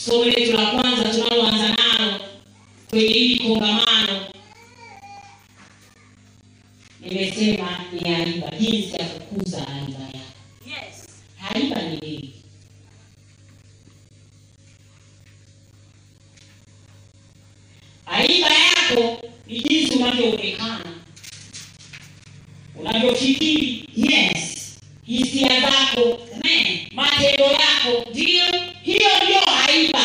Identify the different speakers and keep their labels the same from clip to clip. Speaker 1: somo letu la kwanza tunaloanza nalo kwenye hili kongamano nimesema ni haiba jinsi ya kukuza haiba yako
Speaker 2: Yes.
Speaker 1: haiba ni nini haiba yako ni jinsi unavyoonekana unavyofikiri yes hisia zako amen. matendo yako ndio hiyo ndio haiba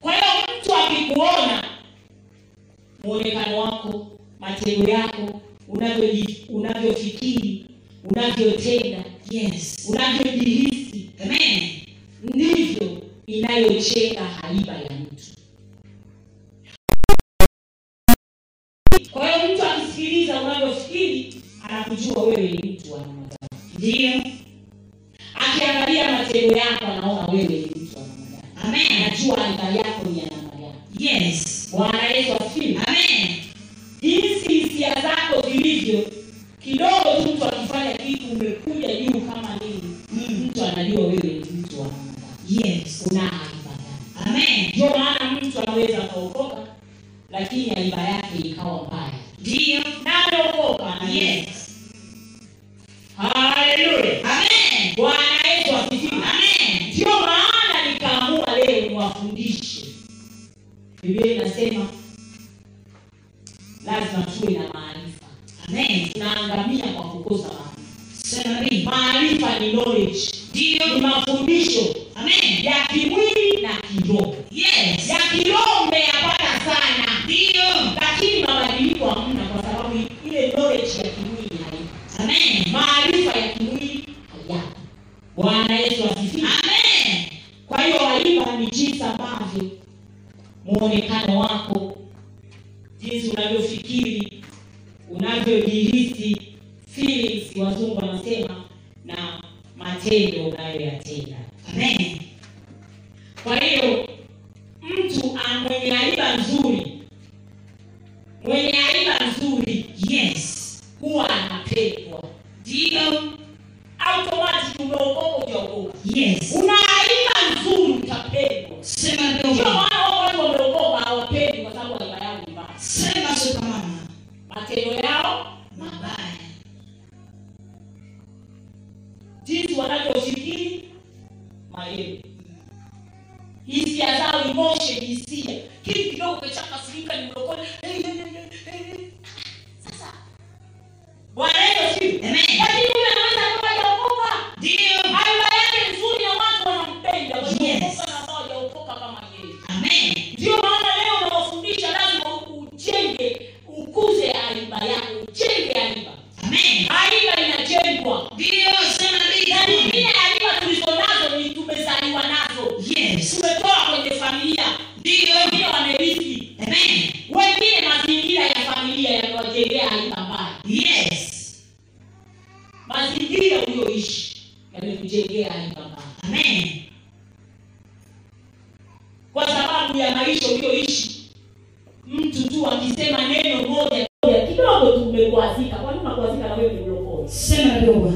Speaker 1: kwa hiyo mtu akikuona muonekano wako matendo yako unavyoji- unavyofikiri unavyotenda yes unavyojihisi amen ndivyo inayocheka haiba ya mtu kwa hiyo mtu akisikiliza unavyofikiri anakujua wewe ni mtu wa namna gani ndiyo akiangalia matendo yako anaona wewe ni mtu wa namna gani amen anajua haiba yako ni ya namna gani yes bwana yesu asifiwe amen jinsi hisia zako zilivyo kidogo tu mtu akifanya kitu umekuja juu kama nini mtu anajua wewe ni mtu wa namna gani. una haiba gani. ndio maana mtu anaweza akaokoka lakini haiba yake ikawa mbaya ndio nameokoka yes haleluya bwana yesu asifiwe ndio maana nikaamua leo niwafundishe biblia inasema lazima tuwe na maarifa Amen. tunaangamia kwa kukosa maarifa maarifa ni knowledge ndio ni mafundisho Amen. ya kimwili na kiroho yes. ya kiroho mmeyapata sana ndio lakini mabadiliko hamna kwa sababu ile knowledge ya kimwili haipo Amen. maarifa ya kimwili hayapo bwana yesu asifiwe kwa hiyo haiba ni jinsi ambavyo muonekano wako jinsi unavyofikiri unavyojihisi feelings wazungu wanasema na matendo unayoyatenda Amen. kwa hiyo mtu a- mwenye haiba nzuri mwenye haiba nzuri yes huwa anapendwa ndio automatic umeokoka ujaokoka yes una haiba nzuri utapendwa
Speaker 2: Sema
Speaker 1: ndio
Speaker 2: ndio.
Speaker 1: maana wao watu wameokoka hawapendi kwa sababu haiba yao ni mbaya
Speaker 2: Sema super mama.
Speaker 1: matendo yao
Speaker 2: Mabaya.
Speaker 1: jinsi wanavyofikiri maneno hisia zao emotion hisia kitu kidogo kachakasirika ni mlokole Eh, eh, eh, eh. sasa bwana yesu asifiwe.
Speaker 2: Amen.
Speaker 1: lakini yule anaweza kuwa hajaokoka
Speaker 2: Ndio.
Speaker 1: haiba yake nzuri na watu wanampenda
Speaker 2: Yes.
Speaker 1: waliokoka na ambao hawajaokoka kama yeye
Speaker 2: Amen.
Speaker 1: ndio maana leo nawafundisha lazima ujenge ukuze haiba yako ujenge haiba
Speaker 2: Amen.
Speaker 1: haiba inajengwa
Speaker 2: Ndio. Sema
Speaker 1: na nyingine
Speaker 2: ndio.
Speaker 1: haiba Yaani tulizo nazo ni tumezaliwa nazo
Speaker 2: Yes.
Speaker 1: tumetoka kwenye familia ndio wengine wamerithi
Speaker 2: Amen.
Speaker 1: wengine mazingira ya familia yamewajengea haiba mbaya
Speaker 2: Yes.
Speaker 1: mazingira uliyoishi yamekujengea haiba mbaya
Speaker 2: Amen.
Speaker 1: kwa sababu ya maisha uliyoishi mtu tu akisema neno moja moja kidogo tu umekwazika kwani unakwazika na wewe ni mlokole
Speaker 2: Sema ndio.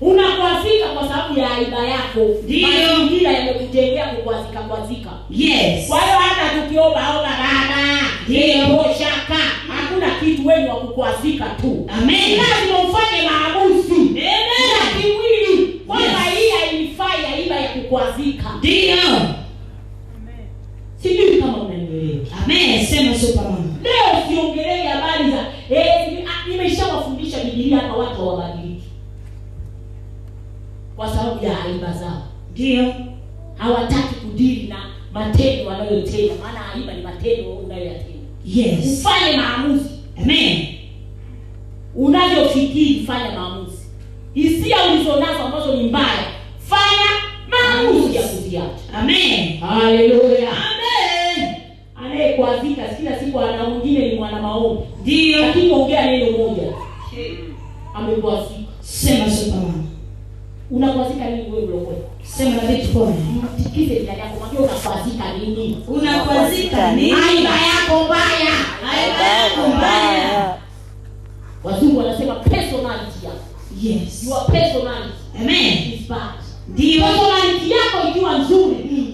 Speaker 1: unakwazika kwa sababu ya aiba yako
Speaker 2: Ndiyo.
Speaker 1: mazingira yamekujengea kukwazika kwazika
Speaker 2: Yes.
Speaker 1: kwa hiyo hata tukiombaomba baba
Speaker 2: Ndiyo.
Speaker 1: shaka hakuna kitu wenu wa kukwazika tu
Speaker 2: Amen.
Speaker 1: lazima ufanye maamuzi ya kimwili kwamba
Speaker 2: Yes.
Speaker 1: hii hainifai aiba ya kukwazika
Speaker 2: Ndio.
Speaker 1: sijui kama unanielewa
Speaker 2: Amen. Sema super mama.
Speaker 1: leo siongelee habari za eh, ni- ah, nimeshawafundisha bibilia hapa watu hawabadiliki kwa sababu ya aiba zao
Speaker 2: Ndio.
Speaker 1: hawataki kudili na matendo wanayotenda maana aiba ni matendo unayoyatenda
Speaker 2: Yes.
Speaker 1: ufanye maamuzi
Speaker 2: Amen.
Speaker 1: unavyofikiri fanya maamuzi hisia ulizonazo ambazo ni mbaya fanya maamuzi ya kuziacha
Speaker 2: Amen.
Speaker 1: haleluya
Speaker 2: Amen.
Speaker 1: anayekwazika kila siku ana mwingine ni mwana maombi
Speaker 2: Ndio.
Speaker 1: lakini ongea neno moja amekwazika
Speaker 2: Sema super mama.
Speaker 1: unakwazika nini wewe ulokole
Speaker 2: Sema vitu poa.
Speaker 1: mtikize jirani yako mwambie unakwazika nini
Speaker 2: Unakwazika nini?
Speaker 1: aiba yako mbaya
Speaker 2: Aiba yako mbaya.
Speaker 1: wazungu wanasema personality yako
Speaker 2: Yes.
Speaker 1: your personality
Speaker 2: Amen.
Speaker 1: is bad
Speaker 2: Ndio.
Speaker 1: personality yako ikiwa nzuri
Speaker 2: Mm.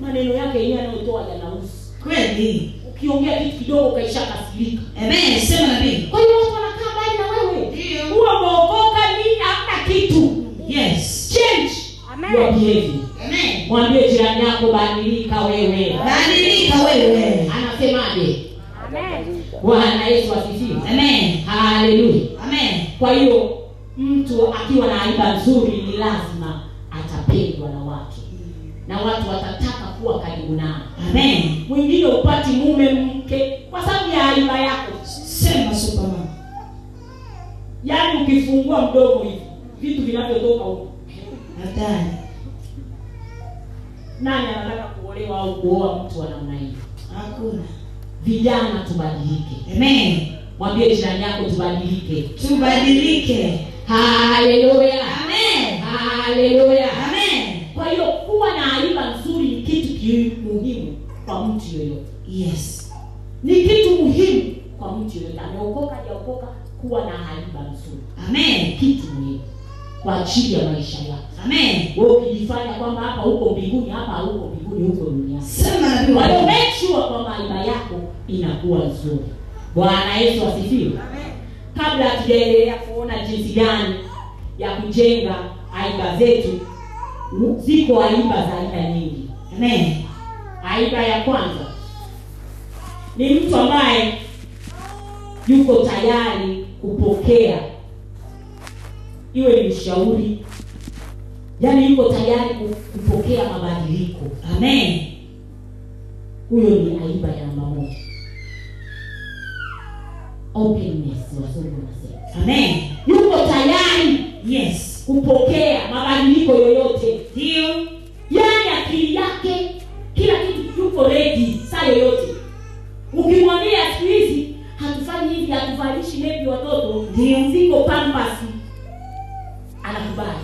Speaker 1: maneno yake yeye anayotoa yanausi
Speaker 2: kweli
Speaker 1: ukiongea kitu kidogo ukaisha kasirika
Speaker 2: amen sema nabii
Speaker 1: kwa hiyo watu wanakaa mbali na wewe
Speaker 2: Ndio.
Speaker 1: huwa umeokoka nini hamna kitu
Speaker 2: yes
Speaker 1: change your behavior
Speaker 2: amen
Speaker 1: mwambie jirani yako badilika wewe
Speaker 2: badilika wewe
Speaker 1: anasemaje
Speaker 3: Badilika.
Speaker 1: bwana yesu asifiwe
Speaker 2: amen
Speaker 1: haleluya
Speaker 2: amen
Speaker 1: kwa hiyo mtu akiwa na aiba nzuri ni lazima atapendwa na watu na watu watataka kuwa karibu naye
Speaker 2: amen
Speaker 1: mwingine upati mume mke kwa sababu ya aiba yako
Speaker 2: sema superman
Speaker 1: yaani ukifungua mdomo hivi vitu vinavyotoka huko
Speaker 2: hatari
Speaker 1: nani anataka kuolewa au kuoa mtu wa namna hiyo
Speaker 2: hakuna
Speaker 1: vijana tubadilike
Speaker 2: amen
Speaker 1: mwambie jirani yako tubadilike
Speaker 2: tubadilike
Speaker 1: haleluya
Speaker 2: amen
Speaker 1: haleluya
Speaker 2: amen
Speaker 1: kwa hiyo kuwa na aiba nzuri ni kitu ki- muhimu kwa mtu yoyote
Speaker 2: yes
Speaker 1: ni kitu muhimu kwa mtu yoyote ameokoka hajaokoka kuwa na aiba nzuri
Speaker 2: amen
Speaker 1: kitu muhimu kwa ajili ya maisha yake
Speaker 2: amen
Speaker 1: wewe ukijifanya kwamba hapa huko mbinguni hapa huko mbinguni huko duniani
Speaker 2: sema nabii
Speaker 1: kwa hiyo
Speaker 2: wa-
Speaker 1: make sure kwamba aiba yako inakuwa nzuri bwana yesu asifiwe kabla hatujaendelea kuona jinsi gani ya kujenga aiba zetu ziko aiba za aina nyingi
Speaker 2: amen
Speaker 1: aiba ya kwanza ni mtu ambaye yuko tayari kupokea iwe ni ushauri yaani yuko tayari ku- kupokea mabadiliko
Speaker 2: amen
Speaker 1: huyo ni aiba ya namba moja openness wazungu wanasema
Speaker 2: amen
Speaker 1: yuko tayari
Speaker 2: yes
Speaker 1: kupokea mabadiliko yoyote
Speaker 2: ndio
Speaker 1: yaani akili yake kila kitu yuko ready saa yoyote ukimwambia siku hizi hatufanyi hivi hatuvalishi nepi watoto
Speaker 2: Ndio.
Speaker 1: ziko pampasi anakubali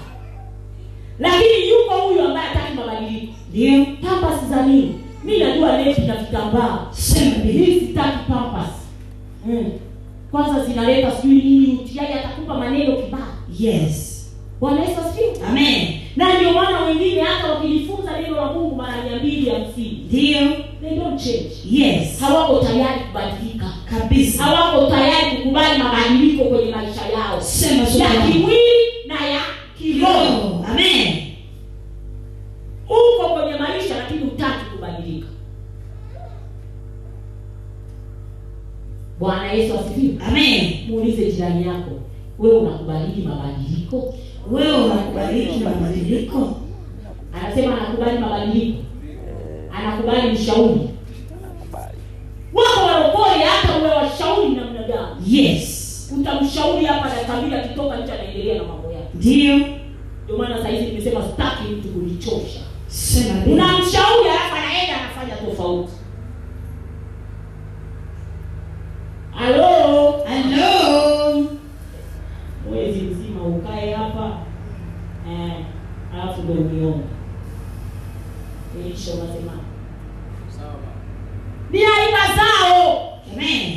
Speaker 1: lakini yuko huyo ambaye hataki mabadiliko
Speaker 2: ndio
Speaker 1: pampasi za nini mi najua nepi na vitambaa
Speaker 2: sema nabii
Speaker 1: hii sitaki pampasi mm. kwanza zinaleta sijui nini utiaji atakupa maneno kibaya
Speaker 2: yes
Speaker 1: bwana yesu asifiwe
Speaker 2: amen
Speaker 1: na ndio maana wengine hata wakijifunza neno la mungu mara mia mbili hamsini
Speaker 2: ndio
Speaker 1: they don't change
Speaker 2: yes
Speaker 1: hawako tayari kubadilika
Speaker 2: kabisa
Speaker 1: hawako tayari kukubali mabadiliko kwenye maisha yao
Speaker 2: sema
Speaker 1: ya
Speaker 2: superman
Speaker 1: kimwili na ya kiroho
Speaker 2: Roho. amen
Speaker 1: uko kwenye maisha lakini hutaki kubadilika bwana yesu asifiwe
Speaker 2: amen
Speaker 1: muulize jirani yako wewe unakubaliki mabadiliko
Speaker 2: wewe unakubariki mabadiliko
Speaker 1: anasema anakubali mabadiliko anakubali ushauri wako warokole hata uwe washauri namna gani
Speaker 2: yes
Speaker 1: utamshauri hapa na kabila kitoka nje anaendelea na mambo yake
Speaker 2: ndio
Speaker 1: ndio maana saa hizi nimesema sitaki mtu kunichosha
Speaker 2: sema nabii
Speaker 1: unamshauri alafu anaenda anafanya tofauti halo
Speaker 2: hello
Speaker 1: mwezi mzima ukae hapa eh, alafu ndo uniombe elisha unasema ni aiba zao
Speaker 2: amen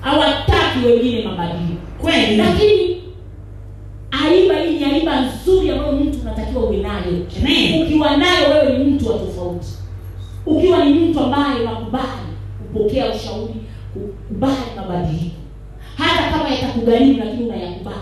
Speaker 1: hawataki wengine mabadiliko
Speaker 2: kweli
Speaker 1: lakini aiba hii ni aiba nzuri ambayo mtu unatakiwa uwe nayo
Speaker 2: Amen.
Speaker 1: ukiwa nayo wewe ni mtu wa tofauti ukiwa ni mtu ambaye unakubali kupokea ushauri kukubali mabadiliko hata kama yatakugharimu lakini unayakubali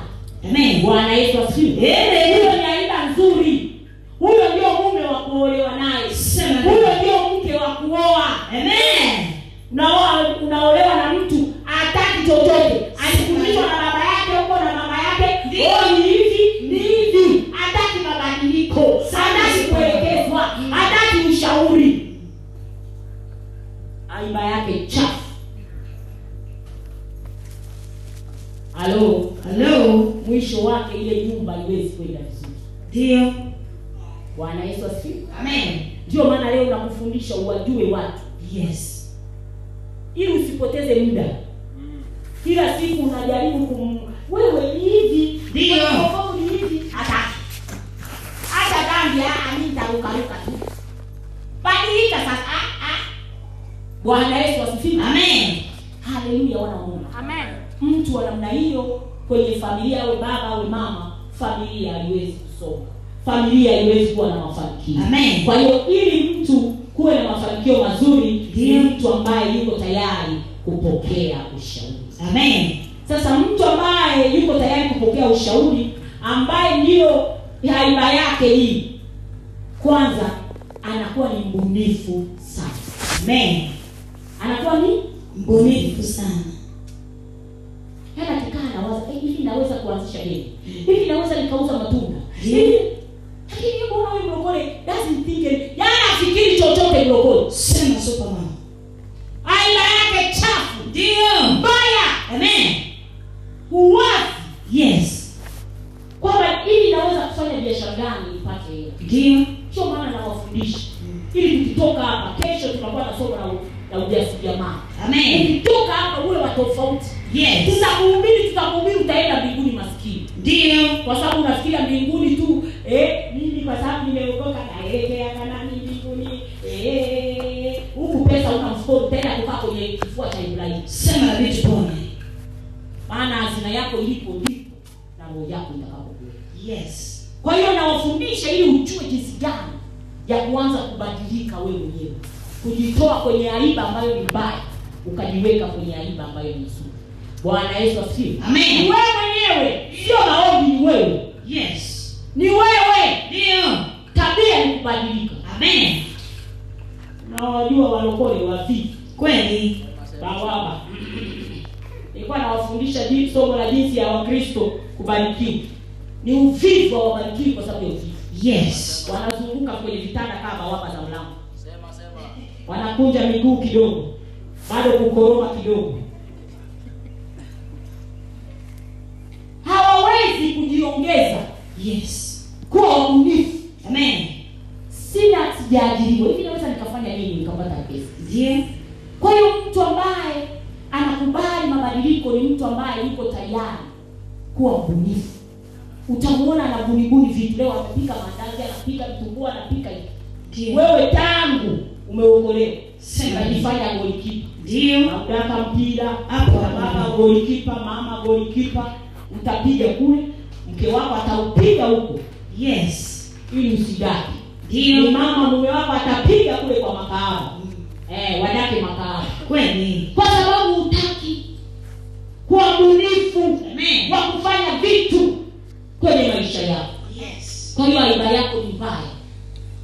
Speaker 2: amen
Speaker 1: bwana yesu asifiwe
Speaker 2: Amen.
Speaker 1: huyo ni aina nzuri huyo ndio mume wa kuolewa naye
Speaker 2: Sema.
Speaker 1: huyo ndio mke wa kuoa
Speaker 2: amen
Speaker 1: unaoa unaolewa na mtu hataki chochote alifundishwa na baba yake huko na mama yake
Speaker 2: Ndio.
Speaker 1: "Oh, ni hivi ni hivi hataki mabadiliko hataki kuelekezwa
Speaker 2: Mm.
Speaker 1: hataki ushauri aiba yake chafu halo
Speaker 2: hello
Speaker 1: mwisho wake ile nyumba haiwezi kwenda vizuri
Speaker 2: ndio
Speaker 1: bwana yesu asifiwe
Speaker 2: amen
Speaker 1: ndio maana leo nakufundisha uwajue watu
Speaker 2: yes
Speaker 1: ili usipoteze muda
Speaker 2: Mm.
Speaker 1: kila siku unajaribu kum wewe ni hivi
Speaker 2: Ndio.
Speaker 1: wewe wokovu ni hivi hata hata kambi mi nitarukaruka tu badilika sasa ah, ah. bwana yesu asifiwe
Speaker 2: amen
Speaker 1: haleluya wana wa mungu mtu wa namna hiyo kwenye familia awe baba awe mama familia haiwezi kusonga familia haiwezi kuwa na mafanikio
Speaker 2: Amen.
Speaker 1: kwa hiyo ili mtu kuwa matukio mazuri ni
Speaker 2: Ndiyo.
Speaker 1: mtu ambaye yuko tayari kupokea ushauri
Speaker 2: Amen.
Speaker 1: sasa mtu ambaye yuko tayari kupokea ushauri ambaye ndiyo haiba yake hii kwanza anakuwa ni mbunifu sana
Speaker 2: Amen.
Speaker 1: anakuwa ni
Speaker 4: mbunifu sana
Speaker 1: hata akikaa anawaza "Eh, hivi naweza kuanzisha nini hivi naweza nikauza matunda
Speaker 2: Ndiyo.
Speaker 1: hivi lakini hebu ona huyu mlokole doesn't think any- yaani afikiri chochote mlokole
Speaker 4: sema super mama
Speaker 1: aina yake chafu
Speaker 2: Ndio.
Speaker 1: mbaya
Speaker 2: Amen.
Speaker 1: huwazi
Speaker 2: Yes.
Speaker 1: kwamba ili naweza kufanya biashara gani ipate hela
Speaker 2: Ndio.
Speaker 1: sio maana nawafundisha ili tukitoka hapa kesho tunakuwa na somo la u- la ujasiriamali
Speaker 2: Amen.
Speaker 1: ukitoka hapa uwe wa tofauti
Speaker 2: Yes.
Speaker 1: tutakuhubiri tutakuhubiri utaenda mbinguni maskini
Speaker 2: Ndio.
Speaker 1: kwa sababu unafikiria mbinguni tu eh, mimi kwa sababu nimeokoka naelekea kanani mbinguni eh, huku pesa una mfukoni utaenda kukaa kwenye kifua cha ibrahimu
Speaker 2: Sema la vitu bora.
Speaker 1: maana hazina yako ilipo ndipo na roho yako itakapokuwa
Speaker 2: Yes.
Speaker 1: kwa hiyo nawafundisha ili ujue jinsi gani ya kuanza kubadilika wewe mwenyewe kujitoa kwenye aiba ambayo ni mbaya ukajiweka kwenye aiba ambayo ni nzuri bwana yesu asifiwe Ni
Speaker 2: Amen.
Speaker 1: wewe mwenyewe sio maombi ni wewe
Speaker 2: Yes.
Speaker 1: ni wewe
Speaker 2: Ndio.
Speaker 1: tabia ni kubadilika
Speaker 2: Amen.
Speaker 1: na wajua walokole wavivu
Speaker 2: Kweli.
Speaker 1: bawaba nilikuwa nawafundisha jinsi- somo la jinsi ya wakristo kubarikiwa ni uvivu hawabarikiwi kwa sababu ya uvivu
Speaker 2: Yes.
Speaker 1: wanazunguka kwenye vitanda kama bawaba za mlango wanakunja miguu kidogo bado kukoroma kidogo hawawezi kujiongeza
Speaker 2: Yes.
Speaker 1: kuwa wabunifu
Speaker 2: Amen.
Speaker 1: sina sijaajiriwa hivi naweza nikafanya nini nikapata pesa
Speaker 2: Ndio.
Speaker 1: kwa hiyo mtu ambaye anakubali mabadiliko ni mtu ambaye yuko tayari kuwa mbunifu utamuona anabunibuni vitu leo anapika mandazi anapika vitumbua anapika hivi
Speaker 2: Ndio.
Speaker 1: wewe tangu umeokolewa
Speaker 2: Sema hivyo.
Speaker 1: unajifanya golikipa
Speaker 2: Ndio.
Speaker 1: unataka mpira
Speaker 2: Hapo
Speaker 1: na baba golikipa mama golikipa utapiga kule mke wako ataupiga huko
Speaker 2: Yes.
Speaker 1: ili usidaki Ni
Speaker 2: Ndio.
Speaker 1: mama mume wako atapiga kule kwa makaawa eh, wadake makaawa
Speaker 2: Kweli.
Speaker 1: kwa sababu hutaki kuwa mbunifu
Speaker 2: Amen.
Speaker 1: wa kufanya vitu kwenye maisha yako
Speaker 2: Yes.
Speaker 1: kwa hiyo aiba yako ni mbaya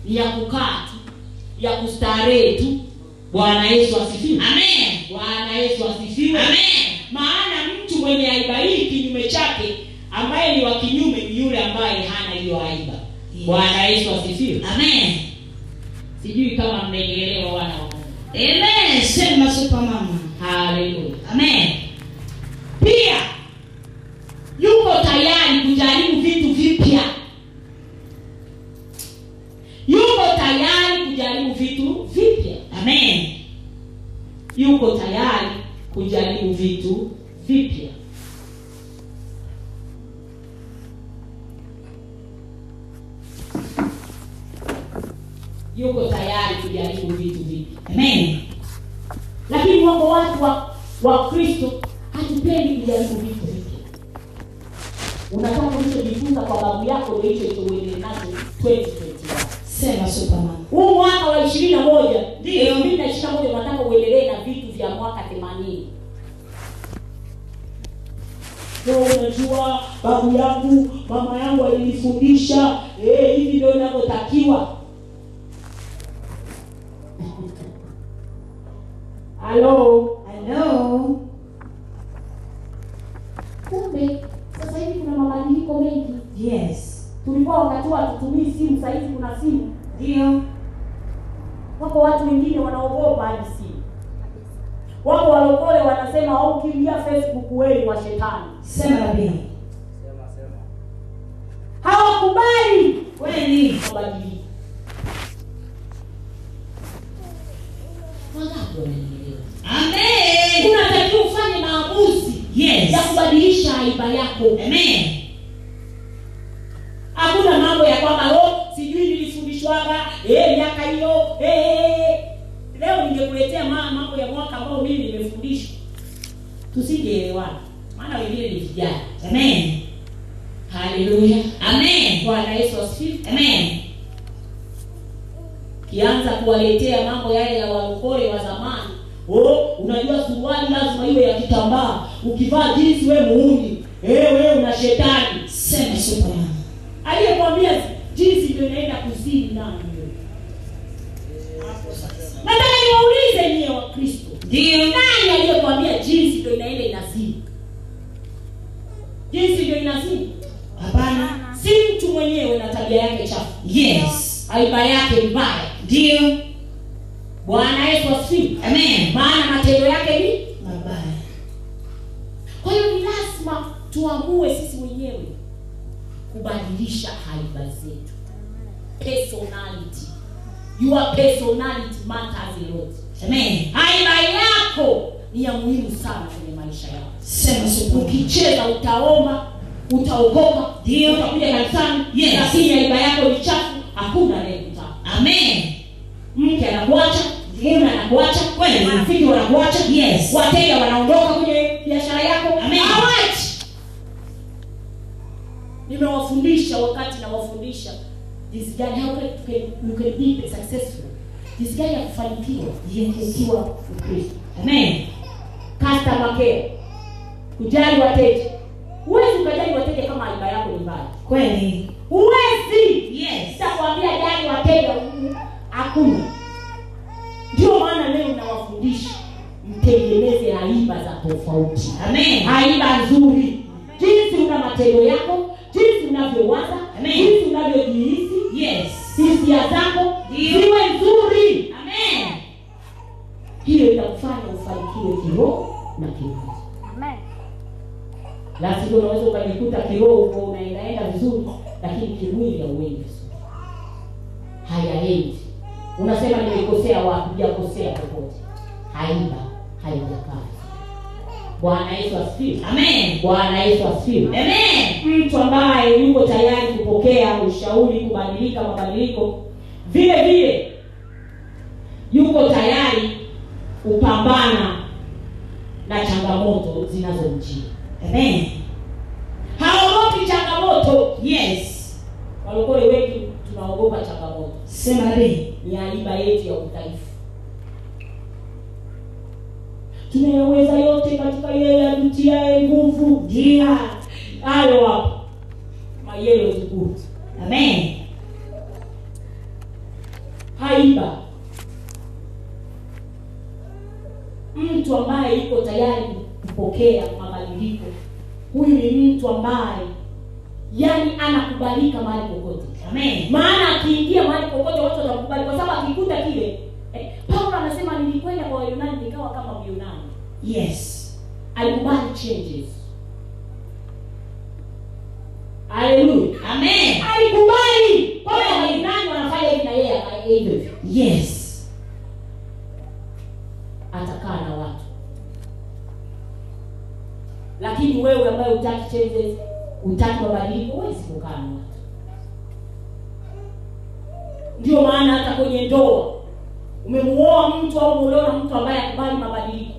Speaker 1: ni ya kukaa tu ya kustarehe tu bwana yesu asifiwe
Speaker 2: Amen.
Speaker 1: bwana yesu asifiwe
Speaker 2: Amen.
Speaker 1: maana mtu mwenye aiba hii kinyume chake ambaye ni wa kinyume ni yule ambaye hana hiyo aiba
Speaker 2: Yes.
Speaker 1: bwana yesu asifiwe
Speaker 2: Amen.
Speaker 1: sijui kama mmenielewa wana wa Mungu.
Speaker 2: Amen. Sema super mama.
Speaker 1: haleluya
Speaker 2: Amen.
Speaker 1: pia yuko tayari kujaribu vitu vipya yuko tayari kujaribu vitu vipya
Speaker 2: Amen.
Speaker 1: yuko tayari kujaribu vitu vipya yuko tayari kujaribu vitu vipya
Speaker 2: Amen.
Speaker 1: lakini wako watu wa, wa kristo hatupendi kujaribu vitu vipya unataka ulichojifunza kwa babu yako ndo hicho hicho uende nacho 2021
Speaker 4: sema super mama
Speaker 1: huu mwaka wa ishirini na moja
Speaker 2: Ndiyo.
Speaker 1: elfu mbili na ishirini na moja unataka uendelee na vitu vya mwaka themanini Leo unajua babu yangu mama yangu alinifundisha eh, hivi ndio inavyotakiwa halo
Speaker 2: Hello.
Speaker 1: kumbe sasa hivi kuna mabadiliko mengi
Speaker 2: Yes.
Speaker 1: tulikuwa wakati huo hatutumii simu sasa hivi kuna simu
Speaker 2: Ndio.
Speaker 1: wako watu wengine wanaogopa hadi simu wako walokole wanasema au ukiingia facebook wewe wa shetani
Speaker 2: Sema la Biblia.
Speaker 1: hawakubali
Speaker 2: Kweli.
Speaker 1: mabadiliko wangapi wanaelewa
Speaker 2: Amen.
Speaker 1: unatakiwa ufanye maamuzi ya
Speaker 2: Yes.
Speaker 1: kubadilisha aiba yako
Speaker 2: Amen.
Speaker 1: hakuna mambo ya kwamba oh, sijui nilifundishwaga eh, miaka hiyo eh. leo ningekuletea ma- mambo ya mwaka ambao mimi nimefundishwa tusingeelewana maana wengine ni vijana
Speaker 2: Amen.
Speaker 1: haleluya
Speaker 2: Amen.
Speaker 1: bwana yesu asifiwe
Speaker 2: Amen.
Speaker 1: ukianza kuwaletea mambo yale ya walokole wa zamani oh, unajua suruali lazima iwe ya kitambaa ukivaa jinsi we muuni eh, wewe una shetani
Speaker 5: Sema Superman.
Speaker 1: aliyekwambia jinsi ndio inaenda kuzini nani wewe? nataka niwaulize nyie wa kristo
Speaker 2: Ndio.
Speaker 1: nani aliyekwambia jinsi ndio inaenda inazini jinsi ndio inazini
Speaker 2: Hapana.
Speaker 1: si mtu mwenyewe na tabia yake chafu
Speaker 2: Yes.
Speaker 1: aiba yake mbaya
Speaker 2: Ndio.
Speaker 1: bwana yesu asifiwe
Speaker 2: Amen.
Speaker 1: maana matendo yake ni
Speaker 5: Mabaya.
Speaker 1: kwa hiyo ni lazima tuamue sisi wenyewe kubadilisha haiba zetu personality your personality matters a lot
Speaker 2: Amen.
Speaker 1: haiba yako ni ya muhimu sana kwenye maisha yako
Speaker 5: Sema Superman.
Speaker 1: ukicheza utaomba utaogopa ndio utakuja kanisani
Speaker 2: Yes.
Speaker 1: lakini haiba yako ni chafu hakuna anayekutaka
Speaker 2: Amen.
Speaker 1: mke anakuacha mume anakuacha
Speaker 2: Kweli.
Speaker 1: marafiki wanakuacha
Speaker 2: Yes.
Speaker 1: wateja wanaondoka kwenye biashara yako
Speaker 2: Amen.
Speaker 1: hawachi nimewafundisha wakati nawafundisha jinsi gani how can, you can, you can be successful jinsi gani ya kufanikiwa ukiwa mkristo
Speaker 2: Amen.
Speaker 1: customer care kujali wateja huwezi ukajali wateja kama aliba yako ni mbaya
Speaker 2: Kweli.
Speaker 1: huwezi
Speaker 2: Yes.
Speaker 1: sitakwambia jali wateja mm, hakuna ndio maana leo nawafundisha mtengeneze aiba za tofauti
Speaker 2: Amen.
Speaker 1: aiba nzuri jinsi una matendo yako jinsi unavyowaza
Speaker 2: Amen.
Speaker 1: jinsi unavyojihisi
Speaker 2: Yes.
Speaker 1: hisia zako
Speaker 2: Ndio.
Speaker 1: ziwe nzuri
Speaker 2: Amen.
Speaker 1: hiyo itakufanya ufanikiwe kiroho na kiroho la sivyo unaweza ukajikuta kiroho uko unaendaenda vizuri lakini kimwili hauendi vizuri hayaendi unasema nimekosea wapi hujakosea popote haiba haijakaa bwana yesu asifiwe
Speaker 2: Amen.
Speaker 1: bwana yesu asifiwe
Speaker 2: Amen.
Speaker 1: mtu ambaye yuko tayari kupokea ushauri kubadilika mabadiliko vile vile yuko tayari kupambana na changamoto zinazomjia
Speaker 2: Amen.
Speaker 1: haogopi changamoto
Speaker 2: Yes.
Speaker 1: walokole wengi tunaogopa changamoto
Speaker 2: Sema re.
Speaker 1: ni aiba yetu ya udhaifu tunayaweza yote katika yeye atutiae nguvu jia hayo hapo mayelo zuguti
Speaker 2: Amen.
Speaker 1: haiba mtu ambaye yuko tayari kupokea mabadiliko huyu ni mtu ambaye yani anakubalika mahali popote
Speaker 2: Amen.
Speaker 1: maana akiingia mahali popote watu watakubali kwa sababu akikuta kile eh, paulo anasema nilikwenda kwa wayunani nikawa kama myunani
Speaker 2: Yes.
Speaker 1: alikubali changes haleluya
Speaker 2: Amen.
Speaker 1: alikubali kwa hiyo wayunani wanafanya hivi na yeye akafanya hivyo hivyo
Speaker 2: Yes.
Speaker 1: atakaa na watu lakini wewe ambaye utaki changes utaki mabadiliko huwezi kukaa na watu ndio maana hata kwenye ndoa umemuoa mtu au umeolewa na mtu ambaye akubali mabadiliko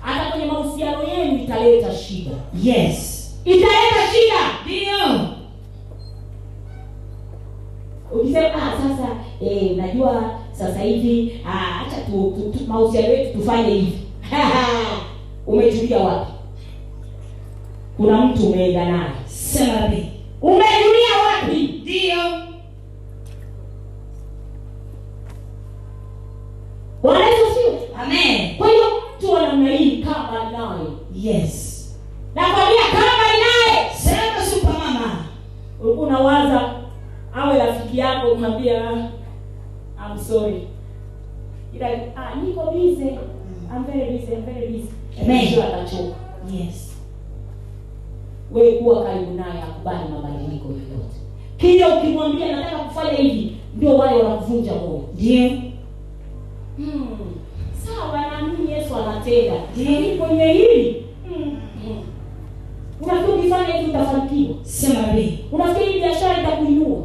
Speaker 1: hata kwenye mahusiano yenu italeta shida
Speaker 2: Yes.
Speaker 1: italeta shida
Speaker 2: Ndio.
Speaker 1: ukisema ah, sasa eh, najua sasa hivi ah, hacha tu, tu, tu, mahusiano yetu tufanye hivi umetulia wapi kuna mtu umeenda naye
Speaker 2: Sema re.
Speaker 1: umetulia wapi
Speaker 2: Ndio.
Speaker 1: bwana yesu sio
Speaker 2: Amen.
Speaker 1: kwa hiyo mtu wa namna hii kama naye
Speaker 2: Yes.
Speaker 1: nakwambia kama naye
Speaker 2: Sema super mama.
Speaker 1: ulikuwa unawaza awe rafiki yako umwambia "Ah, I'm sorry ila ah, niko busy I'm very busy I'm very busy
Speaker 2: Amen.
Speaker 1: Mwisho atachoka
Speaker 2: Yes.
Speaker 1: wewe kuwa karibu naye akubali mabadiliko yoyote kila ukimwambia nataka kufanya hivi ndio wale wanakuvunja moyo
Speaker 2: Ndio.
Speaker 1: hmm. sawa naamini yesu anatenda lakini kwenye hili hmm. hmm. unafikiri ukifanya hivi utafanikiwa
Speaker 2: Sema re.
Speaker 1: unafikiri biashara itakuinua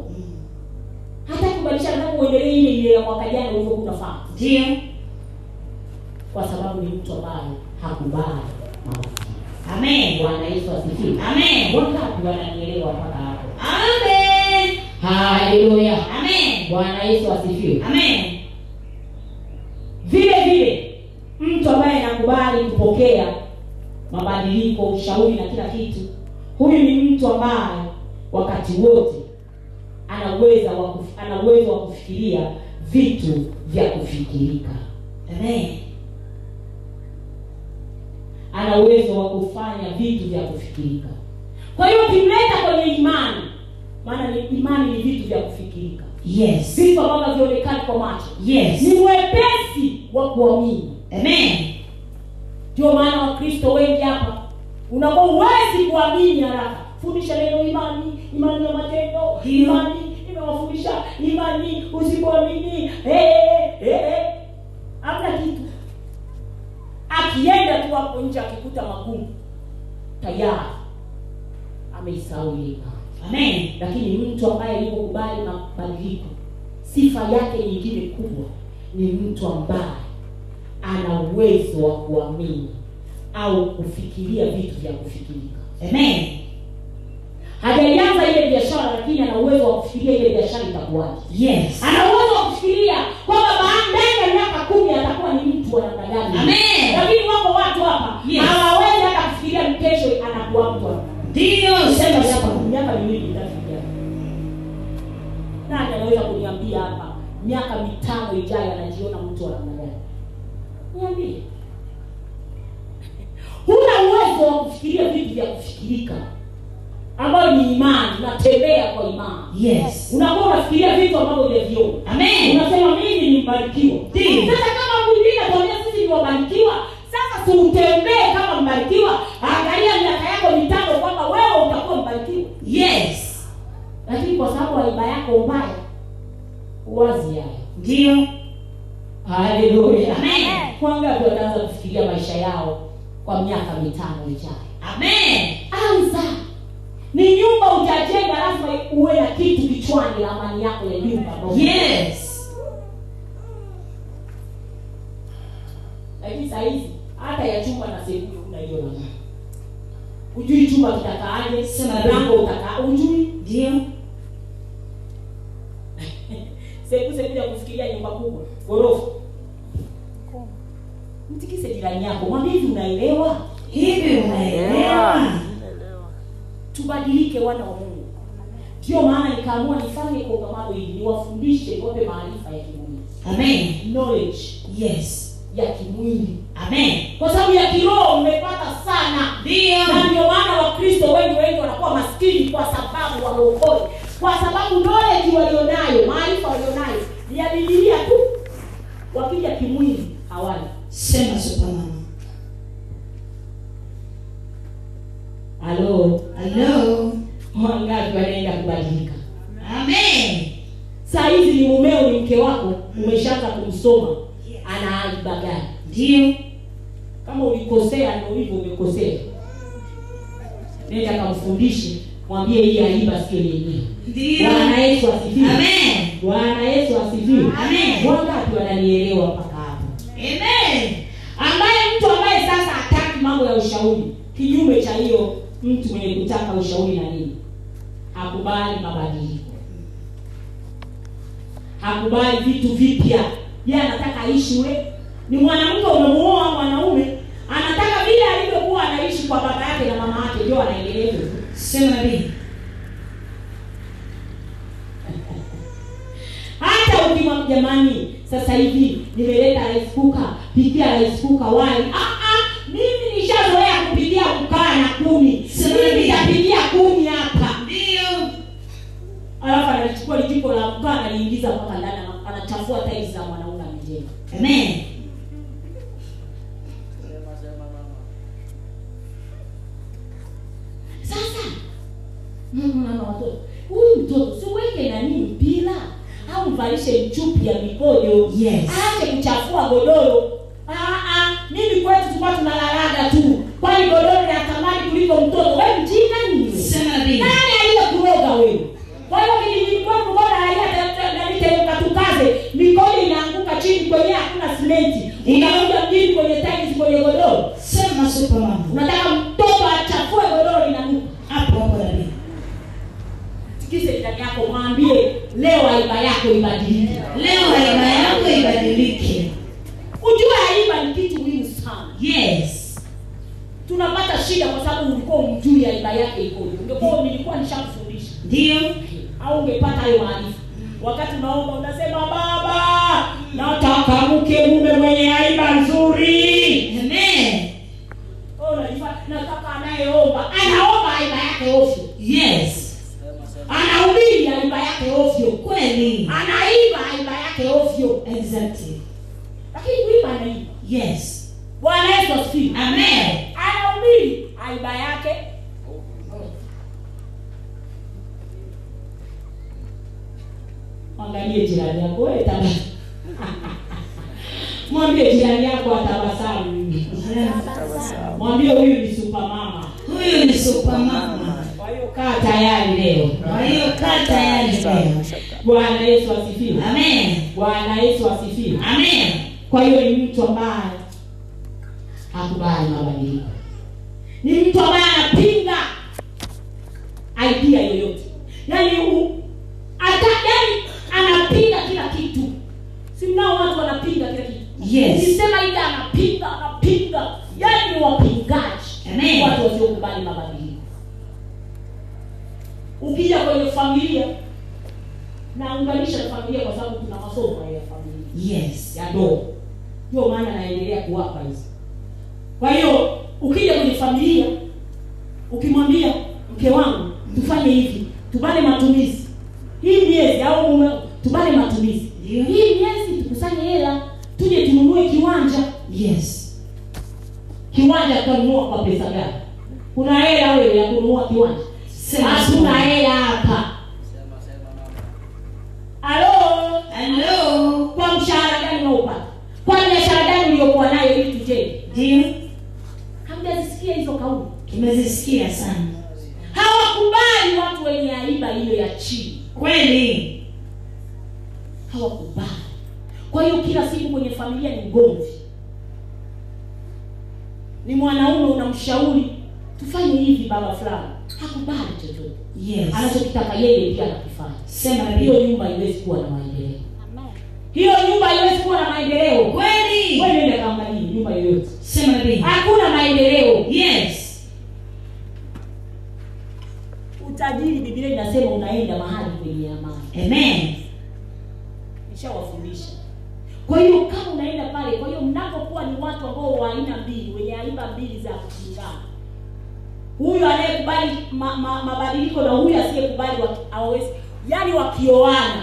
Speaker 1: hata kubadilisha nataka uendelee ile ile ya mwaka jana ulivyokuwa unafanya
Speaker 2: Ndio.
Speaker 1: kwa sababu ni mtu ambaye hakubali mabadiliko
Speaker 2: Amen.
Speaker 1: bwana yesu asifiwe
Speaker 2: Amen.
Speaker 1: wangapi wananielewa mpaka hapo
Speaker 2: Amen.
Speaker 1: haleluya
Speaker 2: Amen.
Speaker 1: bwana yesu asifiwe
Speaker 2: Amen.
Speaker 1: vile vile mtu ambaye anakubali kupokea mabadiliko ushauri na kila kitu huyu ni mtu ambaye wakati wote ana uwezo wa kuf- ana uwezo wa kufikiria vitu vya kufikirika
Speaker 2: Amen.
Speaker 1: ana uwezo wa kufanya vitu vya kufikirika kwa hiyo ukimleta kwenye imani maana ni- imani ni vitu vya kufikirika
Speaker 2: Yes.
Speaker 1: vitu ambavyo havionekani kwa macho
Speaker 2: Yes.
Speaker 1: ni wepesi wa kuamini
Speaker 2: Amen.
Speaker 1: ndio maana wakristo wengi hapa unakuwa huwezi kuamini haraka fundisha neno imani imani ya matendo
Speaker 2: Ndio.
Speaker 1: imani imewafundisha imani usipoamini eh, eh, eh, eh. hamna kitu akienda tu hapo nje akikuta magumu tayari ameisahau ile imani
Speaker 2: Amen.
Speaker 1: lakini mtu ambaye alipokubali mabadiliko sifa yake nyingine kubwa ni mtu ambaye ana uwezo wa kuamini au kufikiria vitu vya kufikirika
Speaker 2: Amen.
Speaker 1: hajaianza ile biashara lakini ana uwezo wa kufikiria ile biashara itakuwaje
Speaker 2: Yes.
Speaker 1: ana uwezo wa kufikiria kwamba baa- ndani ya miaka kumi atakuwa ni mtu wa namna gani
Speaker 2: Amen.
Speaker 1: lakini wako watu hapa
Speaker 2: Yes.
Speaker 1: hawawezi hata kufikiria mkesho anakuwa mtu wa namna
Speaker 2: Ndio sema
Speaker 1: miaka
Speaker 2: sababu.
Speaker 1: miaka miwili mitatu ijayo nani anaweza kuniambia hapa miaka mitano ijayo anajiona mtu wa namna gani niambie huna uwezo wa kufikiria vitu vya kufikirika ambayo ni imani unatembea kwa imani
Speaker 2: Yes.
Speaker 1: unakuwa unafikiria vitu ambavyo hujaviona
Speaker 2: Amen.
Speaker 1: unasema mimi ni mbarikiwa
Speaker 2: Ndiyo.
Speaker 1: sasa kama mwingine atuambia sisi ni wabarikiwa sasa tuutembee kama mbarikiwa angalia miaka yako mitano kwamba wewe utakuwa mbarikiwa
Speaker 2: Yes.
Speaker 1: lakini kwa sababu aiba yako mbaya wazi yayo
Speaker 2: Ndio.
Speaker 1: haleluya
Speaker 2: Amen.
Speaker 1: kwangapi wataanza kufikiria maisha yao kwa miaka mitano ijayo
Speaker 2: Amen.
Speaker 1: anza ni nyumba utajenga lazima uwe na kitu kichwani la amani yako ya nyumba ambayo-
Speaker 2: Yes.
Speaker 1: lakini saa hizi hata ya chumba na sebule unaiona ujui chumba kitakaaje
Speaker 2: Sema
Speaker 1: mlango utakaa ujui
Speaker 2: Ndio.
Speaker 1: sebuse kuja kufikiria nyumba kubwa ghorofa mtikise jirani yako mwambie hivi unaelewa
Speaker 2: Hivi unaelewa?
Speaker 1: tubadilike wana wa mungu ndio maana nikaamua nifanye kongamano hili niwafundishe wape maarifa ya kimwili
Speaker 2: Amen.
Speaker 1: knowledge
Speaker 2: Yes.
Speaker 1: ya kimwili
Speaker 2: Amen.
Speaker 1: kwa sababu ya kiroho mmepata sana na
Speaker 2: Ndio.
Speaker 1: ndio maana wakristo wengi wengi wanakuwa maskini kwa sababu wameokoi kwa sababu knowledge walionayo maarifa walionayo ni ya bibilia tu wakija kimwili hawali
Speaker 6: Sema supermama.
Speaker 1: halo
Speaker 6: Hello.
Speaker 1: mwangazi wanaenda kubadilika
Speaker 2: Amen.
Speaker 1: saa hizi ni mumeo ni mke wako umeshaanza kumsoma ana aiba gani
Speaker 2: Ndio.
Speaker 1: kama ulikosea ndo hivyo umekosea nenda kamfundishe mwambie hii aiba sio yenyewe
Speaker 2: Ndio.
Speaker 1: bwana yesu asifiwe
Speaker 2: Amen.
Speaker 1: bwana yesu asifiwe
Speaker 2: Amen.
Speaker 1: wangapi wananielewa mpaka hapo
Speaker 2: Amen.
Speaker 1: ambaye mtu ambaye sasa hataki mambo ya ushauri kinyume cha hiyo mtu mwenye kutaka ushauri na nini hakubali mabadiliko hakubali vitu vipya ye anataka aishwe ni mwanamke umemuoa mwanaume anataka vile alivyokuwa anaishi kwa baba yake na mama yake ndio anaendelezwa
Speaker 2: Sema nabii.
Speaker 1: hata ukiwa jamani sasa hivi nimeleta rice cooker pikia rice cooker wali ah, ah, mimi nishazoea kupikia kukaa na kumi mimi nitapikia kumi hapa
Speaker 2: Ndio.
Speaker 1: alafu anachukua lijiko la mkaa analiingiza mpaka ndani ana- anachafua tairi za mwanaume amejenga
Speaker 2: Amen.
Speaker 1: sasa mama na watoto huyu mtoto siweke nani mpira au mvalishe mchupi ya mikojo
Speaker 2: Yes.
Speaker 1: aache kuchafua godoro Ah, ah, mimi kwetu tulikuwa tunalalaga tu kwani godoro linatamani kuliko mtoto we mjinga nini
Speaker 2: Sema nabii.
Speaker 1: nani aliyekuroga wewe kwa hiyo kilijikwetu bora aliyatelemka tukaze mikojo inaanguka chini kwenye hakuna simenti unakuja mjini kwenye taisi kwenye godoro
Speaker 6: Sema supermama.
Speaker 1: unataka mtoto achafue godoro linanuka
Speaker 6: Hapo hapo nabii.
Speaker 1: tikise jirani yako mwambie habari yake ikoje ungekuwa nilikuwa nishakufundisha
Speaker 2: ndio
Speaker 1: au ungepata hayo maarifa wakati unaomba unasema baba nataka mke mume mwenye aiba nzuri
Speaker 7: Amen.
Speaker 1: Oh, unajua, nataka anayeomba anaomba aiba yake ovyo
Speaker 7: Yes.
Speaker 1: anahubiri aiba yake ovyo
Speaker 7: Kweli.
Speaker 1: anaiba aiba yake ovyo
Speaker 7: Exactly.
Speaker 1: lakini kuiba anaiba
Speaker 7: Yes.
Speaker 1: bwana yesu asifiwe
Speaker 7: Amen.
Speaker 1: anahubiri aiba yake angalie jirani yako wewe taba mwambie jirani yako atabasamu mwambie huyu ni supermama
Speaker 2: huyu ni supermama
Speaker 1: kwa hiyo kaa tayari leo
Speaker 2: kwa hiyo kaa tayari leo
Speaker 1: bwana yesu asifiwe
Speaker 2: amen
Speaker 1: bwana yesu asifiwe
Speaker 2: amen
Speaker 1: kwa hiyo ni mtu ambaye hakubali mabadiliko ni mtu ambaye anapinga idea yoyote yaani u- ata yaani anapinga kila kitu si mnao watu wanapinga kila kitu
Speaker 2: yes
Speaker 1: sisema ile anapinga anapinga yaani ni wapingaji
Speaker 2: Amen.
Speaker 1: watu wasiokubali mabadiliko ukija kwenye familia naunganisha na familia kwa sababu kuna masomo ya familia
Speaker 2: yes
Speaker 1: ya ndoa ndio maana naendelea kuwapa hizi kwa hiyo ukija kwenye familia ukimwambia mke wangu tufanye hivi tubane matumizi hii miezi au mume tubane matumizi
Speaker 2: Ndio.
Speaker 1: hii miezi tukusanye hela tuje tununue kiwanja
Speaker 2: yes
Speaker 1: kiwanja tutanunua kwa pesa gani kuna hela wewe ya kununua kiwanja
Speaker 2: Sema
Speaker 1: hatuna
Speaker 2: sema.
Speaker 1: hela hapa halo
Speaker 2: hello
Speaker 1: kwa mshahara gani unaopata kwa biashara gani uliyokuwa nayo ili tujenge
Speaker 2: ndio
Speaker 1: hamjazisikia hizo kauli
Speaker 2: tumezisikia sana
Speaker 1: hawakubali watu wenye aiba hiyo ya chini
Speaker 2: kweli
Speaker 1: hawakubali kwa hiyo kila siku kwenye familia ni mgomvi ni mwanaume unamshauri tufanye hivi baba fulani hakubali chochote
Speaker 2: yes
Speaker 1: anachokitaka yeye pia anakifanya
Speaker 2: sema
Speaker 1: hiyo
Speaker 2: ndio
Speaker 1: nyumba haiwezi kuwa na maendeleo hiyo nyumba haiwezi kuwa na maendeleo
Speaker 2: kweli
Speaker 1: wewe nenda kaangalie nyumba yoyote
Speaker 2: sema ndio
Speaker 1: hakuna maendeleo
Speaker 2: yes
Speaker 1: utajiri biblia inasema unaenda mahali kwenye amani
Speaker 2: amen
Speaker 1: nishawafundisha kwa hiyo kama unaenda pale kwa hiyo mnapokuwa ni watu ambao wa aina mbili wenye aiba mbili za kupingana huyu anayekubali ma, ma, mabadiliko na huyu asiyekubali wa- hawawezi yaani wakioana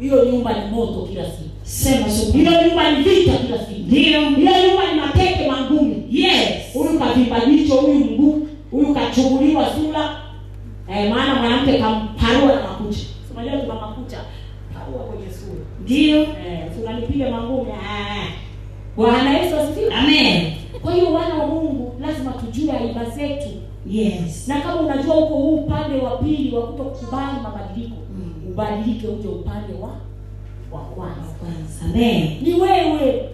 Speaker 1: hiyo nyumba ni moto kila siku
Speaker 2: sema super
Speaker 1: hiyo nyumba ni vita kila siku
Speaker 2: ndio
Speaker 1: hiyo nyumba ni mateke mangumi
Speaker 2: yes
Speaker 1: huyu kavimba jicho huyu mguu huyu kachuguliwa sura eh, maana mwanamke kamparua na makucha unajua kuna makucha parua kwenye sura
Speaker 2: ndio
Speaker 1: Eh, unanipiga mangumi ah. bwana yesu asifiwe
Speaker 2: amen
Speaker 1: kwa hiyo wana wa mungu lazima tujue aiba zetu
Speaker 2: yes
Speaker 1: na kama unajua huko huu upande wa pili wa kutokubali mabadiliko
Speaker 2: Mm.
Speaker 1: ubadilike uje upande wa wa kwanza
Speaker 2: kwanza amen
Speaker 1: ni wewe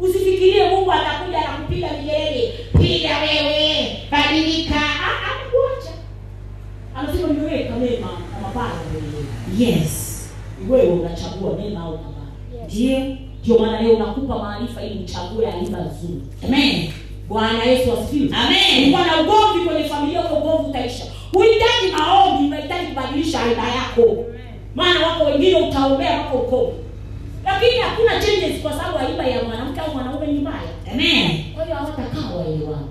Speaker 1: usifikirie mungu atakuja anakupiga mijelele piga wewe badilika Ah, ah, kuacha anasema ni wewe kamema na mabaya wewe.
Speaker 2: yes
Speaker 1: ni wewe unachagua mema au mabaya
Speaker 2: ndio
Speaker 1: ndio maana leo nakupa maarifa ili mchague aiba nzuri
Speaker 2: amen
Speaker 1: bwana yesu asifiwe
Speaker 2: amen
Speaker 1: ulikuwa na ugomvi kwenye familia uko ugomvi utaisha huhitaji maombi unahitaji kubadilisha aina yako maana wako wengine utaombea wako ugomvi lakini hakuna changes kwa sababu aiba ya mwanamke au mwanaume ni mbaya
Speaker 2: amen
Speaker 1: kwa hiyo hawatakaa waelewana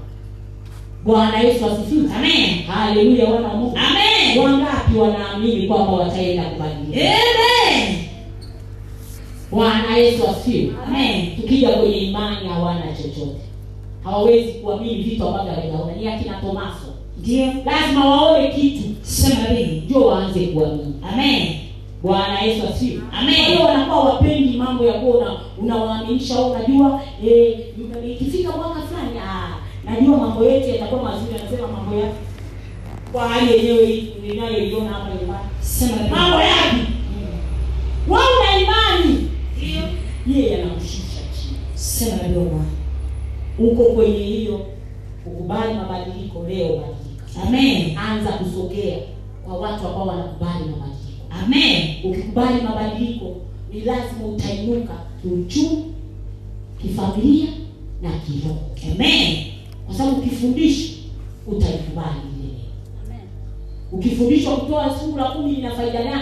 Speaker 1: bwana yesu asifiwe
Speaker 2: amen
Speaker 1: haleluya wana wa mungu
Speaker 2: amen
Speaker 1: wangapi wanaamini kwamba wataenda kubadilika
Speaker 2: amen
Speaker 1: bwana yesu asifiwe
Speaker 2: amen
Speaker 1: tukija kwenye imani hawana chochote hawawezi kuamini vitu ambavyo hawajaona ni akina tomaso
Speaker 2: ndio
Speaker 1: lazima waone kitu
Speaker 2: sema ndio
Speaker 1: ndio waanze kuamini
Speaker 2: amen
Speaker 1: bwana yesu asifiwe
Speaker 2: Amen.
Speaker 1: Kwa hiyo wanakuwa wapendi mambo ya kuwa una- unawaaminisha au unajua eh, m- ikifika mwaka fulani ah, najua mambo yetu yatakuwa mazuri anasema mambo yake kwa hali yenyewe ninayoiona hapa nyumbani
Speaker 2: sema ndio
Speaker 1: mambo yake wao na imani
Speaker 2: ndio
Speaker 1: yeye yanamshusha chini
Speaker 2: sema ndio Bwana.
Speaker 1: uko kwenye hiyo kukubali mabadiliko leo badilika
Speaker 2: amen
Speaker 1: anza kusogea kwa watu ambao wanakubali mabadiliko
Speaker 2: amen
Speaker 1: ukikubali mabadiliko ni lazima utainuka kiuchumi kifamilia na kiroho
Speaker 2: amen
Speaker 1: kwa sababu ukifundisha
Speaker 3: utaikubali ile neema. Ukifundishwa kutoa fungu la kumi lina faida gani?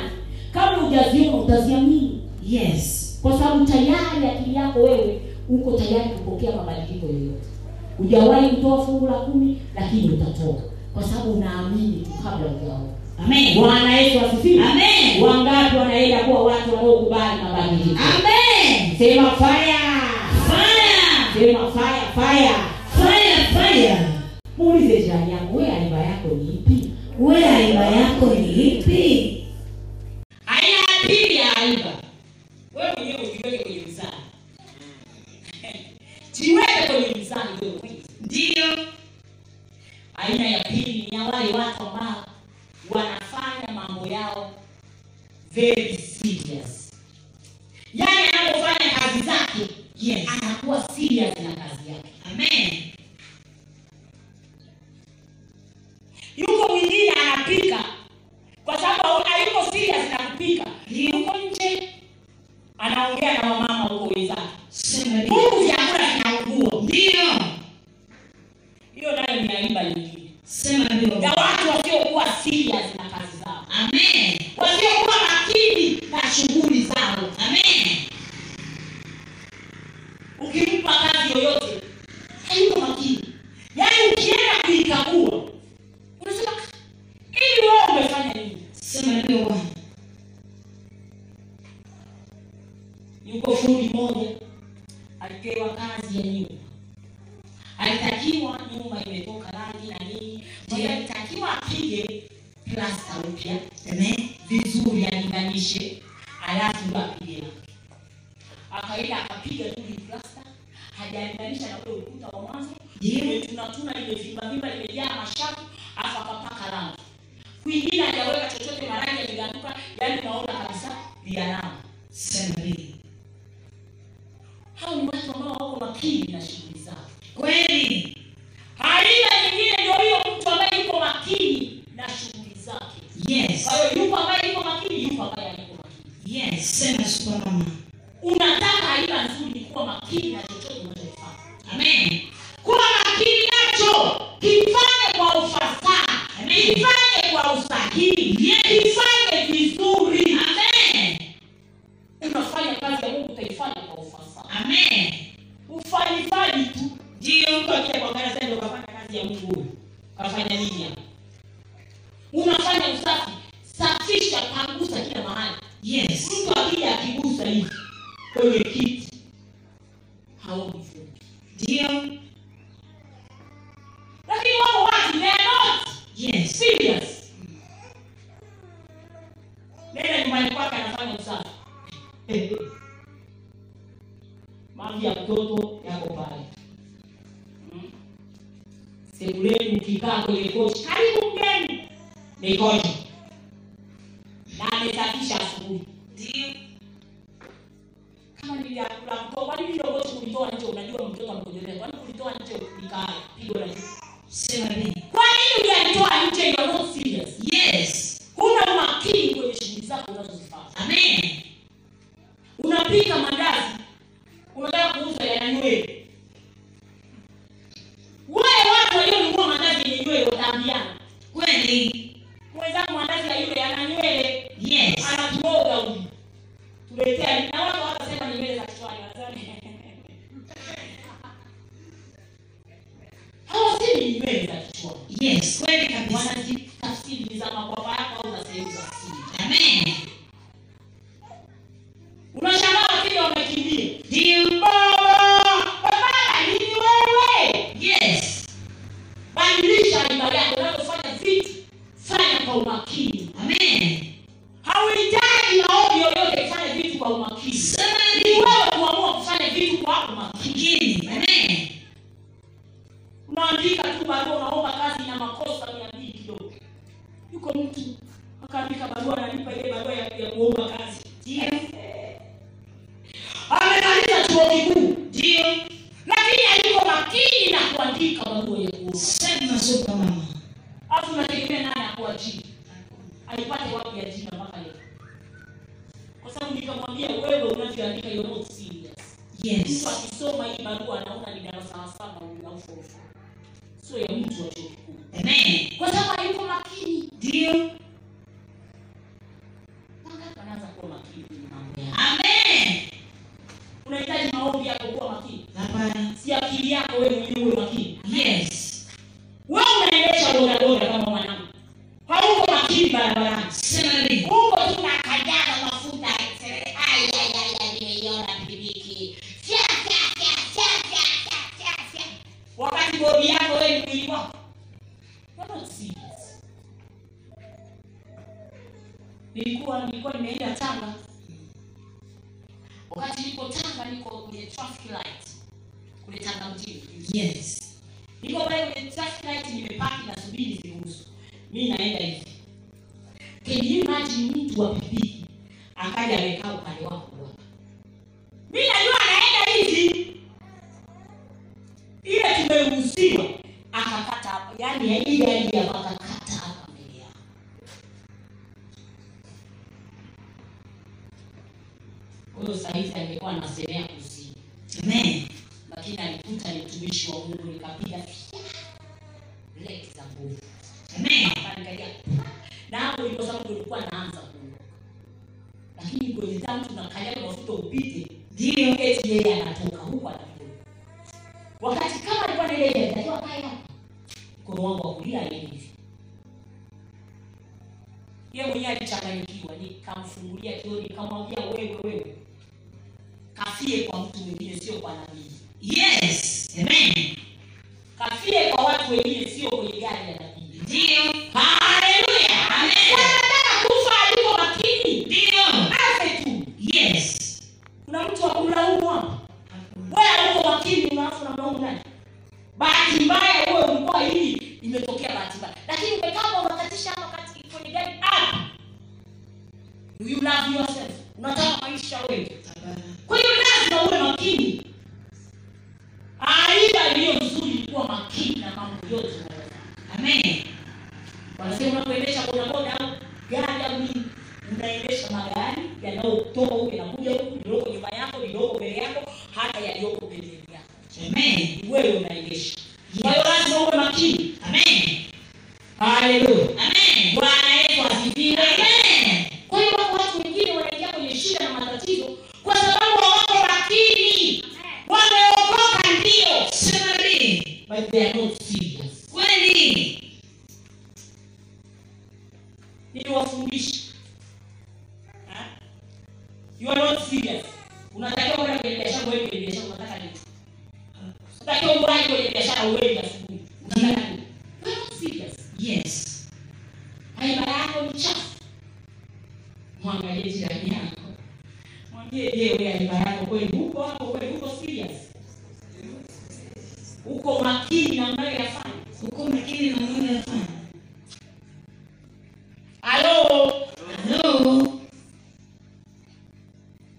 Speaker 3: Kama hujaziona utaziamini,
Speaker 2: Yes.
Speaker 3: kwa sababu tayari akili yako wewe uko tayari kupokea mabadiliko yoyote. Hujawahi kutoa fungu la kumi, lakini utatoa kwa sababu unaamini tu kabla hujaona.
Speaker 2: Amen.
Speaker 3: Bwana Yesu asifiwe.
Speaker 2: Amen.
Speaker 3: Wangapi wanaenda kuwa watu wanaokubali mabadiliko?
Speaker 2: Amen.
Speaker 3: Sema fire.
Speaker 2: Fire.
Speaker 3: Sema fire fire.
Speaker 2: Fire, fire.
Speaker 3: Muulize jirani yako, wewe aiba yako ni ipi?
Speaker 2: Wewe aiba yako ni ipi?
Speaker 1: aina ya pili ya aiba wewe mwenyewe ujiweke kwenye mizani jiweke kwenye mizani wewe mwenyewe. ndiyo aina ya pili ni ya wale watu ambao wanafanya mambo yao very serious yaani anapofanya kazi zake
Speaker 2: Yes.
Speaker 1: anakuwa serious na kazi yake
Speaker 2: Amen.
Speaker 1: yuko mwingine anapika kwa sababu hayuko serious na kupika yuko nje anaongea na wamama huko wenzake
Speaker 2: Sema ndio.
Speaker 1: huku vyakula vinaungua
Speaker 2: Ndio.
Speaker 1: hiyo nayo ni aiba nyingine
Speaker 2: Sema
Speaker 1: ya
Speaker 2: ndio.
Speaker 1: watu wasiokuwa serious na kazi zao
Speaker 2: Amen.
Speaker 1: wasiokuwa makini na shughuli zao
Speaker 2: Amen.
Speaker 1: ukimpa kazi yoyote hayuko makini yaani ukienda kuikagua unasema hivi wewe umefanya nini
Speaker 2: Sema ndio Bwana.
Speaker 1: yuko fundi mmoja alipewa kazi ya nyumba alitakiwa nyumba imetoka rangi na nini kwa hiyo alitakiwa apige plasta upya
Speaker 2: Amen.
Speaker 1: vizuri alinganishe alafu ndo apige rangi akaenda akapiga tu hii plasta hajalinganisha na ule ukuta wa mwanzo
Speaker 2: Ndio.
Speaker 1: ile tunatuna imevimbavimba imejaa mashavu alafu akapaka rangi kwingine hajaweka chochote marangi yameganduka yaani unaona kabisa lialama
Speaker 2: Sema ndio.
Speaker 1: hao ni watu ambao wako makini na shughuli zao
Speaker 2: Kweli.
Speaker 1: aina nyingine ndio hiyo mtu ambaye yuko makini na shughuli zake
Speaker 2: Yes.
Speaker 1: kwa hiyo yupo ambaye yuko makini yupo ambaye hayuko makini
Speaker 2: Yes. Sema super mama.
Speaker 1: unataka aina nzuri ni kuwa makini na chochote unachokifanya
Speaker 2: Amen.
Speaker 1: kuwa makini nacho kifanye kwa ufasaha kifanye kwa usahihi kifanye vizuri
Speaker 2: Amen.
Speaker 1: unafanya kazi ya mungu utaifanya kwa ufasaha
Speaker 2: Amen.
Speaker 1: ufanyifaji tu ndio mtu akija kuangalia sasa ndio kafanya kazi ya mungu huyu kafanya nini hapa unafanya usafi safisha pangusa kila mahali
Speaker 2: Yes.
Speaker 1: mtu akija akigusa hivi kwenye kiti haoni vumbi
Speaker 2: Ndio.
Speaker 1: lakini wako watu they are not
Speaker 2: Yes.
Speaker 1: serious nenda nyumbani kwake anafanya usafi maji ya mtoto yako pale Mm. sebuleni ukikaa kwenye kochi karibu mgeni ni kochi na amesafisha asubuhi
Speaker 2: Ndio.
Speaker 1: kama ni vyakula kutoa kwani hilo kochi kulitoa nje unajua mtoto amekojolea kwani kulitoa nje nikaa pigo la nje
Speaker 2: Sema ndio.
Speaker 1: kwa nini uyaitoa nje you are not serious
Speaker 2: Yes.
Speaker 1: huna umakini kwenye shughuli zako unazozifanya
Speaker 2: Amen.
Speaker 1: unapika mandazi unataka kuuza yana nywele wale watu walionunua mandazi yenye nywele wataambiana
Speaker 2: Kweli.
Speaker 1: mwenzangu mandazi ya yule yana nywele
Speaker 2: Yes.
Speaker 1: anatuoga huyu tuletea na watu watasema ni nywele za kichwani wanasema hawasemi ni nywele za kichwani
Speaker 2: Yes. Kweli kabisa.
Speaker 1: wanazitafsiri ni za makwapa yako au za sehemu za siri
Speaker 2: Amen.
Speaker 1: unashangaa kile wamekimbia
Speaker 2: Ndio.
Speaker 1: Baba, ni wewe.
Speaker 2: Yes.
Speaker 1: Badilisha rima yako unapofanya vitu, fanya kwa umakini.
Speaker 2: Amen.
Speaker 1: Hauhitaji maombi yoyote kufanya vitu kwa umakini.
Speaker 2: Sema
Speaker 1: Ni
Speaker 2: ndio.
Speaker 1: wewe kuamua kufanya vitu kwa umakini.
Speaker 2: Kingine. Amen.
Speaker 1: Unaandika tu barua, unaomba kazi na makosa mia mbili kidogo. Yuko mtu akaandika barua, analipa ile barua ya ya kuomba kazi.
Speaker 2: Ndio.
Speaker 1: Amemaliza chuo kikuu,
Speaker 2: Ndio.
Speaker 1: lakini hayuko makini na kuandika barua ya kuomba.
Speaker 2: Sema super mama.
Speaker 1: alafu unategemea nani akuajiri alipate wapi ajira mpaka leo kwa sababu nikamwambia wewe unavyoandika you're not serious
Speaker 2: Yes.
Speaker 1: mtu akisoma hii barua anaona ni darasa la saba huyu au form four. sio ya mtu wa chuo kikuu
Speaker 2: Amen.
Speaker 1: kwa sababu hayuko makini
Speaker 2: Ndio.
Speaker 1: wangapi wanaanza kuwa makini kwenye mambo yao
Speaker 2: Amen.
Speaker 1: unahitaji maombi yako kuwa makini
Speaker 2: Hapana.
Speaker 1: si akili yako wewe mwenyewe uwe makini
Speaker 2: Yes.
Speaker 1: wewe unaendesha bodaboda kama mwanangu hauko makini barabarani
Speaker 2: Sema nabii.
Speaker 1: huko tunakajaza mafuta serikali ya ya ya nimeiona pikipiki Fya, fya, fya, fya, fya, fya, fya, fya. wakati bodi yako wewe ni mwili wako We're not serious. nilikuwa nilikuwa nimeenda tanga wakati niko tanga niko kwenye traffic light kule tanga mjini
Speaker 2: Yes.
Speaker 1: niko pale kwenye traffic light nimepaki na subiri ziruhusu mi naenda hivi can you imagine mtu wa pikipiki akaja amekaa upande wako bwana mi najua anaenda hivi ile tumeruhusiwa akakata hapa yaani ya ile ile akakata hapa mbele yako huyo sahizi angekuwa anasemea kuzini
Speaker 2: Amen.
Speaker 1: lakini alikuta ni mtumishi wa Mungu, nikapiga fya, breki za nguvu
Speaker 2: Amen.
Speaker 1: Nikaangalia, pa! na hapo ndipo sasa ndio nilikuwa naanza kuondoka, lakini kwenye tangu tunakanyaga mafuta upite,
Speaker 2: Ndio.
Speaker 1: eti yeye anatoka huko anakuja, wakati kama alikuwa na ile ile anatakiwa kae hapa, mkono wangu wa kulia ni hivi. Yeye mwenyewe alichanganyikiwa, nikamfungulia kioo, nikamwambia wewe, wewe kafie kwa mtu mwingine, sio kwa nabii
Speaker 2: Yes. Amen.
Speaker 1: kafie kwa watu wengine sio kwenye gari ya nabii
Speaker 2: Ndio.
Speaker 1: haleluya
Speaker 2: Amen.
Speaker 1: anataka kufa aliko makini
Speaker 2: Ndio.
Speaker 1: afe tu
Speaker 2: Yes.
Speaker 1: kuna mtu wa kumlaumu hapa wewe uko makini unaafu namlaumu nani bahati mbaya wewe ulikuwa hii imetokea bahati mbaya lakini umekaa unakatisha hapa kati kwenye gari up Do you love yourself unataka maisha wewe
Speaker 2: Hapana.
Speaker 1: kwa hiyo lazima uwe makini aida iliyo nzuri ni kuwa makini na mambo yote unayofanya
Speaker 2: Amen.
Speaker 1: wanasema unapoendesha bodaboda au gari au nini unaendesha magari yanayotoka huku yanakuja huku liloko nyuma yako liloko mbele yako hata yaliyoko pembeni yako
Speaker 2: Amen.
Speaker 1: Ni wewe unaendesha kwa hiyo lazima uwe makini
Speaker 2: Amen.
Speaker 1: haleluya
Speaker 2: Amen.
Speaker 1: bwana yesu asifiwe
Speaker 2: Amen.
Speaker 1: kwa hiyo wako watu wengine wanaingia kwenye shida na matatizo kwa sababu hawako makini wameokoka ndio
Speaker 2: Sema nabii.
Speaker 1: but they are not serious
Speaker 2: Kweli.
Speaker 1: niliwafundisha Ha? you are not serious unatakiwa kwenda kwenye biashara wewe kwenye biashara unataka nini unatakiwa uwahi kwenye biashara wewe asubuhi unataka nini you are not serious
Speaker 2: Yes.
Speaker 1: haiba yako ni chafu mwangalie jirani yako mwambie je wewe haiba yako kweli huko hapo kweli uko serious uko makini na unayoyafanya
Speaker 2: Uko makini na Mungu hapa.
Speaker 1: halo
Speaker 2: Hello.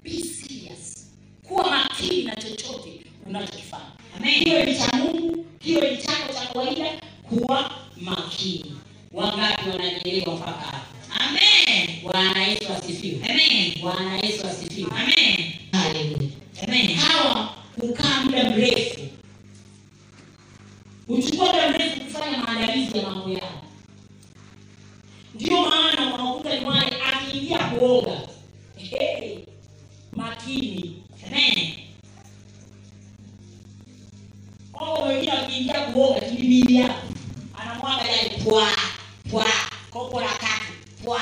Speaker 1: be serious kuwa makini na chochote unachokifanya
Speaker 2: Amen.
Speaker 1: kiwe ni cha mungu kiwe ni chako cha kawaida kuwa makini wangapi wananielewa mpaka hapa
Speaker 2: Amen.
Speaker 1: bwana yesu asifiwe
Speaker 2: Amen.
Speaker 1: bwana yesu asifiwe
Speaker 2: Amen.
Speaker 1: Haleluya.
Speaker 2: Amen.
Speaker 1: hawa kukaa muda mrefu huchukua muda mrefu kufanya maandalizi ya mambo yao ndio maana wanakuta ni wale akiingia kuoga hey, makini
Speaker 2: Amen.
Speaker 1: Hawa wengine wakiingia kuoga kilimili yako anamwaga yale pwa pwa kopo la kaki pwa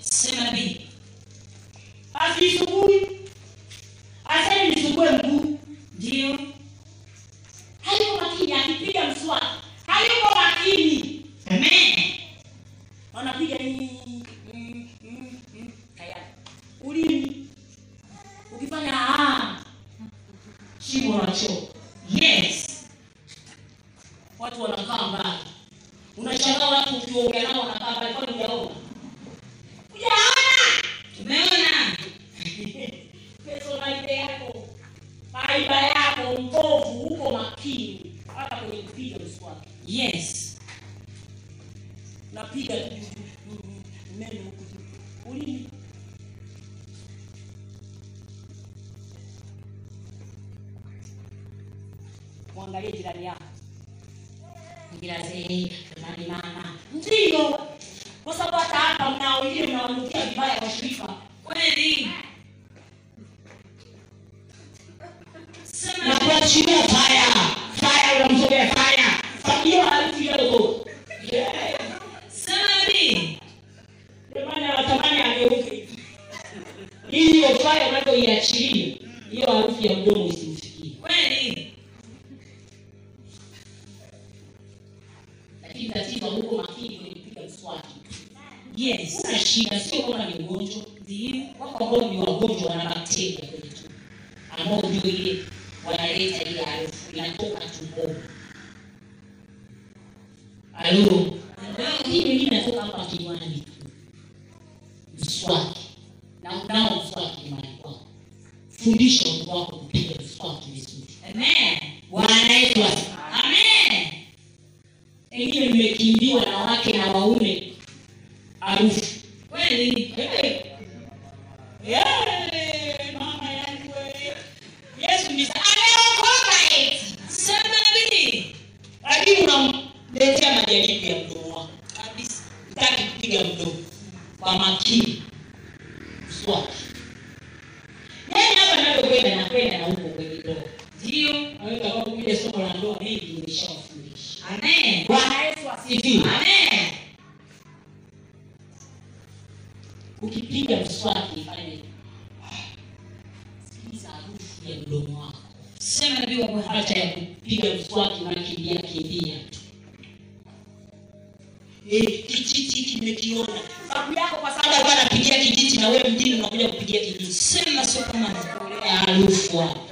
Speaker 2: Sema nabii.
Speaker 1: asisugue asemi nisugue mguu
Speaker 2: Ndio.
Speaker 1: hayuko makini akipiga mswaki hayuko makini
Speaker 2: Amen.
Speaker 1: wanapiga nini? Mm, mm, mm, tayari ulimi ukifanya ah, shimo la choo
Speaker 2: Yes.
Speaker 1: watu wanakaa mbali unashangaa watu ukiongea nao wanakaa mbali kwani ujaona ujaona
Speaker 2: Tumeona.
Speaker 1: personality yako faiba yako mbovu uko makini hata kwenye kupiga mswaki
Speaker 2: Yes.
Speaker 1: napiga tu juu, juu, juu, juu, meno huku juu. ulimi mwangalie jirani yako
Speaker 8: kila sehemu tunalimana ndio kwa sababu hata hapa mnao hiyo mnawanukia vibaya washirika
Speaker 2: Kweli.
Speaker 8: na
Speaker 2: Sema
Speaker 8: kuachilia faya faya unamsogea faya hiyo harufu hiyo Yeah.
Speaker 2: sema hivi.
Speaker 8: Ndio maana natamani ageuke ili hiyo faya unapoiachilia hiyo harufu ya mdomo isimfikie
Speaker 2: Kweli.
Speaker 8: lakini tatizo huko makini kwenye kupiga mswaki
Speaker 2: Yes.
Speaker 8: sina shida sio kama ni ugonjwa
Speaker 2: Ndio.
Speaker 8: wako ambao ni wagonjwa wana bakteria kwenye tumbo ambao ndio ile wanaleta ile harufu inatoka tumboni alo hii wengine inatoka hapa kinywani tu mswaki na unao mswaki nyumbani kwako fundisha watu wako kupiga mswaki vizuri
Speaker 2: Amen.
Speaker 8: bwana yetu asifiwe.
Speaker 2: Amen.
Speaker 8: pengine mmekimbiwa na wake na waume harufu
Speaker 2: Kweli. Sema hivi.
Speaker 8: lakini unamletea majaribu ya mdomo wako
Speaker 2: Kabisa.
Speaker 8: taki kupiga mdomo kwa makini swaki yani Yaani hapa navyokwenda nakwenda na huko kwenye ndoa
Speaker 2: Ndio.
Speaker 8: awekakuja somo la ndoa mengi nimeshawafundisha
Speaker 2: Amen.
Speaker 8: bwana yesu asifiwe
Speaker 2: Amen.
Speaker 8: ukipiga mswaki ifanye sikiliza harufu ya mdomo wako
Speaker 2: Sema hivi wa Bwana.
Speaker 8: hata ya kupiga mswaki unakimbia kimbia tu Eh, kijiti kimekiona babu yako kwa sababu alikuwa anapigia kijiti na wewe mjini unakuja kupigia kijiti
Speaker 2: Sema sio kama nakuelewa.
Speaker 8: ya harufu hapo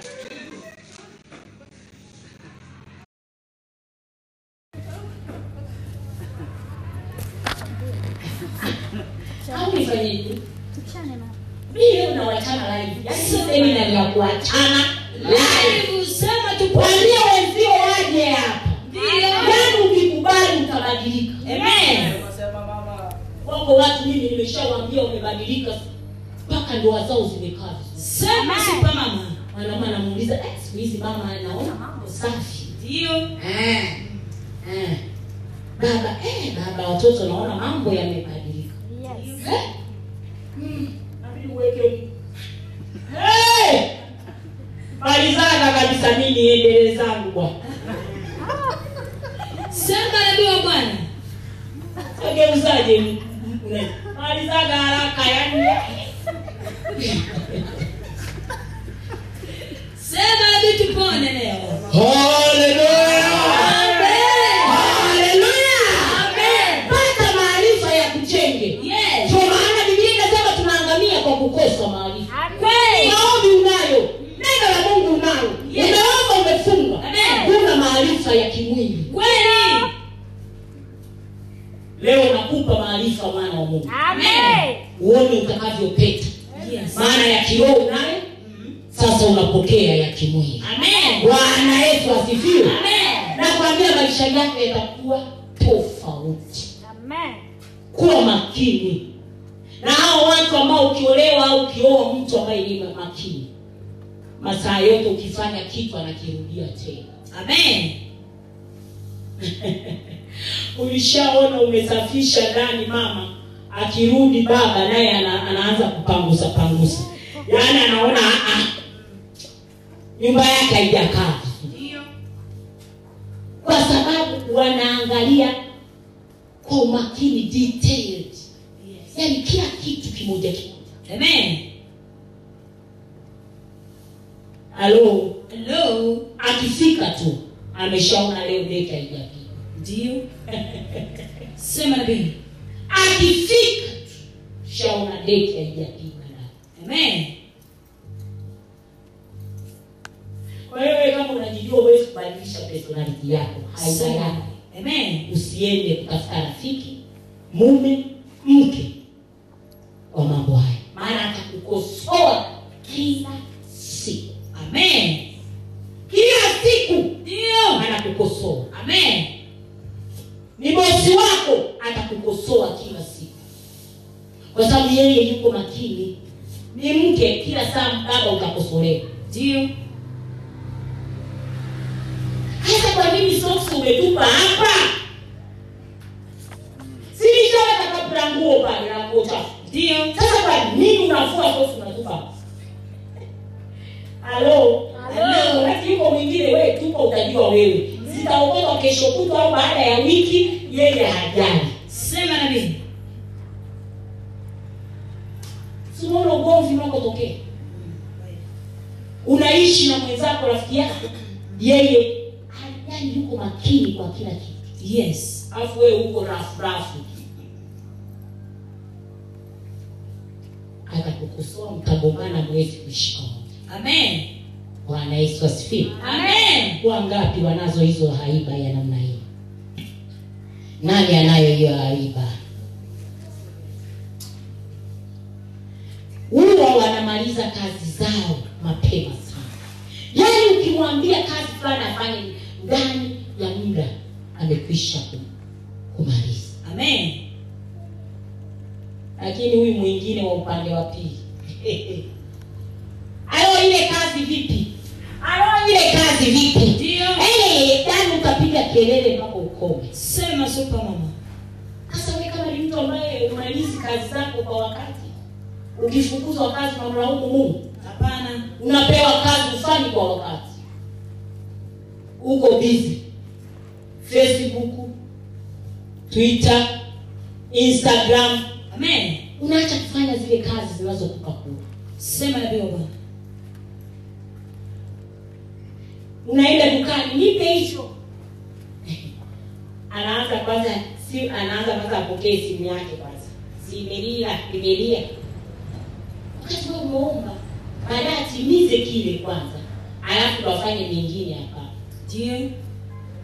Speaker 1: au nifanyeje
Speaker 3: Tuchane mama.
Speaker 1: mimi leo nawachana live yaani si semina ya kuachana live
Speaker 2: Live sema tu
Speaker 1: kuambia wenzio waje hapa
Speaker 2: ndio.
Speaker 1: yaani ukikubali utabadilika amen wako watu mimi nimeshawaambia wamebadilika mpaka ndoa zao zimekaa vizuri
Speaker 2: Sema sio kama mama.
Speaker 1: mwanaume anamuuliza "Eh, siku hizi mama anaona mambo safi
Speaker 2: Ndio.
Speaker 1: Eh, eh. baba eh, baba watoto naona mambo yamebadilika
Speaker 3: Yes.
Speaker 1: Eh? Mm. Nabidi uweke- Hey! malizana kabisa mi niendele zangu bwana
Speaker 2: Sema hivi wa Bwana.
Speaker 1: ageuzaje m- m- una- malizaga haraka yani
Speaker 2: Sema hivi tupone leo.
Speaker 1: pata maarifa ya kuchenge
Speaker 2: Yes.
Speaker 1: kwa maana biblia inasema tunaangamia kwa kukosa maarifa
Speaker 2: Kweli.
Speaker 1: maombi unayo neno la mungu unalo
Speaker 2: Yes.
Speaker 1: umeomba umefunga
Speaker 2: Amen.
Speaker 1: huna maarifa ya kimwili
Speaker 2: Kweli.
Speaker 1: leo nakupa maarifa mwana wa mungu
Speaker 3: Amen.
Speaker 1: uone utakavyopeta
Speaker 2: Yes.
Speaker 1: maana ya kiroho unayo sasa unapokea ya kimwili
Speaker 2: Amen.
Speaker 1: bwana yesu asifiwe
Speaker 2: Amen.
Speaker 1: nakwambia maisha yako yatakuwa tofauti
Speaker 3: Amen.
Speaker 1: kuwa makini na hao watu ambao ukiolewa au ukioa mtu ambaye ni makini masaa yote ukifanya kitu anakirudia tena
Speaker 2: Amen.
Speaker 1: ulishaona umesafisha ndani mama akirudi baba naye ana, anaanza kupangusa pangusa yaani anaona "Ah, ah, nyumba yake haijakaa vizuri."
Speaker 2: Ndio.
Speaker 1: kwa sababu wanaangalia kwa umakini detailed
Speaker 2: Yes.
Speaker 1: yaani kila kitu kimoja kimoja
Speaker 2: Amen.
Speaker 1: alo
Speaker 2: Hello.
Speaker 1: akifika tu ameshaona leo deka haijapigwa
Speaker 2: Ndio. Sema hivi.
Speaker 1: akifika tu shaona deka haijapigwa ndani
Speaker 2: Amen.
Speaker 1: Kwa hiyo wewe kama unajijua huwezi kubadilisha personality yako aina yako
Speaker 2: Amen.
Speaker 1: usiende kutafuta rafiki mume mke kwa mambo haya maana atakukosoa kila siku
Speaker 2: Amen.
Speaker 1: kila siku
Speaker 2: Ndio.
Speaker 1: anakukosoa
Speaker 2: Amen.
Speaker 1: ni bosi wako atakukosoa kila siku kwa sababu yeye yuko makini ni mke kila saa baba utakosolewa
Speaker 2: Ndio.
Speaker 1: hata kwa nini soksi umetupa hapa
Speaker 2: Ndio.
Speaker 1: sasa kwa nini unafua kosi unatupa halo
Speaker 9: Halo.
Speaker 1: lakini yuko mwingine wewe tuko utajua wewe zitaokoka kesho kutwa au baada ya wiki yeye hajali
Speaker 2: Sema nabii.
Speaker 1: simuona ugomvi unakotokea unaishi na mwenzako rafiki yako yeye yani yuko makini kwa kila kitu
Speaker 2: Yes.
Speaker 1: alafu wewe huko rafu rafu akakukosoa mkagombana mwezi kushika
Speaker 2: Amen.
Speaker 1: bwana yesu asifiwe
Speaker 2: Amen.
Speaker 1: wangapi wanazo hizo haiba ya namna hii nani anayo hiyo haiba huwa wanamaliza kazi zao mapema sana yaani ukimwambia kazi fulani afanye ndani ya muda amekwisha ku- kumaliza
Speaker 2: Amen.
Speaker 1: lakini huyu mwingine wa upande wa pili ayo ile kazi vipi ayo ile kazi vipi
Speaker 2: Ndio.
Speaker 1: Eh, yani ukapiga kelele mpaka ukome
Speaker 2: Sema super mama.
Speaker 1: sasa we kama ni mtu ambaye umalizi kazi zako kwa wakati ukifukuzwa kazi unamlaumu mungu
Speaker 2: Hapana.
Speaker 1: unapewa kazi ufani kwa wakati uko busy facebook twitter instagram
Speaker 2: Amen.
Speaker 1: unaacha kufanya zile kazi zinazokupa kula
Speaker 2: Sema nabii wa Bwana.
Speaker 1: unaenda dukani nipe hicho anaanza kwanza si anaanza kwanza apokee simu yake kwanza simelia imelia wakati wewe umeomba baadaye atimize kile kwanza alafu wafanye mengine hapa
Speaker 2: Ndio.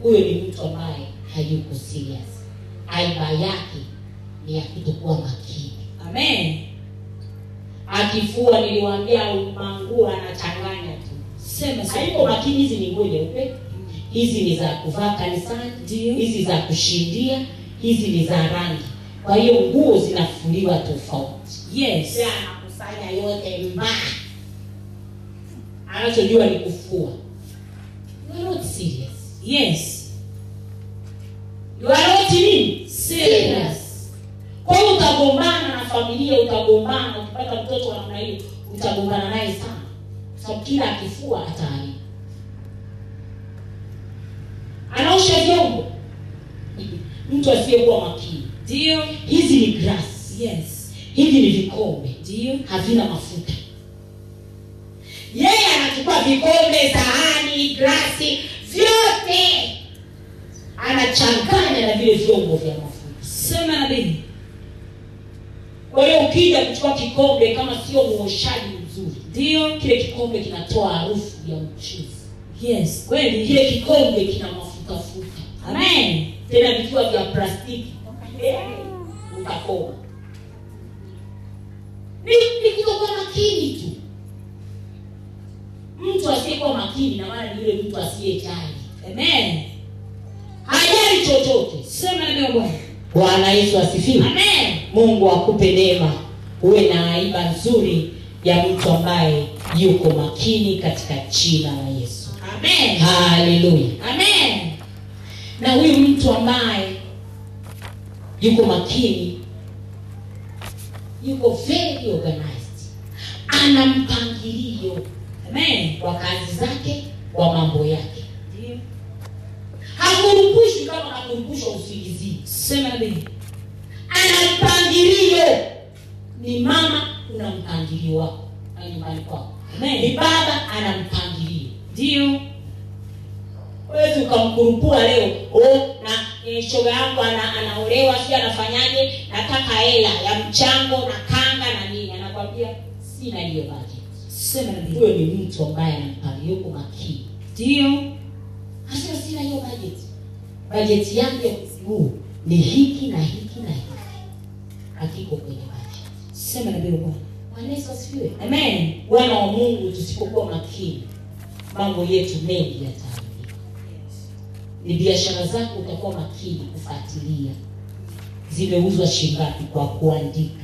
Speaker 1: huyo ni mtu ambaye hayuko serious aiba yake ni ya kutokuwa makini
Speaker 2: Amen.
Speaker 1: akifua niliwaambia manguo anachanganya tu
Speaker 2: Sema
Speaker 1: haiko
Speaker 2: super.
Speaker 1: makini hizi ni nguo nyeupe hizi ni za kuvaa kanisani
Speaker 2: Ndio.
Speaker 1: hizi za kushindia hizi ni za rangi kwa hiyo nguo zinafuliwa tofauti
Speaker 2: Yes.
Speaker 1: Sasa anakusanya yote mbaa anachojua ni kufua You are not serious.
Speaker 2: Yes.
Speaker 1: You are not nini?
Speaker 2: Serious.
Speaker 1: kwa hiyo utagombana na familia utagombana ukipata mtoto wa namna hiyo utagombana naye sana kwa sababu kila akifua ataani anaosha vyombo mtu asiyekuwa makini
Speaker 2: Ndio.
Speaker 1: hizi ni grass
Speaker 2: Yes.
Speaker 1: hivi ni vikombe
Speaker 2: Ndio.
Speaker 1: havina mafuta yeye anachukua vikombe sahani grasi vyote anachanganya na vile vyombo vya mafuta
Speaker 2: Sema nabii.
Speaker 1: kwa hiyo ukija kuchukua kikombe kama sio muoshaji mzuri
Speaker 2: Ndio.
Speaker 1: kile kikombe kinatoa harufu ya mchuzi
Speaker 2: Yes. Kweli.
Speaker 1: kile kikombe kina mafuta futa
Speaker 2: Amen.
Speaker 1: tena vikiwa vya plastiki utakoma ni, ni kutokuwa makini tu mtu asiyekuwa makini na maana ni yule mtu asiyejali
Speaker 2: Amen.
Speaker 1: hajali chochote
Speaker 2: Sema nabii wa Bwana.
Speaker 1: bwana yesu asifiwe
Speaker 2: Amen.
Speaker 1: mungu akupe neema uwe na aiba nzuri ya mtu ambaye yuko makini katika jina la yesu
Speaker 2: Amen.
Speaker 1: haleluya
Speaker 2: Amen.
Speaker 1: na huyu mtu ambaye yuko makini yuko very organized ana mpangilio
Speaker 2: Amen.
Speaker 1: wa kazi zake wa mambo yake
Speaker 2: Ndio.
Speaker 1: hakurupushwi kama hakurupushwa usingizii
Speaker 2: Sema nabii.
Speaker 1: ana mpangilio ni mama una mpangilio wako na nyumbani kwako ni
Speaker 2: Amen.
Speaker 1: baba ana mpangilio
Speaker 2: Ndio.
Speaker 1: wezi ukamkurupua leo oh, na eh, shoga yangu ana, anaolewa sijui anafanyaje nataka hela ya mchango na kanga na nini anakwambia sina hiyo budget
Speaker 2: Sema nabii.
Speaker 1: huyo ni mtu ambaye anampangilio yuko makini
Speaker 2: Ndio.
Speaker 1: hasa sina hiyo budget budget yangu ya mwezi huu ni hiki na hiki na hiki hakiko kwenye budget
Speaker 2: Sema nabii wa Bwana.
Speaker 1: Bwana Yesu asifiwe
Speaker 2: Amen.
Speaker 1: wana wa mungu tusipokuwa makini mambo yetu mengi yataharibika ni biashara zako utakuwa makini kufuatilia zimeuzwa shingapi kwa kuandika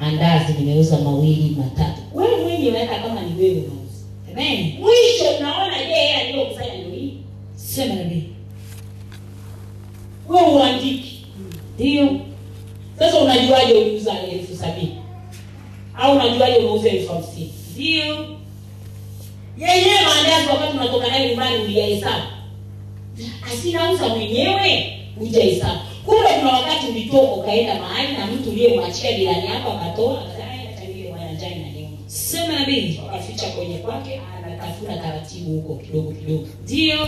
Speaker 1: andazi nimeuza mawili matatu wewe mwenyewe hata kama ni wewe unauza
Speaker 2: Amen.
Speaker 1: mwisho unaona je hela iliyokusanya ndio hii
Speaker 2: Sema nabii.
Speaker 1: wewe uandiki
Speaker 2: Ndio.
Speaker 1: sasa unajuaje uliuza elfu mauzo elfu hamsini ndio yenyewe maandazi wakati unatoka naye nyumbani uliyahesabu asinauza mwenyewe ujahesabu kumbe kuna wakati ulitoka ukaenda mahali na mtu uliyemwachia jirani yako akatoa akasema, "Eh, acha nile uwanjani na nyuma."
Speaker 2: Sema nabii.
Speaker 1: wakaficha kwenye kwake anatafuta taratibu huko kidogo kidogo ndio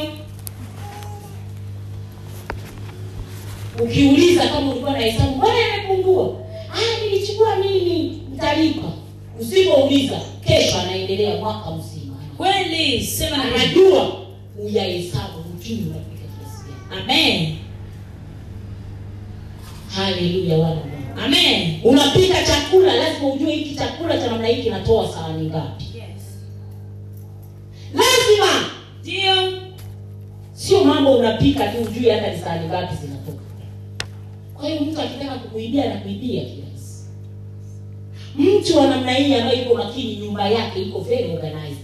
Speaker 1: ukiuliza kama ulikuwa na hesabu mbona imepungua "Ah, nilichukua mimi mtalipa usipouliza kesho anaendelea mwaka mzima
Speaker 2: Kweli. Sema nabii.
Speaker 1: anajua uyahesabu uchumi unafika kiasi gani
Speaker 2: Amen.
Speaker 1: haleluya wana wa Mungu.
Speaker 2: Amen.
Speaker 1: unapika chakula lazima ujue hiki chakula cha namna hii kinatoa sahani ngapi
Speaker 3: Yes.
Speaker 1: lazima
Speaker 2: Ndio.
Speaker 1: sio mambo unapika tu ujui hata ni sahani ngapi zinatoka kwa hiyo mtu akitaka kukuibia anakuibia kiasi mtu wa namna hii ambaye iko makini nyumba yake iko very organized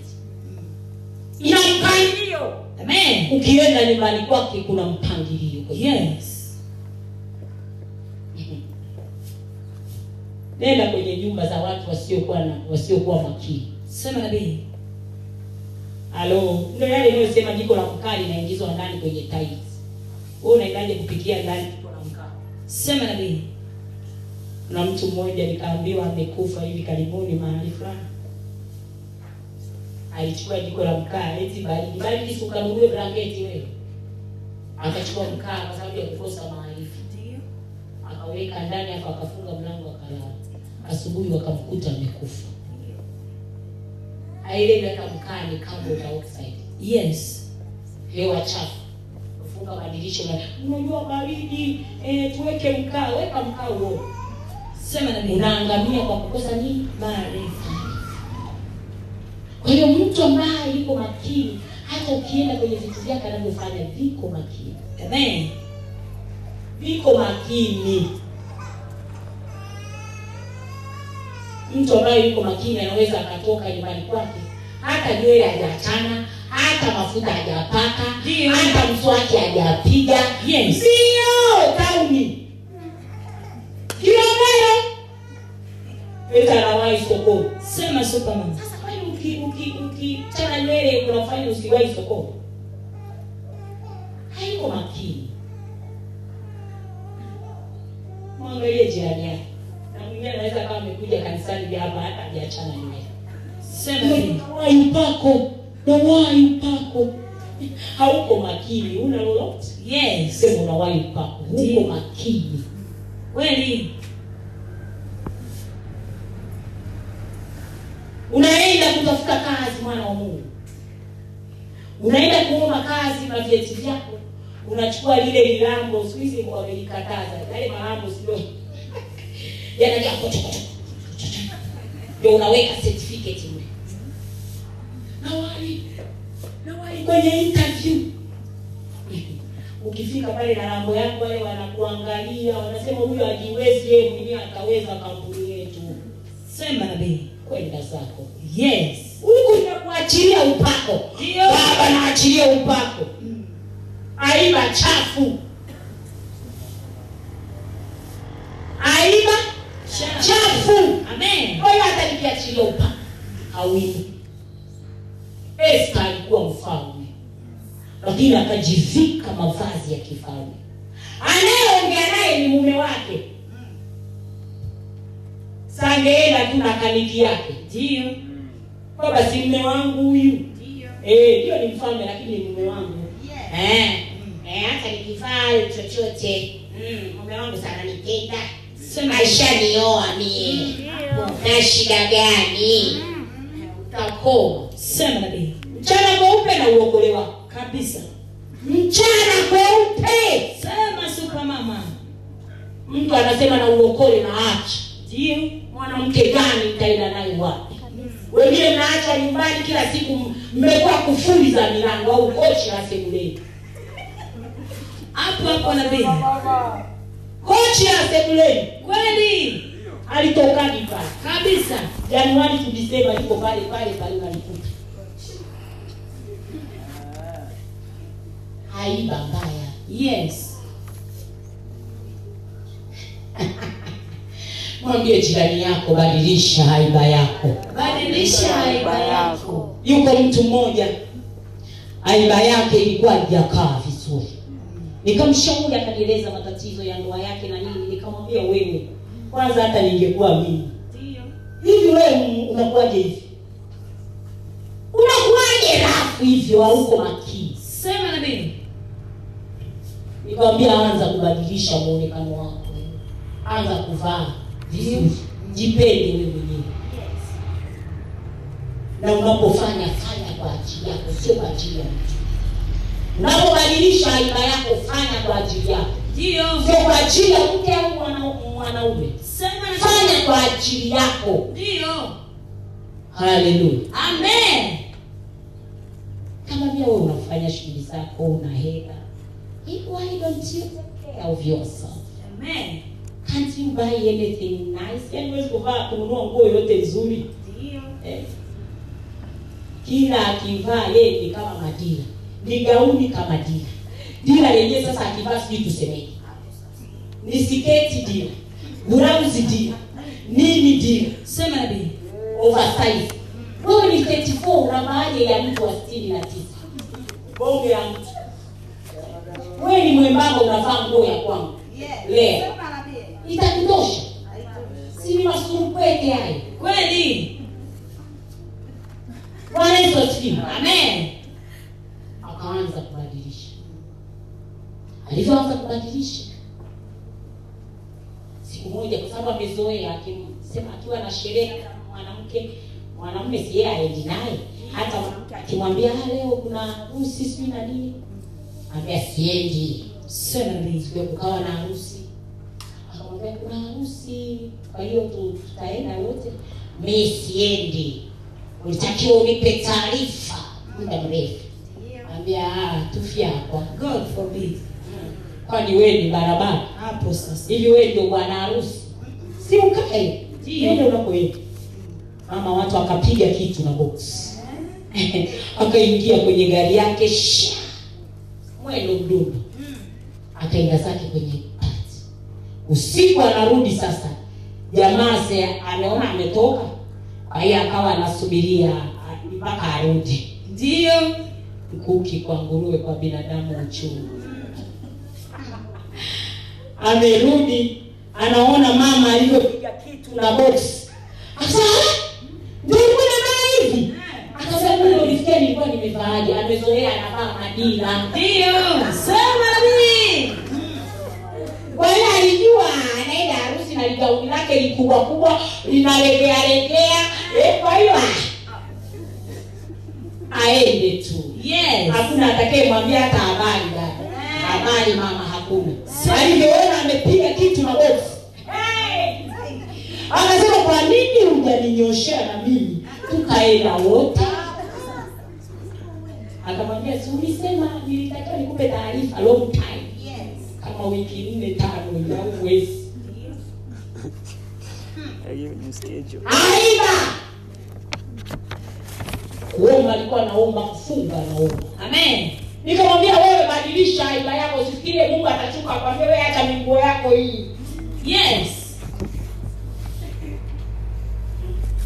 Speaker 1: ina mpangilio
Speaker 2: Amen.
Speaker 1: ukienda nyumbani kwake kuna mpangilio
Speaker 2: Yes.
Speaker 1: Mhm. nenda kwenye nyumba za watu wasiokuwa na- wasiokuwa makini
Speaker 2: Sema nabii.
Speaker 1: halo ndio yale inayosema jiko la mkaa linaingizwa ndani kwenye tiles wewe unaendaje kupikia ndani jiko la mkaa
Speaker 2: Sema nabii.
Speaker 1: na mtu mmoja nikaambiwa amekufa hivi karibuni mahali fulani alichukua jiko la mkaa eti baridi baridi sikukanunue blanketi wewe akachukua mkaa kwa sababu ya kukosa maarifa
Speaker 3: Ndio.
Speaker 1: akaweka ndani hapo akafunga mlango akalala asubuhi wakamkuta amekufa aile hata mkaa ni carbon dioxide
Speaker 2: Yes.
Speaker 1: hewa chafu kufunga madirisha na- unajua baridi eh, tuweke mkaa weka mkaa uone
Speaker 2: Sema nabii.
Speaker 1: unaangamia kwa kukosa nini kwa hiyo mtu ambaye yuko makini hata ukienda kwenye vitu vyake anavyofanya viko makini
Speaker 2: Amen.
Speaker 1: viko makini mtu ambaye yuko makini anaweza akatoka nyumbani kwake hata nywele hajachana hata mafuta hajapaka
Speaker 2: Ndio.
Speaker 1: hata mswaki hajapiga
Speaker 2: Yes.
Speaker 1: ndio tauni kilomero etanawahi sokoni
Speaker 2: Sema superman.
Speaker 1: sasa kwani uki- uki- ukichana nywele unafanya usiwahi sokoni haiko makini mwangalie jirani yake na mwingine anaweza kama amekuja kanisani vya hapa hata hajachana nywele
Speaker 2: Sema nabii.
Speaker 1: wai upako na wai upako hauko makini una lolote
Speaker 2: Yes.
Speaker 1: sema unawai upako
Speaker 2: Ndiyo.
Speaker 1: huko makini
Speaker 2: Kweli.
Speaker 1: unaenda kutafuta kazi mwana wa mungu unaenda kuomba kazi na vyeti vyako unachukua lile milango siku hizi wamelikataza yale malango sio yanajaa kochokocho ndio unaweka certificate mle nawali nawali kwenye interview ukifika pale na lango yako wale wanakuangalia wanasema huyu ajiwezi yeye mwenyewe akaweza kampuni yetu
Speaker 2: Sema nabii.
Speaker 1: kwenda zako
Speaker 2: Yes.
Speaker 1: huku inakuachilia upako
Speaker 2: Ndio.
Speaker 1: baba naachilia upako aiba chafu aiba chafu
Speaker 2: Amen.
Speaker 1: kwa hiyo hata nikiachilia upako hauibi esta alikuwa mfalme lakini akajivika mavazi ya kifalme anayeongea naye ni mume wake sangeenda tu na kaniki yake
Speaker 2: Ndio.
Speaker 1: kwamba si mume wangu huyu
Speaker 3: Ndio.
Speaker 1: Eh, hiyo ni mfalme lakini ni mume wangu
Speaker 3: Yes. Mm.
Speaker 1: Eh, eh, hata nikifaa chochote Mm, mume wangu sana nipenda
Speaker 3: Mm.
Speaker 2: Sema
Speaker 1: aishanioa mie
Speaker 3: Ndio.
Speaker 1: na shida gani
Speaker 3: Mm.
Speaker 1: utakoa
Speaker 2: Sema nabii.
Speaker 1: mchana mweupe na uokole wako
Speaker 2: Kabisa.
Speaker 1: mchana mweupe
Speaker 2: Sema supermama.
Speaker 1: mtu anasema na uokole na acha
Speaker 2: Ndio.
Speaker 1: mwanamke gani nitaenda naye wapi
Speaker 3: Mm.
Speaker 1: wengine mnaacha nyumbani kila siku m- mmekuwa kufuli za milango au kochi la sebuleni
Speaker 2: Hapo hapo nabii.
Speaker 1: kochi la sebuleni
Speaker 2: Kweli.
Speaker 1: alitokaji pale
Speaker 2: Kabisa.
Speaker 1: januari to disemba liko pale pale pale unalikuta haiba mbaya
Speaker 2: Yes.
Speaker 1: mwambie jirani yako badilisha haiba yako
Speaker 2: badilisha haiba yako
Speaker 1: yuko mtu mmoja aiba yake ilikuwa haijakaa vizuri nikamshauri akanieleza matatizo ya ndoa yake na nini nikamwambia wewe kwanza hata ningekuwa mimi
Speaker 2: Ndio.
Speaker 1: hivi wewe unakuwaje hivi unakuwaje rafu hivyo hauko makini
Speaker 2: sema nabii
Speaker 1: nikamwambia anza kubadilisha muonekano wako anza kuvaa vizuri jipende wewe mwenyewe na unapofanya fanya kwa ajili yako sio kwa ajili ya mtu unapobadilisha aiba yako fanya kwa ajili yako
Speaker 2: ndio
Speaker 1: sio kwa ajili ya mke au mwana- mwanaume
Speaker 2: sema nabii
Speaker 1: fanya kwa ajili yako
Speaker 2: ndio
Speaker 1: haleluya
Speaker 2: amen
Speaker 1: kama vile wewe unafanya shughuli zako una hela why don't you take care of yourself
Speaker 2: amen
Speaker 1: can't you buy anything nice yani huwezi kuvaa kununua nguo yoyote nzuri
Speaker 2: ndio
Speaker 1: eh. kila akivaa yeye ni kama madira ni gauni kama dira dira yenyewe sasa akivaa sijui tusemeje ni siketi dira blausi dira nini dira
Speaker 2: sema nabii
Speaker 1: oversize wewe ni 34 una maaje ya mtu wa 69 bonge la mtu wewe ni mwembamba unavaa nguo ya kwangu leo itakutosha si ni masurupwete hayo
Speaker 2: kweli
Speaker 1: bwana yesu asifiwe
Speaker 2: amen
Speaker 1: akaanza kubadilisha alivyoanza kubadilisha siku moja kwa sababu amezoea akimsema akiwa na sherehe na mwanamke mwanamume si yeye aendi naye hata mwanamke akimwambia "Ah, leo kuna harusi sijui na nini ambia siendi
Speaker 2: sema nabii
Speaker 1: Siku hiyo kukawa na harusi akamwambia kuna harusi kwa hiyo tu- tutaenda wote mi siendi ulitakiwa unipe taarifa muda mrefu ambia "Ah, tufia hapa
Speaker 2: god forbid
Speaker 1: kwani wewe ni barabara
Speaker 2: hapo sasa
Speaker 1: hivi wewe ndio bwana harusi si ukae
Speaker 2: Ndiyo.
Speaker 1: ndio unakoenda mama watu akapiga kitu na box akaingia kwenye gari yake sha mwendo mdundo akaenda zake kwenye pati usiku anarudi sasa jamaa se ameona ametoka kwa hiyo akawa anasubiria a- mpaka arudi
Speaker 2: ndio
Speaker 1: kuki kwa nguruwe kwa binadamu uchungu amerudi anaona mama alivyopiga kitu na box Akasema, "Ah, ndio ilikuwa inavaa hivi akasema "Mimi nilisikia nilikuwa nimevaaje amezoea anavaa madila
Speaker 2: ndio sema nabii
Speaker 1: kwa hiyo alijua anaenda harusi na ligauni lake likubwa kubwa linalegealegea Eh, kwa hiyo ah, aende tu
Speaker 2: yes
Speaker 1: hakuna atakaye mwambia hata habari dada habari mama hakuna alivyoona amepiga kitu na bofu akasema kwa nini hujaninyoshea na mimi tukaenda wote akamwambia si ulisema nilitakiwa nikupe taarifa long time kama wiki nne tano hivi au mwezi
Speaker 10: Hiyo ni schedule.
Speaker 1: aiba kuomba alikuwa naomba kufunga naomba
Speaker 2: amen
Speaker 1: nikamwambia wewe badilisha aiba yako usifikirie mungu atachuka akwambia wewe hata minguo yako hii
Speaker 2: yes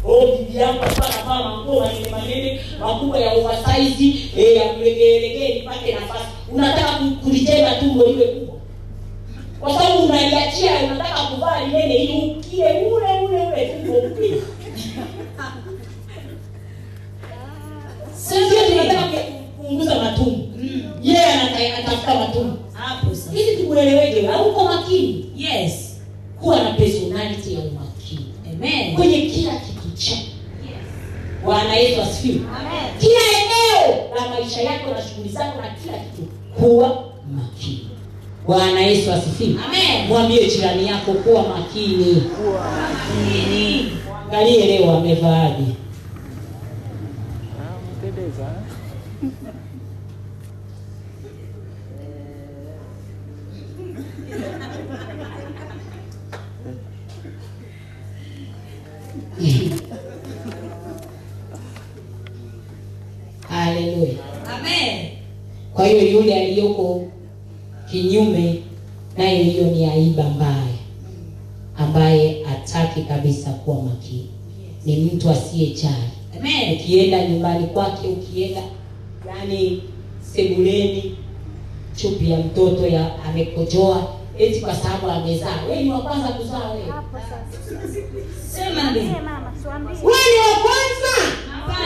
Speaker 1: Oh, bibi yangu alikuwa anavaa manguo manene manene makubwa ya oversize eh, ya kulegeelegee nipate nafasi unataka ku- kulijenga tumbo liwe kubwa kwa sababu unaliachia unataka kuvaa linene ili ukie ule ule ule tumbo mpya sio tunataka kupunguza matumbo
Speaker 2: Mm.
Speaker 1: yeye anata- anatafuta matumbo
Speaker 2: hapo sasa
Speaker 1: ili tukueleweje hauko makini
Speaker 2: yes
Speaker 1: kuwa na personality ya umakini
Speaker 2: amen
Speaker 1: kwenye kila kitu chako bwana yesu asifiwe kila eneo la maisha yako na shughuli zako na kila kitu kuwa makini bwana yesu asifiwe
Speaker 2: Amen.
Speaker 1: mwambie jirani yako kuwa makini
Speaker 2: nini
Speaker 1: angalie leo amevaaje
Speaker 10: Ah, mpendeza. eh?
Speaker 1: haleluya
Speaker 2: amen
Speaker 1: kwa hiyo yule aliyoko kinyume naye hiyo ni aiba mbaya ambaye hataki yake kabisa kuwa makini ni mtu asiyejali ukienda nyumbani kwake ukienda yani sebuleni chupi ya mtoto ya amekojoa eti kwa sababu amezaa we ni wa kwanza kuzaa we
Speaker 3: Hapo sasa.
Speaker 2: Sema ndio.
Speaker 3: Sema mama, tuambie.
Speaker 1: we ni wa kwanza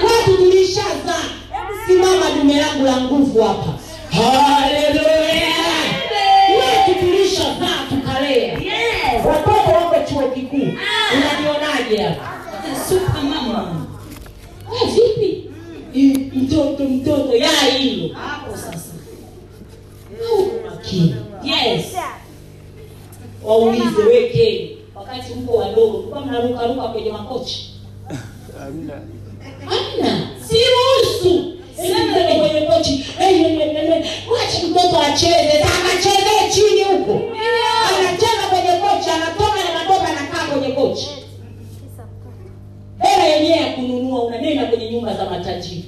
Speaker 1: watu tulishazaa hebu simama dume langu la nguvu hapa haleluya watu tulishazaa tukalea
Speaker 2: Yes.
Speaker 1: watoto wako chuo kikuu unanionaje hapa
Speaker 2: Super mama.
Speaker 1: Ah, vipi I- mtoto mtoto ya hilo
Speaker 2: Hapo sasa.
Speaker 1: Au makini
Speaker 2: Yes.
Speaker 1: waulize wekeni wakati mko wadogo kuwa mnarukaruka kwenye makochi
Speaker 11: Hamna.
Speaker 1: hamna siruhusu Sema kwenye kochi "Hey, hey, hey, hey, hey, wacha mtoto acheze Sasa anachezea chini huko anacheza kwenye kochi anatoka na matoka anakaa kwenye kochi hela yenyewe ya kununua unanena kwenye nyumba za matajiri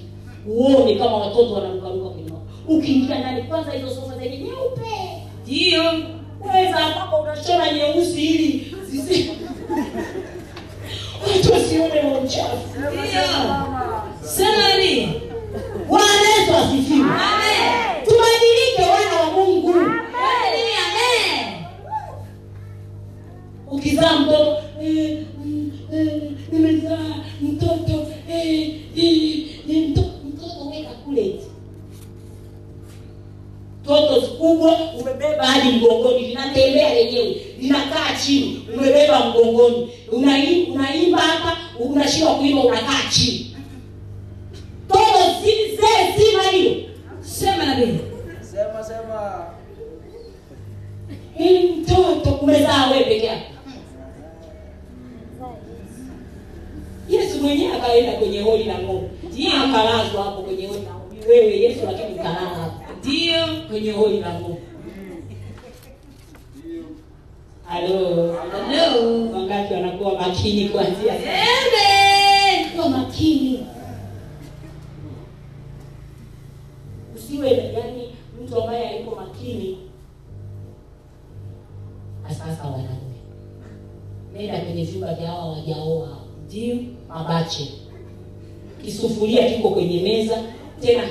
Speaker 1: uone kama watoto wanarukaruka kwenye mawe. ukiingia ndani kwanza hizo sofa zenye nyeupe
Speaker 2: Ndio.
Speaker 1: weza ambapo unashona nyeusi ili zisi- watu wasione wa uchafu
Speaker 2: Ndio. Sema ndio.
Speaker 1: bwana yesu asifiwe
Speaker 2: Amen.
Speaker 1: tubadilike wana wa mungu
Speaker 2: Amen. Amen.
Speaker 1: ukizaa mtoto eh, mm, eh, nimezaa mtoto eh, eh, eh, mto- mtoto weka kule eti. toto kubwa umebeba hadi mgongoni linatembea lenyewe linakaa chini umebeba mgongoni Unai- unaimba hapa unashindwa kuimba unakaa chini toto si zee zima hilo
Speaker 2: Sema ndio.
Speaker 11: Sema sema.
Speaker 1: ili mtoto umezaa wewe peke yako yesu mwenyewe akaenda kwenye holi la ng'ombe yeye akalazwa hapo kwenye holi la ng'ombe wewe yesu lakini ukalala hapo
Speaker 2: Ndio.
Speaker 1: kwenye holi la ng'ombe halo
Speaker 2: Hello.
Speaker 1: wangapi wanakuwa makini kuanzia sasa?
Speaker 2: Amen.
Speaker 1: kuwa makini usiwe yani mtu ambaye hayuko makini asasa wanaume nenda kwenye vyumba vya hawa wajaoa hawa.
Speaker 2: Ndio.
Speaker 1: mabache kisufuria kiko kwenye meza tena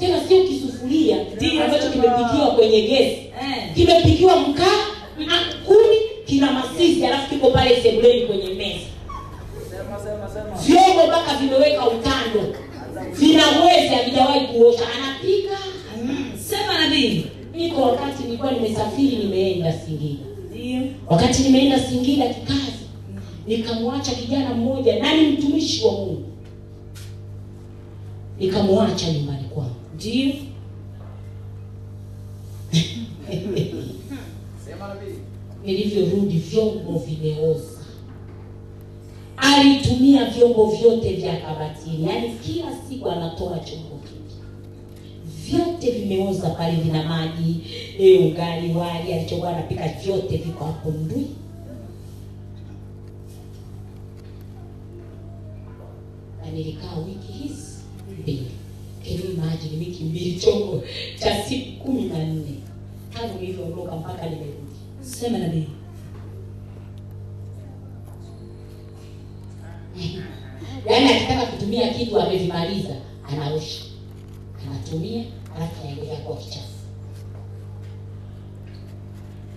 Speaker 1: tena sio kisufuria
Speaker 2: Ndio.
Speaker 1: ambacho kimepikiwa kwenye gesi
Speaker 2: Eh.
Speaker 1: kimepikiwa mkaa na kuni kina masisi alafu kiko pale sebuleni kwenye meza
Speaker 11: Sema sema sema.
Speaker 1: vyombo mpaka vimeweka utando vina mwezi havijawahi kuosha anapika
Speaker 2: Mm. Sema ndio.
Speaker 1: niko wakati nilikuwa nimesafiri nimeenda singida
Speaker 2: Ndio.
Speaker 1: wakati nimeenda singida kikazi nikamwacha kijana mmoja na ni mtumishi wa mungu nikamwacha nyumbani kwangu
Speaker 2: Ndio.
Speaker 11: Sema nabii.
Speaker 1: nilivyorudi vyombo vimeoza alitumia vyombo vyote vya kabatini yaani kila siku anatoa chombo kipya vyote vimeoza pale vina maji e, ugali wali alichokuwa anapika vyote viko hapo ndui na nilikaa wiki hizi mbili Can you imagine wiki mbili chombo cha siku kumi na nne tangu nilivyoondoka mpaka nimerudi
Speaker 2: Sema ndio.
Speaker 1: yaani akitaka kutumia kitu amevimaliza anaosha anatumia alafu anaendelea kuwa kichafu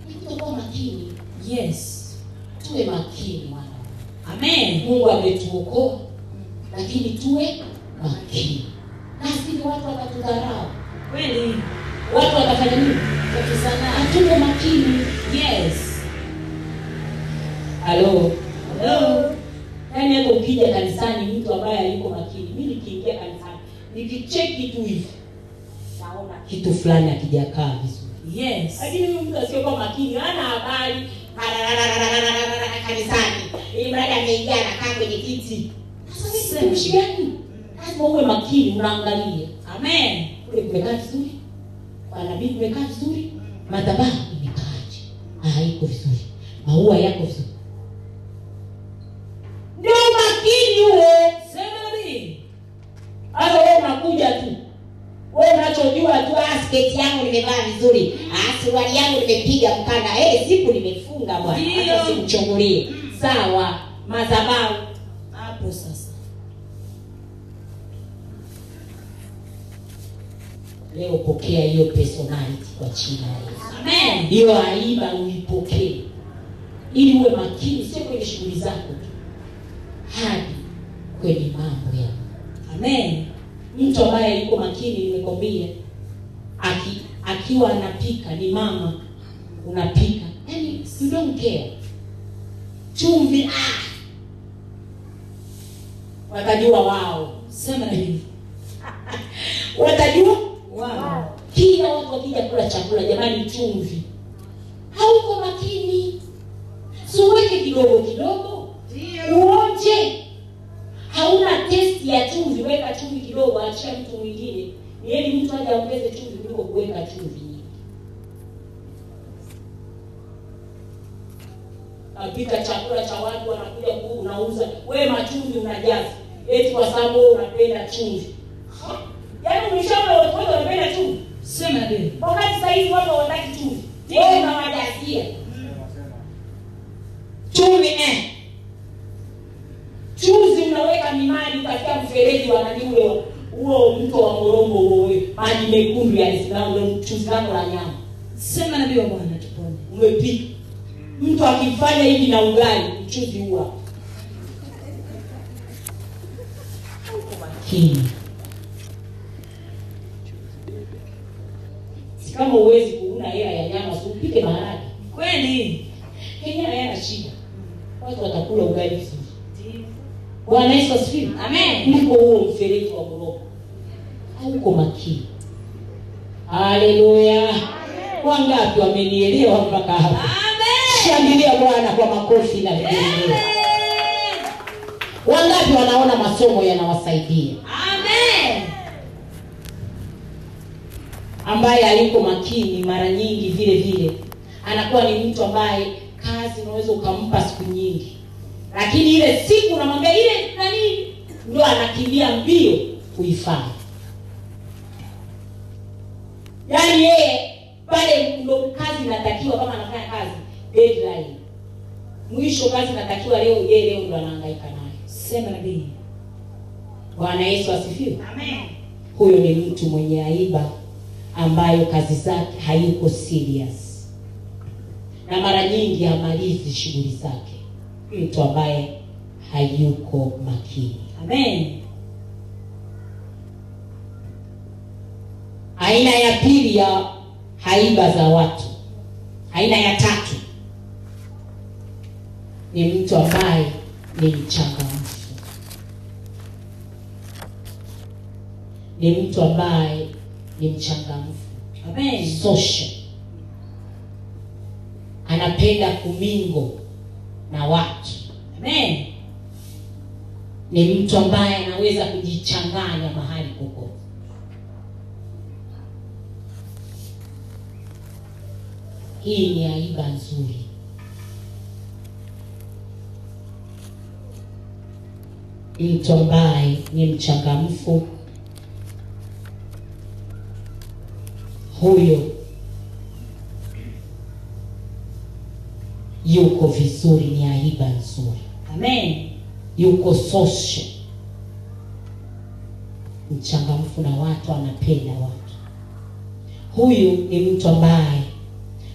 Speaker 1: Ni kutokuwa makini
Speaker 2: Yes.
Speaker 1: tuwe makini wana
Speaker 2: Amen.
Speaker 1: mungu ametuokoa lakini tuwe makini na sivyo watu watatudharau
Speaker 2: Kweli.
Speaker 1: watu watafanya nini watusana tuwe makini
Speaker 2: Yes.
Speaker 1: halo
Speaker 2: Hello.
Speaker 1: yaani hata ukija kanisani mtu ambaye hayuko makini mi nikiingia kanisani nikicheki tu hivi naona kitu fulani hakijakaa vizuri
Speaker 2: Yes.
Speaker 1: lakini huyu mtu asiokuwa makini hana habari Harararararararara kanisani ili mradi ameingia anakaa kwenye kiti Sasa ni mshi gani lazima uwe makini unaangalia
Speaker 2: Amen.
Speaker 1: kule kumekaa vizuri manabii kumekaa vizuri madhabahu imekaaje haiko vizuri maua yako vizuri ndio makini huo
Speaker 2: Sema ndio.
Speaker 1: hata wewe unakuja tu wewe unachojua tu ah, sketi yangu nimevaa vizuri ah, suruali yangu nimepiga mkanda eh, siku nimefunga bwana hata
Speaker 2: Ndio.
Speaker 1: simchungulie
Speaker 12: sawa madhabahu
Speaker 2: hapo sasa
Speaker 1: leo pokea hiyo personality kwa jina la Yesu
Speaker 2: amen
Speaker 1: hiyo aiba uipokee ili uwe makini sio kwenye shughuli zako tu hadi kwenye mambo ya
Speaker 2: amen
Speaker 1: mtu ambaye yuko makini nimekwambia aki, akiwa anapika ni mama unapika Yaani, yani you don't care chumvi ah! watajua wao
Speaker 2: sema na hivi
Speaker 1: watajua
Speaker 2: wow
Speaker 1: kila watu wakija kula chakula jamani chumvi hauko makini siweke kidogo kidogo uonje hauna testi ya chumvi weka chumvi kidogo achia mtu mwingine nieli mtu aje aongeze chumvi kuliko kuweka chumvi nyingi napika chakula cha watu wanakuja ku- unauza we machumvi unajaza eti kwa sababu wewe unapenda chumvi yaani umeshaona watu wote wanapenda chumvi
Speaker 2: sema na hivi
Speaker 1: wakati sahizi watu hawataki chumvi wewe unawajazia chumvi eh chuzi unaweka mimani katika mfereji wa nani ule wa- huo mto wa morongo huo ule, maji mekundu yaisimama chuzi lako la nyama
Speaker 2: sema na hivi bwana tupone
Speaker 1: umepika mtu akifanya hivi na ugali mchuzi huwa makini si kama uwezi kuuna hela ya nyama si upike maharage
Speaker 2: kweli
Speaker 1: kenya hayana shida watu watakula ugali vizuri bwana yesu asifiwe
Speaker 2: amen
Speaker 1: kuliko huo mfereji wa moroko hauko makini haleluya wangapi wamenielewa mpaka hapa shangilia bwana kwa makofi na vigelegele wangapi wanaona masomo yanawasaidia ambaye hayuko makini mara nyingi vile vile anakuwa ni mtu ambaye kazi unaweza ukampa siku nyingi lakini ile siku unamwambia ile nani ndo anakimbia mbio kuifanya yaani yeye pale ndo kazi inatakiwa kama anafanya kazi deadline mwisho kazi inatakiwa leo yeye leo ndo anahangaika nayo
Speaker 2: sema na hivi
Speaker 1: bwana yesu asifiwe huyo ni mtu mwenye aiba ambayo kazi zake hayuko serious na mara nyingi hamalizi shughuli zake mtu ambaye hayuko makini
Speaker 2: amen
Speaker 1: aina ya pili ya haiba za watu aina ya tatu ni mtu ambaye ni mchangamfu ni mtu ambaye ni mchangamfu
Speaker 2: amen
Speaker 1: social anapenda kumingo na watu
Speaker 2: amen
Speaker 1: ni mtu ambaye anaweza kujichanganya mahali kokote hii ni aiba nzuri mtu ambaye ni mchangamfu huyo yuko vizuri ni aiba nzuri
Speaker 2: amen
Speaker 1: yuko social mchangamfu na watu anapenda watu huyu ni mtu ambaye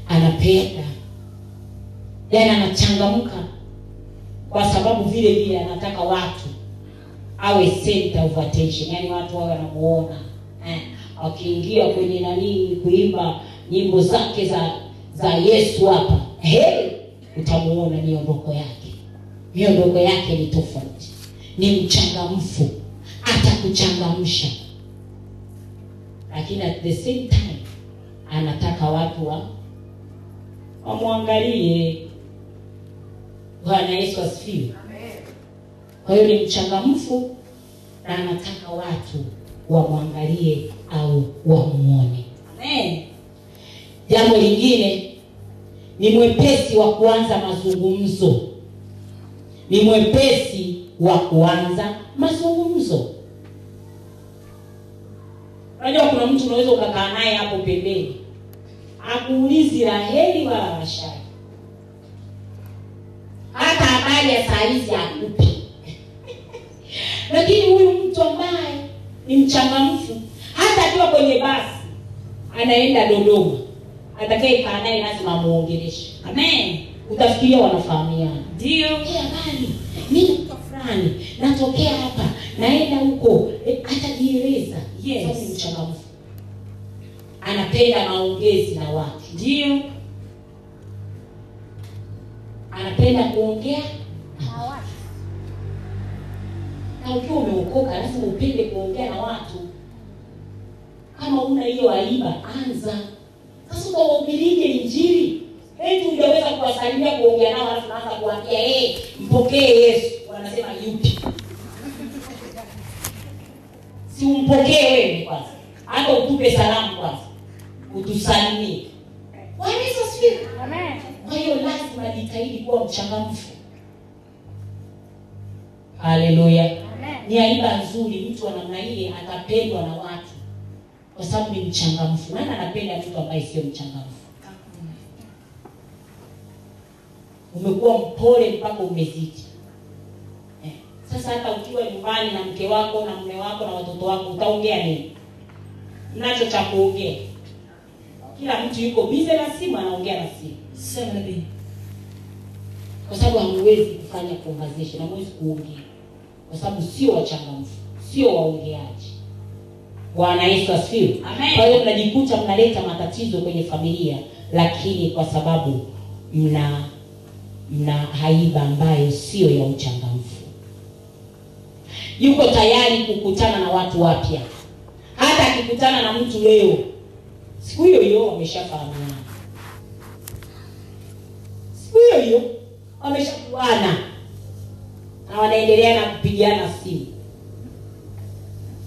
Speaker 1: anapenda yani anachangamka kwa sababu vile vile anataka watu awe center of attention yani watu wawe wanamuona eh, wakiingia kwenye nanii kuimba nyimbo zake za za yesu hapa hey, utamuona miondoko yake miondoko yake ni tofauti ni mchangamfu atakuchangamsha lakini at the same time anataka watu wa wamwangalie bwana yesu asifiwe kwa hiyo ni mchangamfu na anataka watu wamwangalie au wamuone
Speaker 2: amen
Speaker 1: jambo lingine ni mwepesi wa kuanza mazungumzo ni mwepesi wa kuanza mazungumzo unajua kuna mtu unaweza ukakaa naye hapo pembeni akuulizi la heri wala washari hata habari saizi akupi lakini huyu mtu ambaye ni mchangamfu hata akiwa kwenye basi anaenda dodoma atakayekaa naye lazima amuongeleshe amen utafikiria wanafahamiana
Speaker 2: Ndio.
Speaker 1: "Eh, habari mimi mtu fulani natokea hapa naenda huko Eh, atajieleza
Speaker 2: Yes.
Speaker 1: Kwa sababu ni mchangamfu anapenda maongezi na watu
Speaker 2: Ndio.
Speaker 1: anapenda kuongea
Speaker 3: Hawa.
Speaker 1: na ukiwa umeokoka lazima upende kuongea na watu kama una hiyo aiba anza sasa utawahubirije injili eti ujaweza kuwasalimia kuongea nao alafu naanza kuambia hey, mpokee yesu wanasema yupi si umpokee wewe kwanza hata utupe salamu kwanza utusalimie wanaweza sio
Speaker 3: Amen.
Speaker 1: kwa hiyo lazima jitahidi kuwa mchangamfu haleluya
Speaker 3: Amen.
Speaker 1: ni aiba nzuri mtu wa namna ile atapendwa na watu kwa sababu ni mchangamfu nani anapenda mtu ambaye sio mchangamfu umekuwa mpole mpaka umezidi eh. sasa hata ukiwa nyumbani na mke wako na mume wako na watoto wako utaongea nini mnacho cha kuongea kila mtu yuko bize na simu anaongea na simu
Speaker 2: Sema nabii.
Speaker 1: kwa sababu hamwezi kufanya conversation hamwezi kuongea kwa sababu sio wachangamfu sio waongeaji bwana yesu asifiwe
Speaker 2: Amen.
Speaker 1: kwa hiyo mnajikuta mnaleta matatizo kwenye familia lakini kwa sababu mna mna haiba ambayo sio ya uchangamfu yuko tayari kukutana na watu wapya hata akikutana na mtu leo siku hiyo hiyo wameshafahamiana siku hiyo hiyo wameshakuana na wanaendelea na kupigiana simu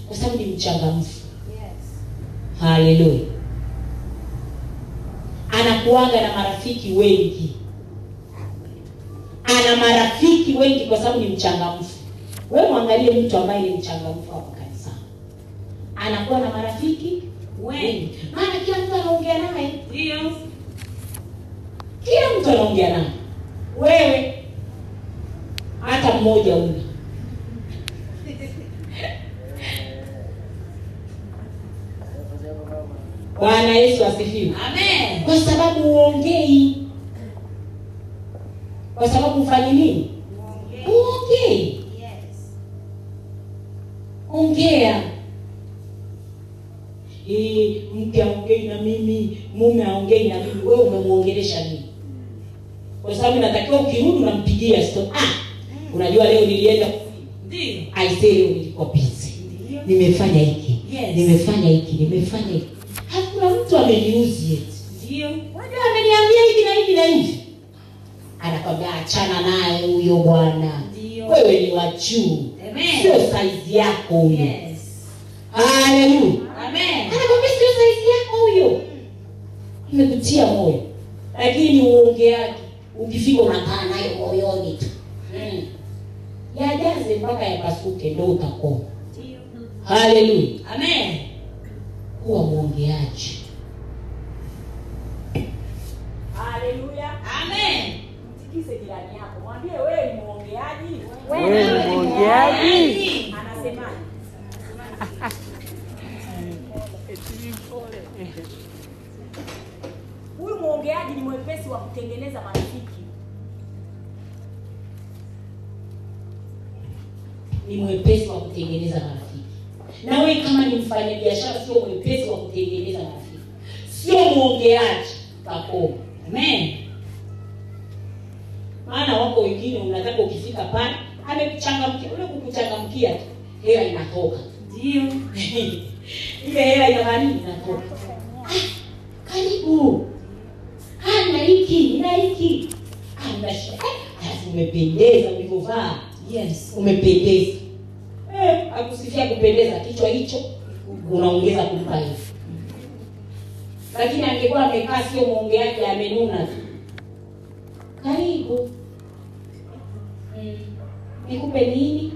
Speaker 1: kwa sababu ni mchangamfu
Speaker 3: Yes.
Speaker 1: haleluya anakuaga na marafiki wengi ana marafiki wengi kwa sababu ni mchangamfu we mwangalie mtu ambaye ni mchangamfu hapo kanisani anakuwa na marafiki wengi maana kila mtu anaongea naye
Speaker 2: Ndio.
Speaker 1: kila mtu anaongea naye wewe hata mmoja una bwana yesu asifiwe
Speaker 2: Amen.
Speaker 1: kwa sababu uongei kwa sababu ufanyi nini uongei
Speaker 3: Yes.
Speaker 1: ongea Eh, mke aongei na mimi mume aongei na mimi wewe umemwongelesha nini kwa sababu inatakiwa ukirudi unampigia sto ah unajua leo nilienda
Speaker 2: Ndio.
Speaker 1: aise leo nilikuwa busy nimefanya hiki
Speaker 2: Yes.
Speaker 1: nimefanya hiki nimefanya hiki hakuna mtu ameniuzi eti
Speaker 2: Ndio.
Speaker 1: unajua ameniambia hivi na hivi na hivi anakwambia achana naye huyo bwana
Speaker 2: Ndio.
Speaker 1: wewe ni wa juu
Speaker 2: Amen.
Speaker 1: sio saizi yako huyo
Speaker 2: Yes.
Speaker 1: haleluya
Speaker 2: Amen.
Speaker 1: anakwambia sio saizi yako huyo imekutia moyo lakini uongeaji ukifika unakaa nayo moyoni tu mm. yajaze mpaka yapasuke ndo utakoma haleluya
Speaker 2: Amen.
Speaker 1: kuwa mwongeaji haleluya
Speaker 2: Amen.
Speaker 12: mtikise jirani yako mwambie wewe ni mwongeaji
Speaker 3: Wewe ni
Speaker 11: mwongeaji.
Speaker 12: anasemaje huyu mwongeaji ni mwepesi wa kutengeneza marafiki
Speaker 1: ni mwepesi wa kutengeneza marafiki na wewe kama ni mfanyabiashara sio mwepesi wa kutengeneza marafiki sio mwongeaji kakoma amen maana wako wengine unataka ukifika pale amekuchangamkia ule kukuchangamkia tu hela inatoka
Speaker 2: Ndio.
Speaker 1: ile hela inafanya nini? inatoka karibu Ah, na hiki na hiki Ah, mnashika. Eh, alafu umependeza ulivyovaa
Speaker 2: Yes.
Speaker 1: umependeza eh, akusifia kupendeza kichwa hicho unaongeza kumpa hivo lakini angekuwa amekaa sio mwongeaji amenuna tu karibu Mm, nikupe nini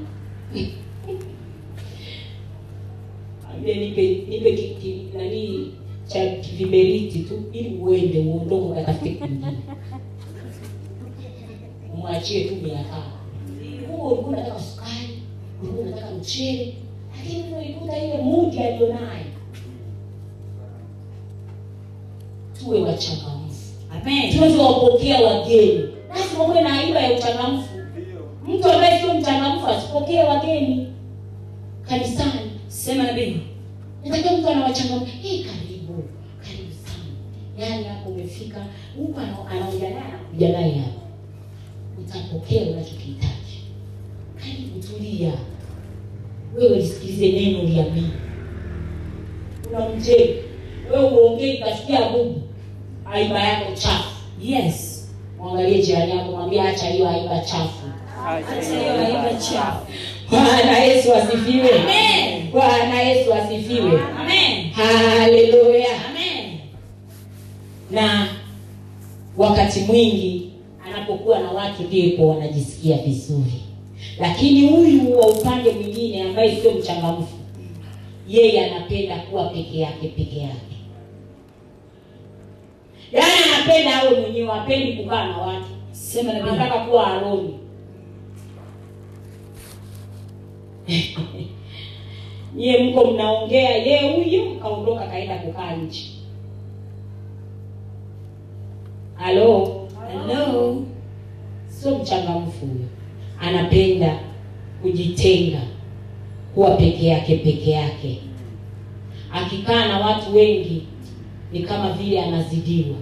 Speaker 1: Ambia nipe nipe ki- ki- nani cha kiviberiti tu ili uende uondoke ukatafute kwingine mwachie tu miaka kuwa ulikuwa unataka sukari ulikuwa unataka mchele lakini unaikuta ile mudi aliyonayo tuwe wachangamfu
Speaker 2: Amen.
Speaker 1: tuweze wapokea wageni lazima uwe na aiba ya uchangamfu mtu ambaye sio mchangamfu asipokee wageni kanisani
Speaker 2: Sema nabii.
Speaker 1: natakiwa mtu anawachangamka hey, karibu karibu sana yani hapo umefika huku ana- anaongea naye anakuja naye hapa utapokea unachokihitaji karibu tulia wewe lisikilize neno la mimi unamjenga wewe uongee kasikia bubu aiba yako chafu
Speaker 2: Yes.
Speaker 1: mwangalie jirani yako mwambie acha hiyo aiba chafu
Speaker 2: Acha hiyo aiba chafu.
Speaker 1: bwana yesu asifiwe
Speaker 2: Amen.
Speaker 1: bwana yesu asifiwe
Speaker 2: Amen.
Speaker 1: haleluya
Speaker 2: Amen.
Speaker 1: na wakati mwingi anapokuwa na watu ndipo wanajisikia vizuri lakini huyu wa upande mwingine ambaye sio mchangamfu yeye anapenda kuwa peke yake peke yake yaani anapenda awe mwenyewe apendi kukaa na watu
Speaker 2: Sema nabii.
Speaker 1: anataka kuwa aroni nyie mko mnaongea ye huyu kaondoka kaenda kukaa nchi halo
Speaker 2: Hello.
Speaker 1: sio mchangamfu huyo anapenda kujitenga kuwa peke yake peke yake akikaa na watu wengi ni kama vile anazidiwa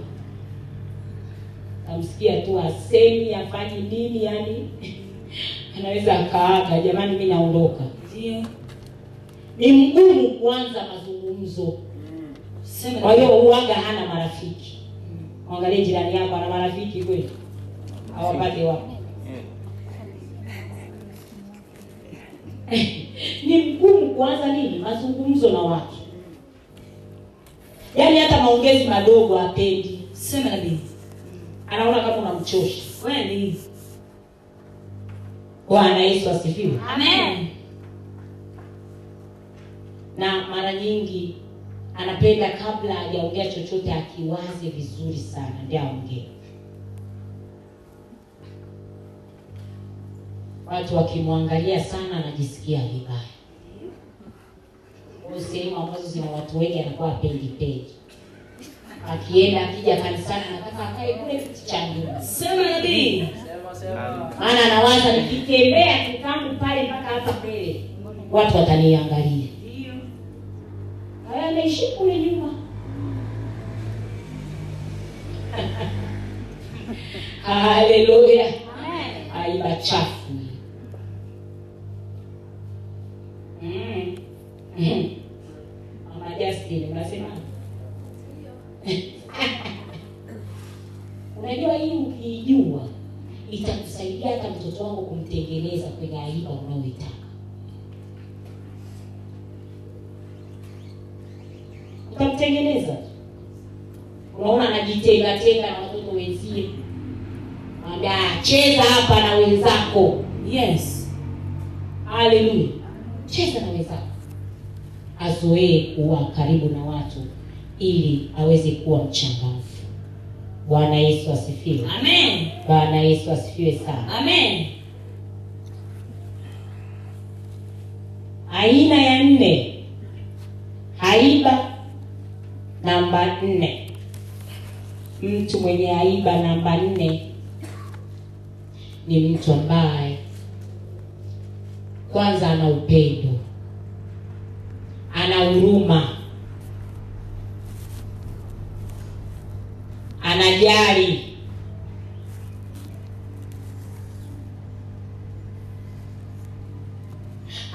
Speaker 1: tamsikia tu asemi afanyi nini yani anaweza akaaga jamani mi naondoka
Speaker 2: Ndio.
Speaker 1: ni mgumu kuanza mazungumzo
Speaker 2: Sema
Speaker 1: kwa hiyo
Speaker 2: nabii.
Speaker 1: huaga hana marafiki mwangalie jirani yako ana marafiki kweli awapate wapo ni mgumu kuanza nini mazungumzo na watu yaani hata maongezi madogo apendi
Speaker 2: Sema nabii.
Speaker 1: anaona kama unamchosha
Speaker 2: Kweli.
Speaker 1: bwana yesu asifiwe
Speaker 2: Amen.
Speaker 1: na mara nyingi anapenda kabla hajaongea chochote akiwaze vizuri sana ndi aongee watu wakimwangalia sana anajisikia vibaya Kwa hiyo sehemu ambazo zina watu wengi anakuwa apendi pendi akienda akija kanisani anataka akae kule kiti cha nyuma
Speaker 2: Sema nabii.
Speaker 11: Sema, sema.
Speaker 1: maana anawaza nikitembea kitangu pale mpaka hapa mbele watu wataniangalia Haya, ameishi kule nyuma haleluya aiba chafu Mm. Mm. mama justin unasema unajua hii ukiijua itakusaidia hata mtoto wangu kumtengeneza kwenye aiba unayoitaka utamtengeneza unaona anajitengatenga na watoto wenzie ambia cheza hapa na wenzako
Speaker 2: Yes.
Speaker 1: haleluya cheza na wenzako azoee kuwa karibu na watu ili aweze kuwa mchangamfu bwana yesu asifiwe
Speaker 2: Amen.
Speaker 1: bwana yesu asifiwe sana
Speaker 2: Amen.
Speaker 1: aina ya nne aiba namba nne mtu mwenye aiba namba nne ni mtu ambaye kwanza ana upendo ana huruma anajali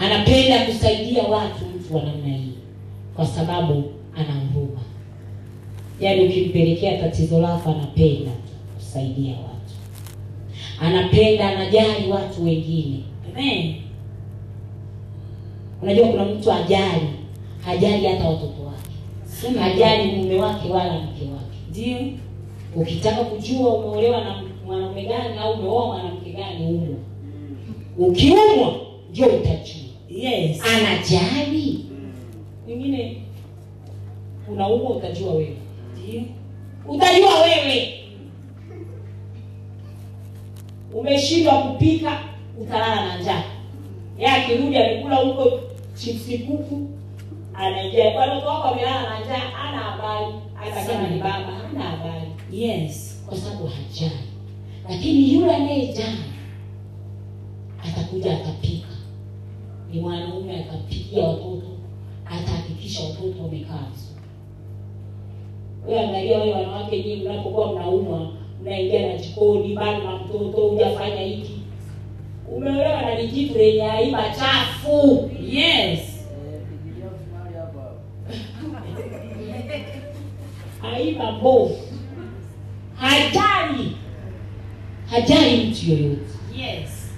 Speaker 1: anapenda kusaidia watu mtu wa namna hii kwa sababu ana huruma yaani ukimpelekea tatizo lako anapenda kusaidia watu anapenda anajali watu wengine
Speaker 2: Amen.
Speaker 1: unajua kuna mtu ajali hajali hata watoto wake
Speaker 2: Sema
Speaker 1: hajali mume wake wala mke wake
Speaker 2: Ndio.
Speaker 1: ukitaka kujua umeolewa na mwanaume gani au umeoa mwanamke gani umwa ukiumwa ndio utajua
Speaker 2: Yes.
Speaker 1: anajali mwingine unaumwa utajua wewe
Speaker 2: Ndio.
Speaker 1: utajua wewe umeshindwa kupika
Speaker 12: utalala na njaa yeye akirudi alikula huko chipsi kuku anaingia kwa hiyo wako amelala na njaa ana habari hata kama ni baba hana habari
Speaker 2: Yes.
Speaker 1: kwa sababu hajali lakini yule anayejali atakuja atapika ni mwanaume atapikia watoto atahakikisha watoto wamekaa vizuri wewe angalia wale wanawake nyinyi mnapokuwa mnaumwa mnaingia na jikoni bado na mtoto hujafanya hiki umeolewa na lijivu lenye aiba chafu
Speaker 2: Yes.
Speaker 11: Pigilia msumari hapa.
Speaker 1: aiba mbovu hajali hajali mtu yoyote
Speaker 2: Yes.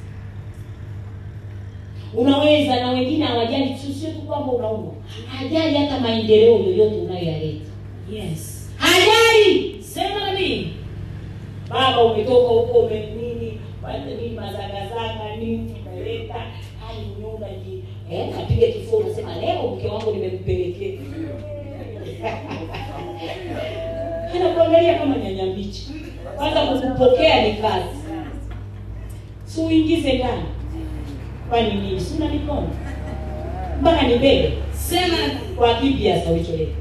Speaker 1: unaweza na wengine hawajali tu, sio tu kwamba unaumwa hajali hata maendeleo yoyote unayoyaleta
Speaker 2: Yes.
Speaker 1: hajali
Speaker 2: Sema nabii.
Speaker 1: baba umetoka huko umenini kwanza nini mazagazaga nini umeleta hali nyumba ji eh, napiga kifua unasema leo mke wangu nimempelekea anakuangalia kama nyanya mbichi kwanza kukupokea ni kazi siuingize ndani kwani nini si unanipona mpaka nibebe
Speaker 2: Sema nabii.
Speaker 1: kwa kipi hasa ulicholeta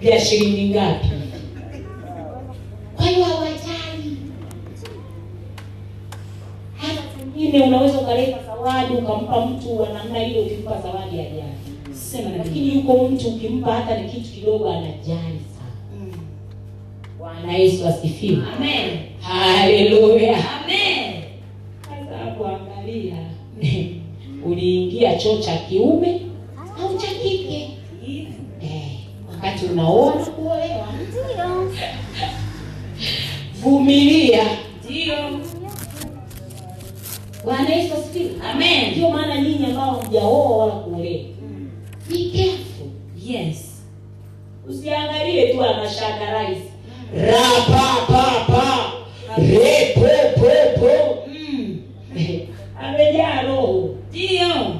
Speaker 1: vya shilingi ngapi kwa hiyo hawajali hata pengine unaweza ukaleta zawadi ukampa mtu wa namna hiyo ukimpa zawadi ajali
Speaker 2: Sema nabii.
Speaker 1: lakini yuko mtu ukimpa hata ni kitu kidogo anajali sana
Speaker 2: Mm.
Speaker 1: bwana yesu asifiwe
Speaker 2: Amen.
Speaker 1: haleluya
Speaker 2: Amen.
Speaker 1: sasa hapo angalia uliingia choo cha kiume au cha kike
Speaker 2: Yeah.
Speaker 1: Eh, wakati unaoa na kuolewa
Speaker 3: Ndio.
Speaker 1: vumilia
Speaker 2: Ndio.
Speaker 1: bwana yesu asifiwe
Speaker 2: Amen.
Speaker 1: ndio maana nyinyi ambao hamjaoa wala kuolewa be careful
Speaker 2: Yes.
Speaker 1: usiangalie tu anashaka rais rapapapa repopopo
Speaker 2: Mm.
Speaker 1: amejaa roho
Speaker 2: Ndio.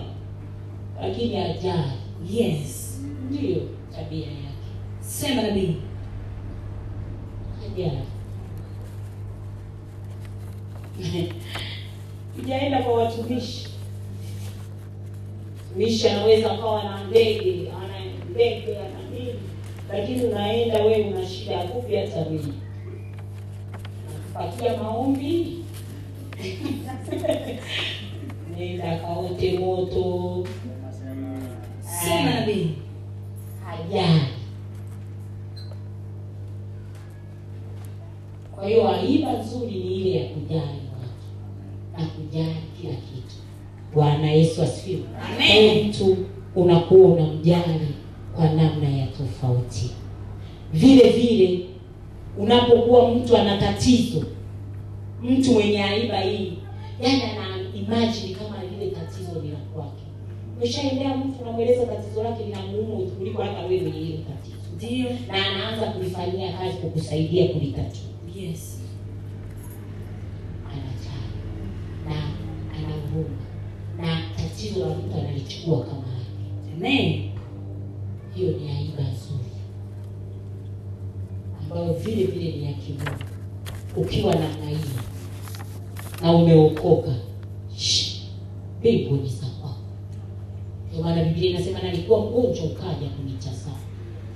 Speaker 1: lakini ajali
Speaker 2: Yes.
Speaker 1: ndiyo tabia yake
Speaker 2: Sema nabii.
Speaker 1: ajali tujaenda kwa watumishi mtumishi anaweza akawa na ndege ana ndege ana nini lakini unaenda wewe una shida ya kupi hata mimi pakia maombi nenda kaote moto
Speaker 2: Sema nabii.
Speaker 1: hajali kwa hiyo aiba nzuri ni ile ya kujali watu na kujali kila kitu bwana yesu asifiwe
Speaker 2: Amen.
Speaker 1: Kwa mtu unakuwa unamjali kwa namna ya tofauti vile vile unapokuwa mtu ana tatizo mtu mwenye aiba hii yani ana imagine kama lile tatizo ni la kwake umeshaendea mtu unamweleza tatizo lake linamuumu kuliko hata wewe mwenye hilo tatizo
Speaker 2: Ndio.
Speaker 1: na anaanza kulifanyia kazi kukusaidia kulitatua
Speaker 2: Yes.
Speaker 1: anajali na anahuruma na tatizo la mtu analichukua kama lake.
Speaker 2: Amen.
Speaker 1: hiyo ni aiba nzuri ambayo vile vile ni ya kimungu ukiwa namna hiyo na umeokoka shh, mbingu ni za kwako ndio maana biblia inasema nalikuwa mgonjwa ukaja kunitazama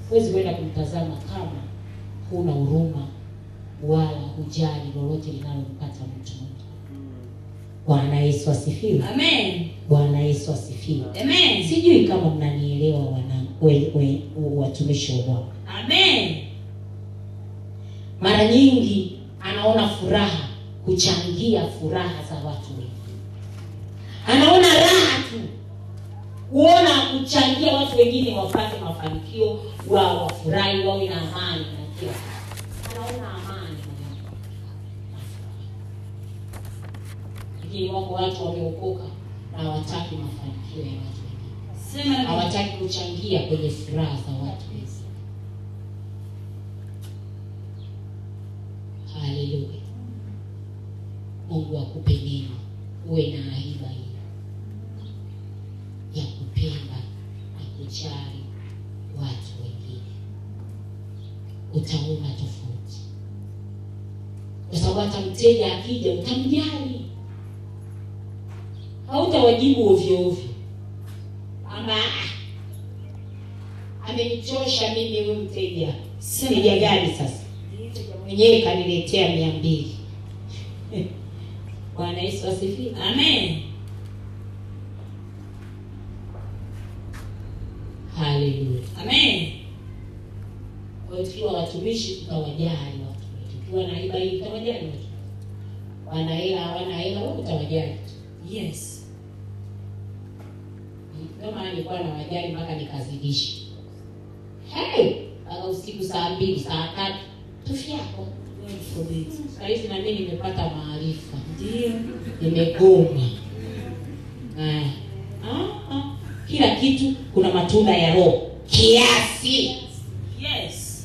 Speaker 1: huwezi kwenda kumtazama kama huna huruma wala hujali lolote linalompata mtu bwana yesu asifiwe
Speaker 2: Amen.
Speaker 1: bwana yesu asifiwe
Speaker 2: Amen.
Speaker 1: sijui kama mnanielewa wana- we- we- watumishi wa bwana
Speaker 2: Amen.
Speaker 1: mara nyingi anaona furaha kuchangia furaha za watu wengine anaona raha tu kuona kuchangia watu wengine wapate mafanikio wa wafurahi wawe na amani na kila kitu. anaona amani moyoni mwake. lakini wako watu wameokoka na hawataki mafanikio ya watu wengine
Speaker 2: Sema nabii.
Speaker 1: hawataki kuchangia kwenye furaha za watu wengine. Haleluya! Mungu akupe neno, uwe na aiba hiyo ya kupenda na kujali watu wengine, utaona tofauti, kwa sababu hata mteja akija utamjali utawajibu ovyo ovyo ama "Ah, amenichosha mimi huyu mteja mteja gani sasa mwenyewe kaniletea mia mbili bwana yesu asifiwe
Speaker 2: Amen.
Speaker 1: haleluya
Speaker 2: Amen.
Speaker 1: Kwa hiyo tukiwa watumishi tutawajali watu wetu. Tukiwa na haiba hii tutawajali watu. Wana hela hawana hela wewe utawajali.
Speaker 2: Yes.
Speaker 1: Kama nilikuwa na wajali mpaka nikazidisha. Hey, mpaka usiku saa mbili, saa tatu. Tufi yako.
Speaker 2: God forbid.
Speaker 1: Sasa hivi na mimi nimepata maarifa.
Speaker 2: Ndio.
Speaker 1: Nimegoma. Ah. Ah, ah. Kila kitu kuna matunda ya roho. Kiasi.
Speaker 2: Yes.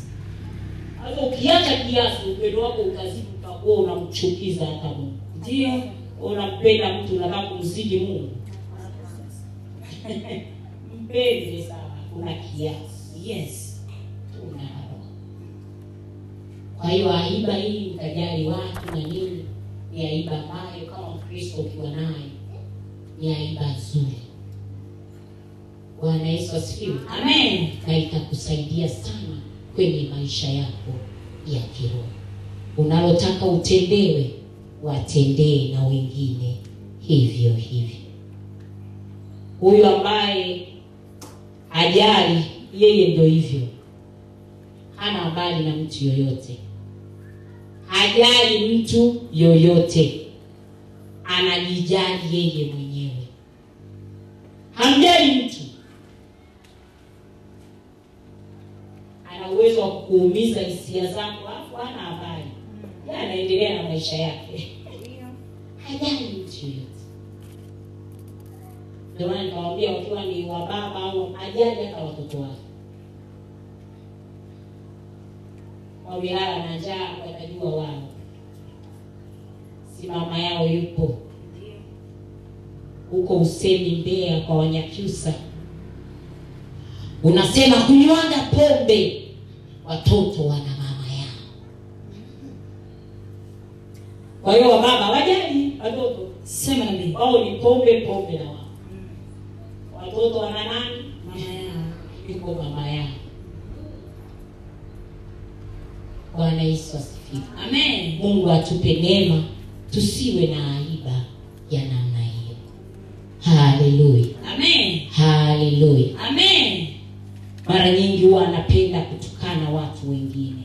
Speaker 1: Hata ukiacha kiasi upendo wako utazidi utakuwa unamchukiza hata Mungu.
Speaker 2: Ndio.
Speaker 1: unampenda mtu unataka kumzidi mungu mpende sana kuna kiasi
Speaker 2: Yes.
Speaker 1: tuna roho kwa hiyo aiba hii mtajali watu na nini ni aiba ambayo kama mkristo ukiwa nayo ni aiba nzuri bwana yesu asifiwe
Speaker 2: Amen.
Speaker 1: na itakusaidia sana kwenye maisha yako ya kiroho unalotaka utendewe watendee na wengine hivyo hivyo huyu ambaye ajali yeye ndo hivyo hana habari na mtu yoyote hajali mtu yoyote anajijali yeye mwenyewe hamjali mtu ana uwezo wa kukuumiza hisia zako alafu hana habari ye anaendelea na maisha yake hajali mtu yoyote ndio maana nikawambia wakiwa ni wa baba au ajali hata watoto wake wawihara na njaa watajua wao si mama yao yupo huko usemi mbea kwa wanyakyusa unasema kunywanga pombe watoto wana mama yao kwa hiyo wababa wajali watoto
Speaker 2: Sema na mimi.
Speaker 1: wao ni pombe pombe na wao watoto wana nani
Speaker 2: Mama yangu.
Speaker 1: yuko mama yao bwana yesu asifiwe
Speaker 2: Amen.
Speaker 1: mungu atupe neema tusiwe na aiba ya namna hiyo haleluya
Speaker 2: Amen.
Speaker 1: haleluya
Speaker 2: Amen.
Speaker 1: mara nyingi huwa anapenda kutukana watu wengine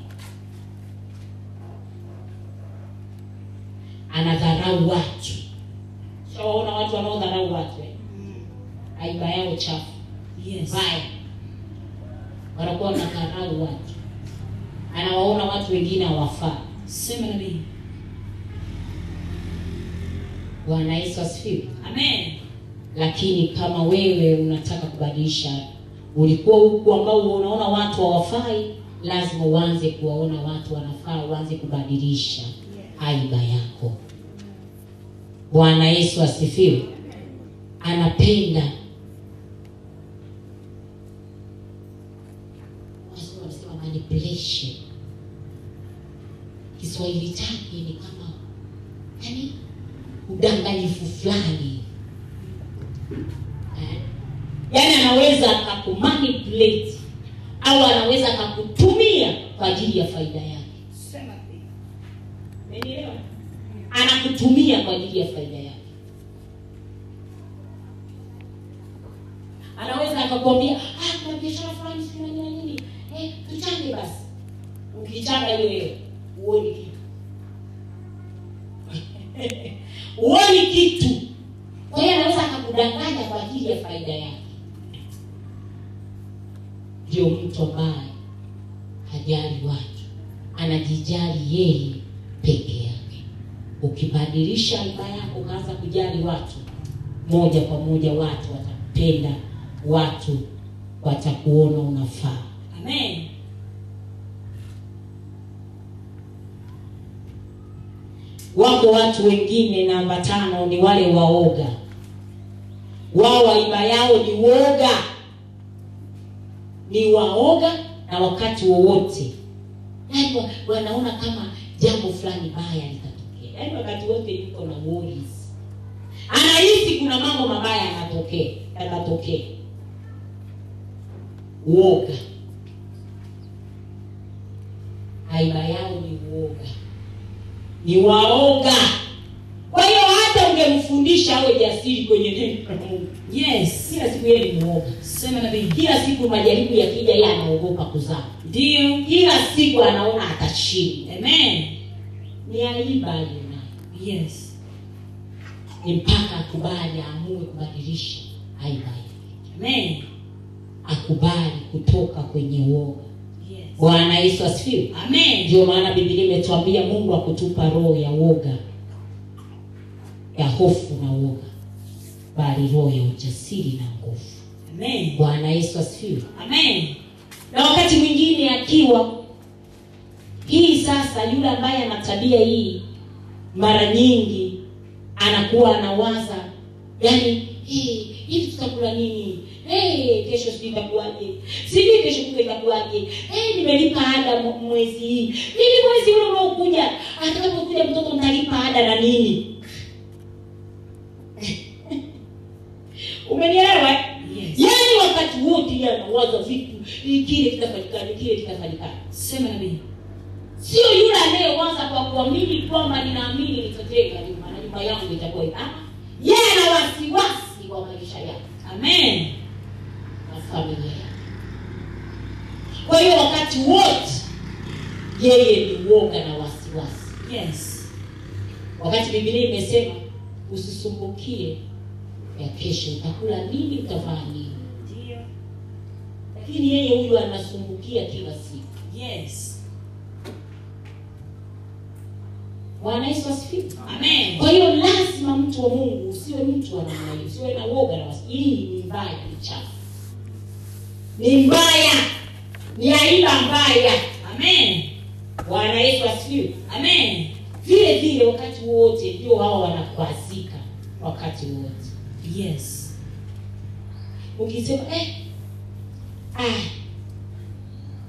Speaker 1: anadharau watu shawaona watu wanaodharau watu eh? aiba yao chafu
Speaker 2: Yes.
Speaker 1: mbaya wanakuwa wanadharau watu anawaona watu wengine hawafaa
Speaker 2: Sema na mimi.
Speaker 1: bwana yesu asifiwe
Speaker 2: Amen.
Speaker 1: lakini kama wewe unataka kubadilisha ulikuwa huku ambao unaona watu hawafai lazima uanze kuwaona watu wanafaa uanze kubadilisha aiba yako bwana yesu asifiwe anapenda Wazungu wanasema manipulation kiswahili chake ni kama yani udanganyifu fulani Eh? yaani anaweza akakumanipulate au anaweza akakutumia kwa ajili ya faida yake Umenielewa? anakutumia kwa ajili ya faida yake anaweza akakwambia "Ah, kuna biashara fulani sijui unajua nini Eh, tuchange basi ukichanga hiyo hiyo huoni kitu huoni kitu kwa hiyo anaweza akakudanganya kwa ajili ya faida yake ndio mtu ambaye hajali watu anajijali yeye peke yake ukibadilisha aiba yako ukaanza kujali watu moja kwa moja watu watakupenda watu watakuona unafaa
Speaker 2: Amen.
Speaker 1: wako watu wengine namba tano ni wale waoga wao aiba yao ni uoga ni waoga na wakati wowote yani wa- wanaona Yaani kama jambo fulani baya litatokea yani wakati wote yuko na worries anahisi kuna mambo mabaya yanatokea yanatokea uoga aiba yao ni uoga ni waoga kwa hiyo hata ungemfundisha awe jasiri kwenye neno la mungu
Speaker 2: Yes.
Speaker 1: kila siku yeye ni muoga
Speaker 2: Sema nabii.
Speaker 1: kila siku majaribu yakija yeye anaogopa kuzaa
Speaker 2: Ndio.
Speaker 1: kila siku anaona atashinda
Speaker 2: Amen.
Speaker 1: ni aiba aliyonayo
Speaker 2: Yes.
Speaker 1: ni mpaka akubali aamue kubadilisha aiba hiyo
Speaker 2: Amen.
Speaker 1: akubali kutoka kwenye uoga
Speaker 2: Yes.
Speaker 1: bwana yesu asifiwe
Speaker 2: Amen.
Speaker 1: ndio maana bibilia imetuambia mungu akutupa roho ya uoga ya hofu na uoga bali roho ya ujasiri na nguvu
Speaker 2: Amen.
Speaker 1: bwana yesu asifiwe
Speaker 2: Amen.
Speaker 1: na wakati mwingine akiwa hii sasa yule ambaye ana tabia hii mara nyingi anakuwa anawaza yani "Hey, hivi tutakula nini Hey, kesho sijui itakuwaje sijui kesho kuka itakuwaje hey, nimelipa ada mw- mwezi hii nini mwezi ule unaokuja atakapokuja mtoto mtalipa ada na nini umenielewa eh?
Speaker 2: Yes.
Speaker 1: yaani wakati wote yeye anawaza vitu "Hii kile kitafanyikana kile kitafanyikana
Speaker 2: Sema nabii.
Speaker 1: sio yule anayewaza kwa kuamini kwamba ninaamini nitajenga nyumba na nyumba yangu itakuwa hivi. Ah, yeye ana wasiwasi wa maisha yake
Speaker 2: Amen.
Speaker 1: na familia yake kwa hiyo wakati wote yeye ni uoga na wasiwasi
Speaker 2: Yes.
Speaker 1: wakati bibilia imesema usisumbukie ya kesho utakula nini utavaa nini
Speaker 2: Ndio.
Speaker 1: lakini yeye huyu anasumbukia kila siku
Speaker 2: Yes.
Speaker 1: bwana yesu asifiwe
Speaker 2: Amen.
Speaker 1: kwa hiyo lazima mtu wa mungu usiwe mtu wa namna hiyo usiwe na uoga na wasi- hii ni mbaya ni chafu ni mbaya ni aiba mbaya
Speaker 2: Amen.
Speaker 1: bwana yesu asifiwe
Speaker 2: Amen.
Speaker 1: vile vile wakati wote ndio hao wanakwazika wakati wote
Speaker 2: Yes.
Speaker 1: ukisema eh, ah,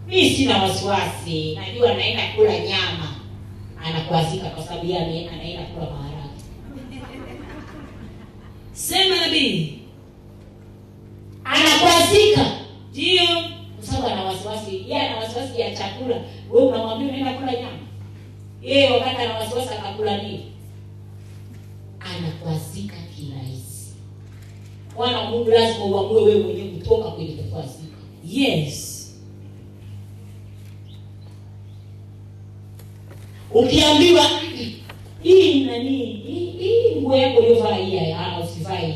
Speaker 1: mi sina wasiwasi najua anaenda kula nyama anakwazika kwa sababu yeye ame- anaenda kula maharage
Speaker 2: Sema nabii.
Speaker 1: anakwazika
Speaker 2: Ndio.
Speaker 1: kwa sababu ana wasiwasi yeye ana wasiwasi ya chakula we unamwambia unaenda kula nyama yeye wakati ana wasiwasi akakula nini anakwazika kirahisi mwana wa mungu lazima uamue wewe mwenyewe kutoka kwenye kukwazika
Speaker 2: Yes.
Speaker 1: ukiambiwa "Mm, hii nani hii- hii nguo yako iliyovaa hii haya, ah, usivaa hii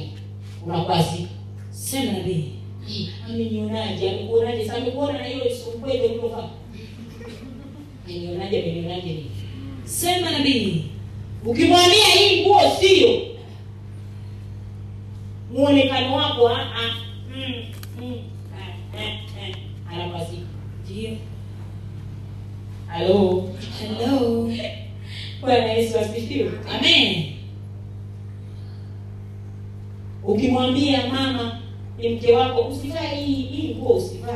Speaker 1: unakwazika
Speaker 2: Sema nabii.
Speaker 1: "Eh, amenionaje amekuonaje Sasa amekuona na hiyo sumbwete uliovaa amenionaje amenionaje nini
Speaker 2: Sema nabii.
Speaker 1: ukimwambia hii nguo sio muonekano wako ah, ah, mm, mm, ah, eh, eh, anapasika
Speaker 2: Ndio.
Speaker 1: halo
Speaker 2: Hello.
Speaker 1: bwana yesu asifiwe
Speaker 2: Amen.
Speaker 1: ukimwambia mama ni mke wako usivae hii hii nguo usivae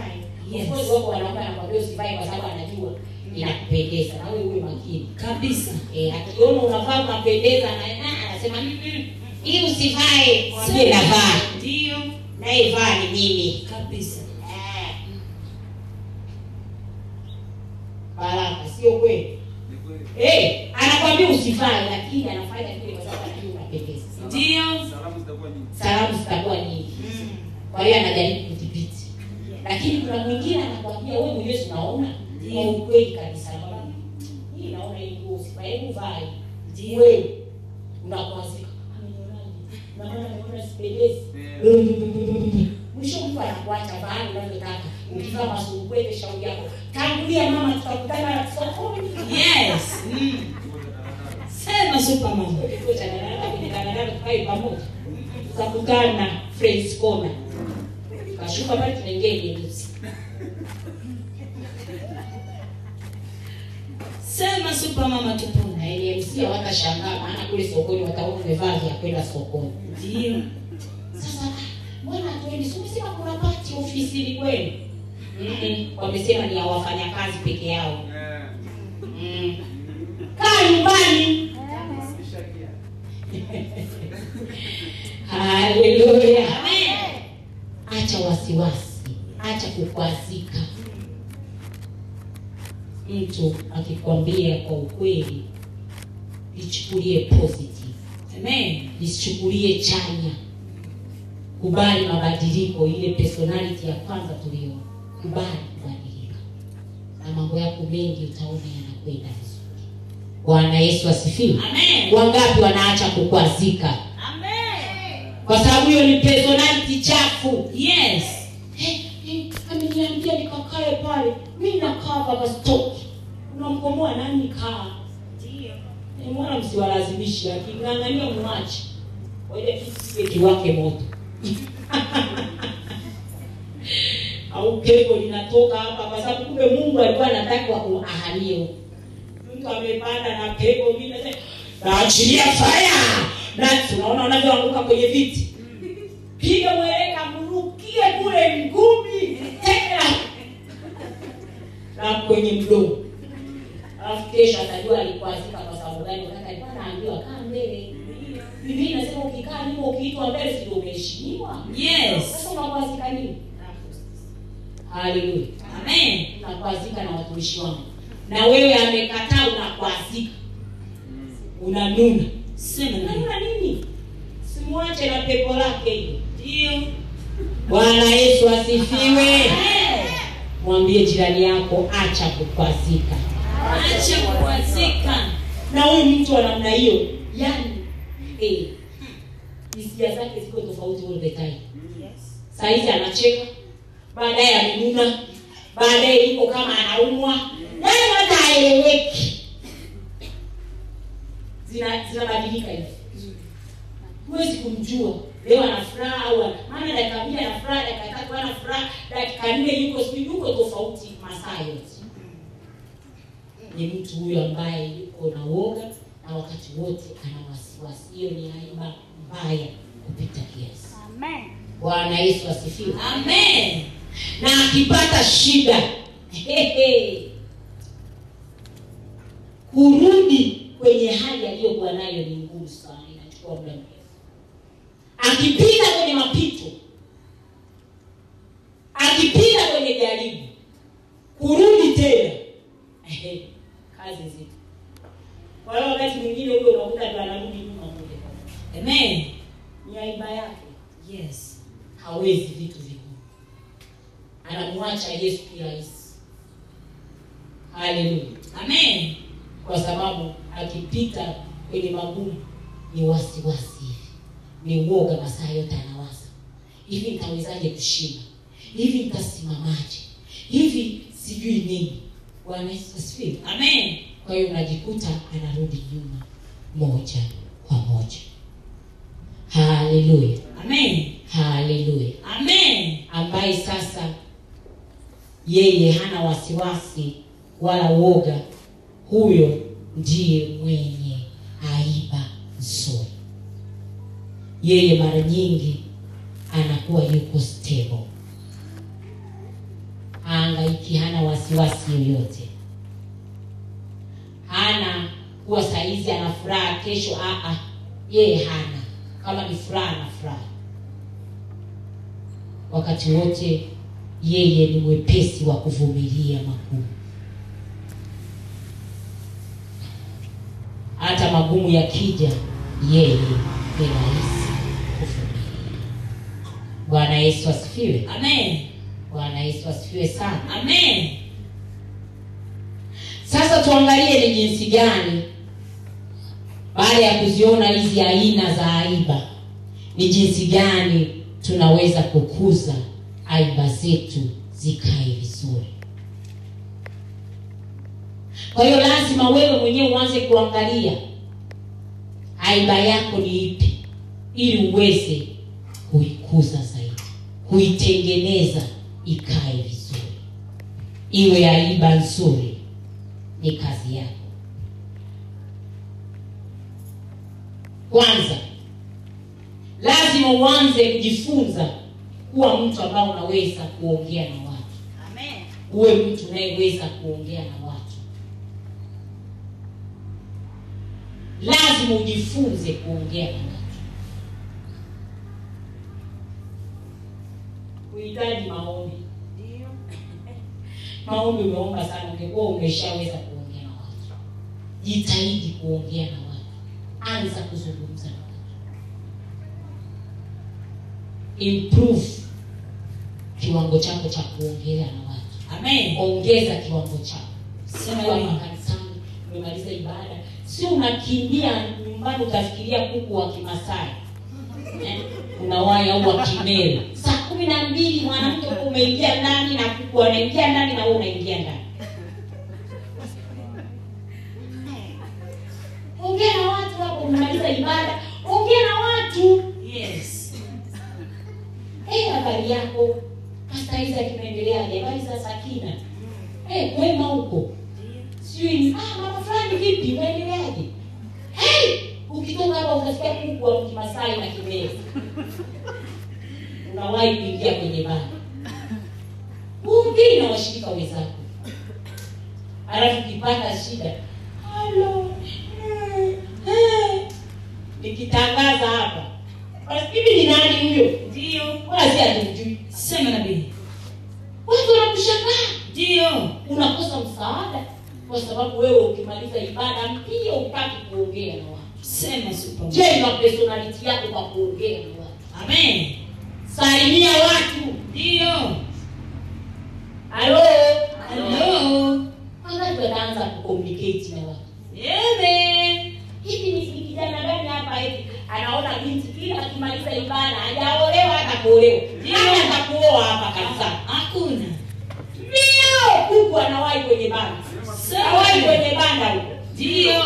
Speaker 2: Yes.
Speaker 1: yes. wako wanaume anakwambia usivae kwa sababu anajua inakupendeza na wewe uwe makini
Speaker 2: Kabisa.
Speaker 1: Eh, akiona unavaa unapendeza na ah, anasema "Mm, mm, hii usivae mwambie navaa
Speaker 2: Ndio.
Speaker 1: naivaa ni mimi Eh.
Speaker 2: Kabisa.
Speaker 1: baraka sio kweli Eh, anakwambia usifae lakini anafanya vile kwa sababu anajua unapendeza
Speaker 2: Ndio.
Speaker 11: Salamu zitakuwa nyingi.
Speaker 1: salamu zitakuwa nyingi
Speaker 2: Mm.
Speaker 1: kwa hiyo anajaribu kudhibiti lakini kuna mwingine anakwambia wewe mwenyewe unaona kwa ukweli kabisa anakwambia, hii naona hii nguo usivae hebu vaa hii."
Speaker 2: Ndio.
Speaker 1: wewe unakwazika "Amenionaje? na maana ameona sipendezi
Speaker 11: Eh,
Speaker 1: mwisho mtu anakuacha mahali unavyotaka ukivaa masungwete shauri yako tangulia mama tutakutana sokoni
Speaker 2: Yes. Mm. Sema superman.
Speaker 1: kituo cha daladala kulingana nalo tukae pamoja tukakutana friends corner tukashuka pale tunaingia ijerusi
Speaker 2: Sema supermama tupone.
Speaker 1: na nmc hawatashangaa maana kule sokoni wataona umevaa vya kwenda sokoni
Speaker 2: Ndio.
Speaker 1: sasa mbona hatuendi si umesema kuna pati ofisini kwenu Mm-mm, wamesema ni ya wafanyakazi peke yao
Speaker 11: eh,
Speaker 1: Mm. kaa nyumbani
Speaker 11: nishakia.
Speaker 1: haleluya acha wasiwasi acha kukwazika mtu akikwambia kwa ukweli ichukulie positive
Speaker 2: Amen.
Speaker 1: isichukulie chanya kubali mabadiliko ile personality ya kwanza tuliyo kubali kubadilika na mambo yako mengi utaona yanakwenda vizuri bwana yesu asifiwe
Speaker 2: Amen.
Speaker 1: wangapi wanaacha kukwazika kwa sababu hiyo ni personality chafu
Speaker 2: Yes.
Speaker 1: Eh, eh, ameniambia nikakae pale mi nakaa kama stoki unamkomoa nani nikaa Eh, mwana msiwalazimishi aking'ang'ania mwache waja kisiwe kiwake moto au pepo linatoka hapa kwa sababu kumbe mungu alikuwa anataka ahamie huko mtu amepanda na pepo mimi nasema, naachilia faya na tunaona wanavyoanguka kwenye viti piga mweleka mrukie kule ngumi tena na kwenye mdomo alafu kesho atajua alikuazika kwa sababu gani wakati alikuwa anaambiwa kaa mbele bibii nasema ukikaa nyuma ukiitwa mbele sio umeheshimiwa
Speaker 2: Yes.
Speaker 1: sasa unakuazika nini haleluya
Speaker 2: Amen.
Speaker 1: unakwazika na watumishi wangu na wewe amekataa unakwazika unanuna
Speaker 2: Sema nami.
Speaker 1: unanuna nini simwache na pepo lake hilo
Speaker 2: Ndio.
Speaker 1: bwana yesu asifiwe
Speaker 2: Amen.
Speaker 1: mwambie jirani yako acha kukwazika
Speaker 2: Acha kukwazika.
Speaker 1: na huyu mtu wa namna hiyo yani eh, hisia zake ziko tofauti all the time sahizi anacheka baadaye amenuna baadaye yuko kama anaumwa yaani hata aeleweki Zina- zinabadilika hivi huwezi kumjua leo ana furaha au ana- maana dakika mbili ana furaha dakika tatu ana furaha dakika nne yuko sijui yuko tofauti masaa yote ni mtu huyo ambaye yuko na woga na wakati wote ana wasiwasi hiyo ni aiba mbaya kupita kiasi
Speaker 3: Amen.
Speaker 1: bwana yesu asifiwe
Speaker 2: Amen.
Speaker 1: na akipata shida hehe, kurudi kwenye hali aliyokuwa nayo ni ngumu sana inachukua muda mrefu akipita kwenye mapito akipita kwenye jaribu kurudi tena Ehe, kazi zito kwa hiyo wakati mwingine huyo unakuta ndo anarudi nyuma moja kwa moja.
Speaker 2: Amen.
Speaker 1: ni aiba yake
Speaker 2: Yes.
Speaker 1: hawezi vitu vigumu anamwacha yesu kirahisi haleluya
Speaker 2: Amen.
Speaker 1: kwa sababu akipita kwenye magumu ni wasiwasi hivi ni uoga masaa yote anawaza hivi nitawezaje kushinda hivi nitasimamaje hivi sijui nini bwana yesu asifiwe
Speaker 2: Amen.
Speaker 1: kwa hiyo unajikuta anarudi nyuma moja kwa moja haleluya
Speaker 2: Amen.
Speaker 1: haleluya
Speaker 2: Amen.
Speaker 1: ambaye sasa yeye hana wasiwasi wala uoga huyo ndiye mwenye aiba nzuri yeye mara nyingi anakuwa yuko stable haangaiki hana wasiwasi yoyote hana kuwa saizi ana furaha kesho aa yeye hana kama ni furaha na furaha wakati wote yeye ni mwepesi wa kuvumilia magumu hata magumu yakija yeye ni rahisi kuvumilia bwana yesu asifiwe
Speaker 2: Amen.
Speaker 1: bwana yesu asifiwe sana
Speaker 2: Amen.
Speaker 1: sasa tuangalie ni jinsi gani baada ya kuziona hizi aina za aiba ni jinsi gani tunaweza kukuza aiba zetu zikae vizuri kwa hiyo lazima wewe mwenyewe uanze kuangalia aiba yako ni ipi ili uweze kuikuza zaidi kuitengeneza ikae vizuri iwe aiba nzuri ni kazi yako kwanza lazima uanze kujifunza kuwa mtu ambao unaweza kuongea na watu
Speaker 3: Amen.
Speaker 1: uwe mtu unayeweza kuongea na watu lazima ujifunze kuongea na watu. kuhitaji maombi
Speaker 3: Ndio.
Speaker 1: maombi umeomba sana ungekuwa umeshaweza kuongea na watu jitahidi kuongea na watu anza kuzungumza na watu improve kiwango chako cha kuongea na watu
Speaker 2: Amen.
Speaker 1: ongeza kiwango chako sema wewe ni kanisani umemaliza ibada si unakimbia nyumbani utafikiria kuku wa kimasai Eh, kuna waya au wa kimera saa kumi na mbili mwanamke huko umeingia ndani na kuku anaingia ndani na wewe unaingia ndani ongea na watu hapo umemaliza ibada ongea na watu
Speaker 2: Yes.
Speaker 1: Eh, habari yako hasa hizi akinaendeleaje habari za sakina Eh, kwema huko sijui ni ah, mama fulani vipi unaendeleaje hey, ukitoka hapa utasikia kuku wa kimasai na kimeza unawahi kuingia kwenye bana ungii na washirika wenzako halafu ukipata shida halo eh, eh, nikitangaza hapa nafikiri ni nani huyo
Speaker 2: Ndio.
Speaker 1: wala si atimjui
Speaker 2: Sema nabii.
Speaker 1: watu wanakushangaa
Speaker 2: Ndio.
Speaker 1: unakosa msaada kwa sababu wewe ukimaliza ibada mpia upaki kuongea na watu
Speaker 2: Sema super.
Speaker 1: jenga personality yako kwa kuongea na watu
Speaker 2: Amen.
Speaker 1: salimia watu
Speaker 2: Ndio.
Speaker 1: halo
Speaker 2: Hello.
Speaker 1: angazi wataanza kucommunicate na watu
Speaker 2: Amen.
Speaker 1: hivi ni ni kijana gani hapa hivi anaona binti kila akimaliza ibada hajaolewa hata kuolewa nani atakuoa hapa kabisa
Speaker 2: Hakuna.
Speaker 1: ndio kuku anawahi kwenye banda hawahi kwenye banda huko
Speaker 2: Ndio.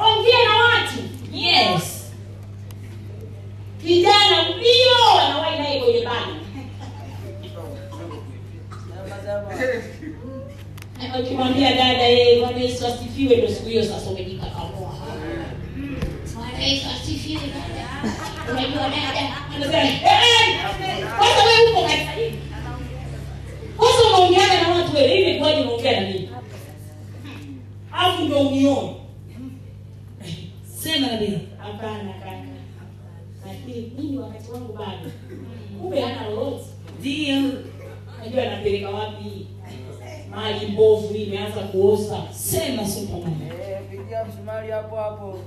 Speaker 1: ongea na watu
Speaker 2: Yes.
Speaker 1: vijana mbio wanawahi naye kwenye bana ukimwambia dada yeye bwana yesu asifiwe ndo siku hiyo sasa umejikakamua bwana yesu asifiwe dada unajua dada anasema "Eh, kwanza wewe uko katika nini kwanza unaongeana na watu wewe hivi kwaje unaongea na mimi alafu Eh, ndo unione
Speaker 2: Sema nabii.
Speaker 1: hapana kaka lakini mimi wakati wangu bado kumbe hana lolote
Speaker 2: Ndio.
Speaker 1: najua anapeleka wapi mali mbovu hii imeanza kuosa
Speaker 2: Sema super mama.
Speaker 11: Pigia msumari hapo hapo.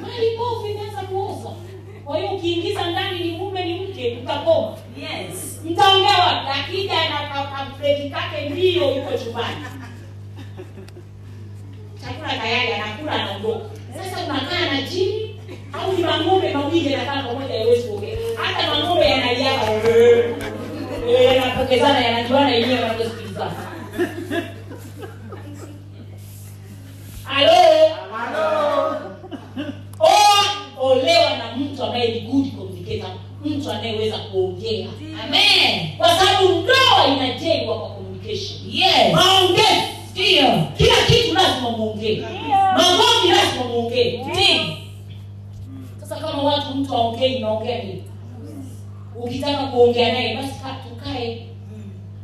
Speaker 1: mali mbovu imeanza kuosa kwa hiyo ukiingiza ndani ni mume ni mke mtakoma
Speaker 2: Yes.
Speaker 1: mtaongea wapi akija na ka- kabreki kake mbio yuko chumbani chakula tayari anakula anaondoka sasa unakaa na chini au ni mang'ombe mawili yanakaa pamoja yawezi kuongea hata mang'ombe yanaliaka Eh, yanapokezana yanajuana yenyewe wanaposikilizana halo oa olewa na mtu ambaye ni good communicator mtu anayeweza kuongea
Speaker 2: Amen.
Speaker 1: kwa sababu ndoa inajengwa kwa communication
Speaker 2: Yes.
Speaker 1: maongezi
Speaker 2: Ndio.
Speaker 1: kila kitu lazima muongee magomvi lazima muongee
Speaker 2: Ndio.
Speaker 1: sasa kama watu mtu aongei naongea nini ukitaka kuongea naye basi ka- tukae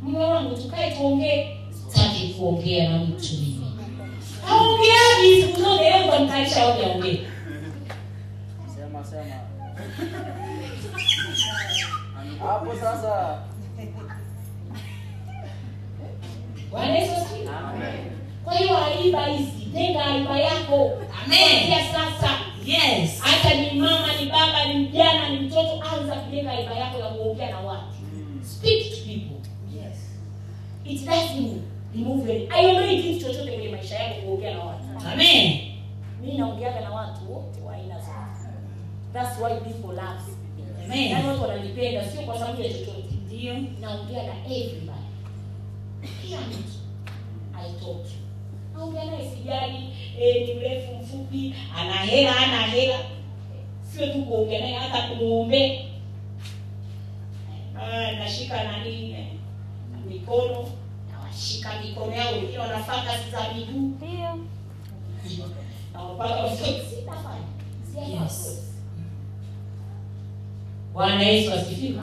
Speaker 1: mume wangu tukae tuongee sitaki kuongea na mtu mimi aongeaji siku zote leo kamkaisha wote aongee
Speaker 11: Sema sema. Hapo sasa.
Speaker 1: Bwana Yesu asifiwe. kwa hiyo aiba hizi jenga aiba yako kuanzia sasa
Speaker 2: Yes.
Speaker 1: hata ni mama ni baba ni mjana ni mtoto anza kujenga haiba yako ya kuongea na watu speak to people yes it doesn't remove any aiondoi kitu chochote kwenye maisha yako kuongea na watu
Speaker 2: Amen.
Speaker 1: mi naongeaga na watu wote wa aina zote that's why people love me.
Speaker 2: Amen.
Speaker 1: Yaani watu wananipenda sio kwa sababu ya chochote
Speaker 2: Ndio.
Speaker 1: naongea na everybody kila mtu aitoki naongea naye sijali eh, ni mrefu mfupi ana hela ana hela sio tu kuongea naye hata kumwombea Ah, nashika nani eh, mikono nawashika mikono yao wengine wanafakasi za miguu
Speaker 3: Ndio.
Speaker 1: nawapaka soksi nafanya Siacha soksi. bwana yesu asifiwe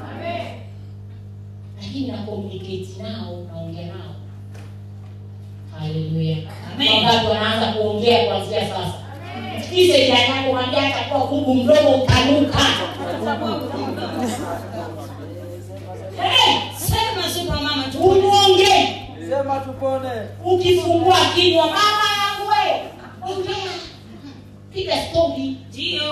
Speaker 1: lakini na communicate nao naongea nao haleluya wakati wanaanza kuongea kuanzia sasa kise janako mwambia atakuwa kubu mdogo ukanuka Eh, sema super mama tu uniongee
Speaker 11: Sema tupone.
Speaker 1: ukifungua kinywa mama yangu we ongea piga stori ndio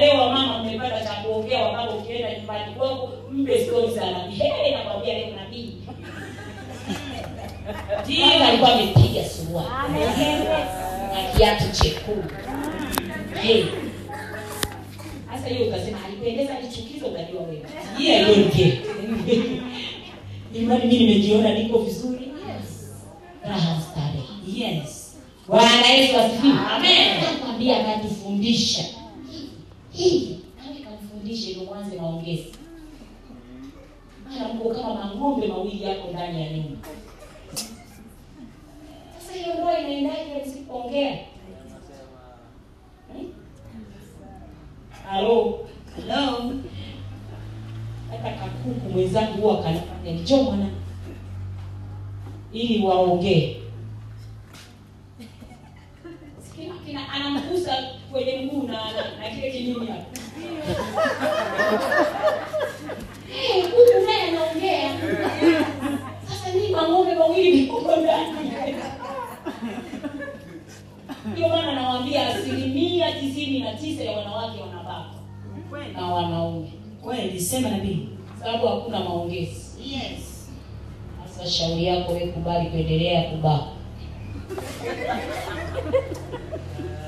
Speaker 1: leo wamama mmepata cha kuongea wamama ukienda nyumbani kwako mpe stori za nabii Hey, nakwambia leo nabii ndio alikuwa amepiga suruali na kiatu chekundu Hey. sasa hiyo ukasema alipendeza nichukizo ukajua wewe yeye alionge imani mimi nimejiona niko vizuri yes raha starehe
Speaker 2: Yes.
Speaker 1: Bwana Yesu asifiwe.
Speaker 2: Amen.
Speaker 1: Nakwambia akatufundisha. Hii, nani kamfundishe ndio mwanze maongezi. Mara mko kama mang'ombe mawili yako ndani ya nyumba. Sasa hiyo ndoa inaendaje msipoongea? Hmm? Halo.
Speaker 2: Hello.
Speaker 1: Hata kakuku mwenzangu huwa kanafanya njoo mwana ili waongee. Sikina kina anamgusa kwenye mguu na na kile kinyonyi hapo. Eh, huyu naye anaongea. Sasa ni mang'ombe mawili mkubwa ndani. Ndio maana nawaambia asilimia tisini na tisa ya wanawake wanabaka na wanaume
Speaker 2: Kweli sema nabii.
Speaker 1: sababu hakuna maongezi
Speaker 2: Yes.
Speaker 1: sasa shauri yako we kubali kuendelea kubaka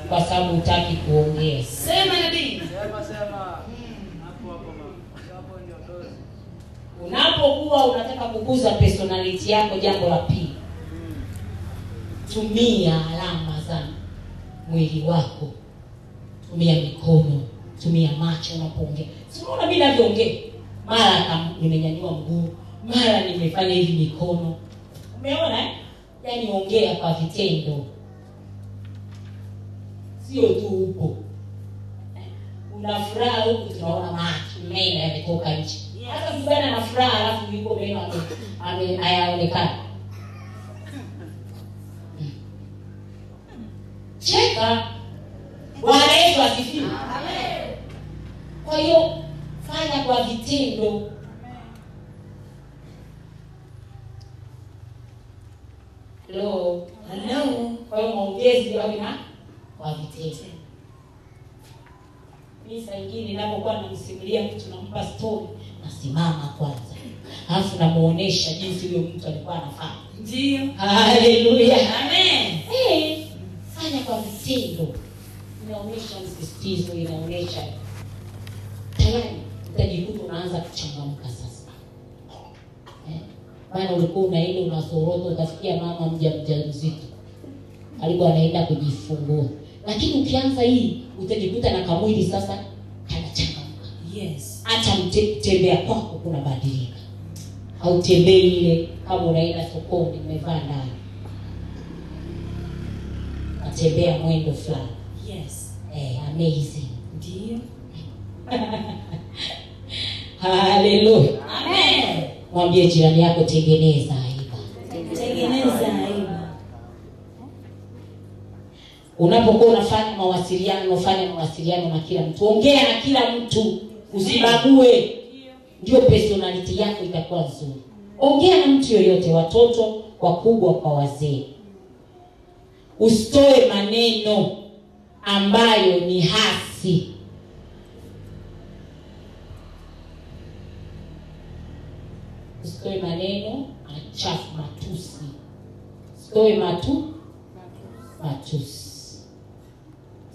Speaker 1: kwa sababu hutaki kuongea
Speaker 2: Sema nabii.
Speaker 11: Sema sema. Hapo hapo mama. Hapo ndio dozi.
Speaker 1: unapokuwa unataka kukuza personality yako jambo la pili tumia alama za mwili wako tumia mikono tumia macho unapoongea sinaona mi navyoongea mara kam- nimenyanyua mguu mara nimefanya hivi mikono umeona eh? yaani ongea kwa vitendo sio tu upo una furaha huku tunaona macho meno yametoka nje hata mvulana ana furaha alafu yuko meno ame- ame- hayaonekana Mm. cheka bwana yesu asifiwe kwa hiyo fanya kwa vitendo lo
Speaker 2: Hello.
Speaker 1: kwa hiyo maongezi au na kwa vitendo mi saa ingine napokuwa namsimulia mtu nampa stori nasimama kwanza alafu namuonesha jinsi huyo mtu alikuwa anafanya
Speaker 2: Ndio.
Speaker 1: haleluya
Speaker 2: Amen.
Speaker 1: Eh, fanya kwa vitendo inaonyesha msisitizo inaonyesha tayari utajikuta unaanza kuchangamka sasa Eh, maana ulikuwa unaenda unasorota utafikia mama mja mja mzito alikuwa anaenda kujifungua lakini ukianza hii utajikuta na kamwili sasa kanachangamka
Speaker 2: Yes.
Speaker 1: hata mte- kutembea kwako kunabadilika hautembei ile kama unaenda sokoni umevaa ndani natembea mwendo fulani
Speaker 2: Yes.
Speaker 1: eh, amazing
Speaker 2: Ndio.
Speaker 1: haleluya
Speaker 2: Amen.
Speaker 1: mwambie jirani yako tengeneza aiba
Speaker 2: Tengeneza aiba.
Speaker 1: unapokuwa unafanya mawasiliano fanya mawasiliano na kila mtu ongea na kila mtu usibague ndio personality yako itakuwa nzuri ongea na mtu yoyote watoto wakubwa kwa wazee usitoe maneno ambayo ni hasi usitoe maneno machafu matusi usitoe matu matusi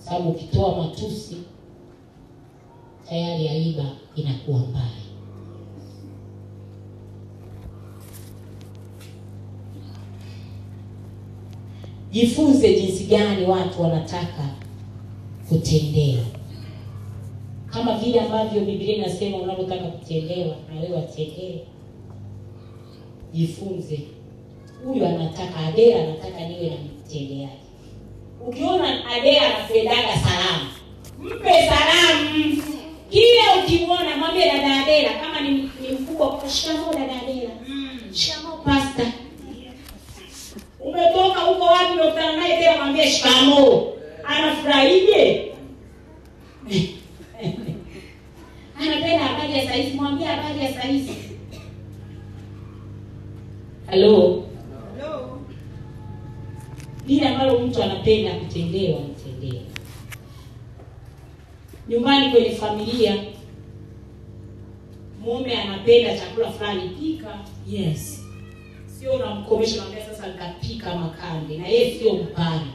Speaker 1: sababu ukitoa matusi tayari aiba inakuwa mbaya jifunze jinsi gani watu wanataka kutendewa kama vile ambavyo biblia inasema unavyotaka kutendewa na wewe watendewe jifunze huyu anataka adea anataka niwe na mtendeaji ukiona adea anapendaga salamu mpe salamu kile ukimwona mwambie dada adela kama ni, ni mkubwa kwa shikamoo dada adela shikamo pasta
Speaker 12: umetoka huko wapi unakutana naye tena mwambie shikamo anafurahije
Speaker 1: anapenda habari ya sahizi mwambie habari ya sahizi halo
Speaker 11: Hello.
Speaker 1: lile ambalo mtu anapenda kutendewa mtendee nyumbani kwenye familia mume anapenda chakula fulani pika
Speaker 2: Yes.
Speaker 1: sio unamkomesha unaambia sasa nikapika makande na yeye sio mpana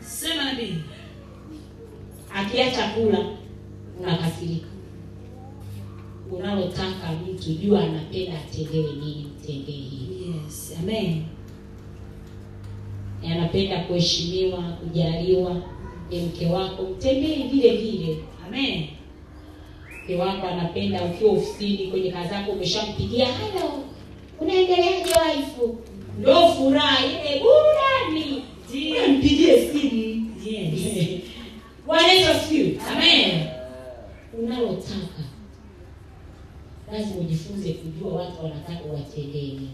Speaker 2: Sema nini?
Speaker 1: akiacha kula unakasirika unalotaka mtu jua anapenda atendewe nini mtendee hivi
Speaker 2: Yes. Amen.
Speaker 1: anapenda kuheshimiwa kujaliwa ni mke wako mtendee vile vile
Speaker 2: Amen.
Speaker 1: mke wako anapenda ukiwa ofisini kwenye kazi zako umeshampigia halo unaendeleaje waifu ndo furaha ile burudani Wewe mpigie simu
Speaker 2: Yes.
Speaker 1: bwana yesu asifiwe
Speaker 2: Amen.
Speaker 1: unalotaka lazima ujifunze kujua watu wanataka watendee nini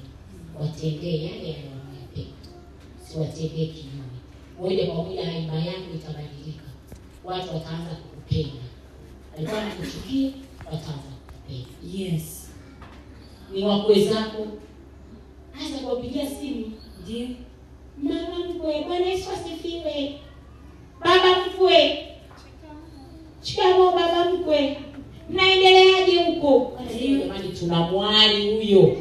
Speaker 1: watendee yale yanayowapenda siwatendee kinyume moja kwa moja aima yangu itabadilika watu wataanza kukupenda walikuwa nakuchukia wataanza kukupenda
Speaker 2: Yes.
Speaker 1: ni wakwe zako anza kuwapigia simu
Speaker 2: Ndio.
Speaker 1: mama mkwe bwana yesu asifiwe baba mkwe shikamo baba mkwe mnaendeleaje huko jamani tuna mwali huyo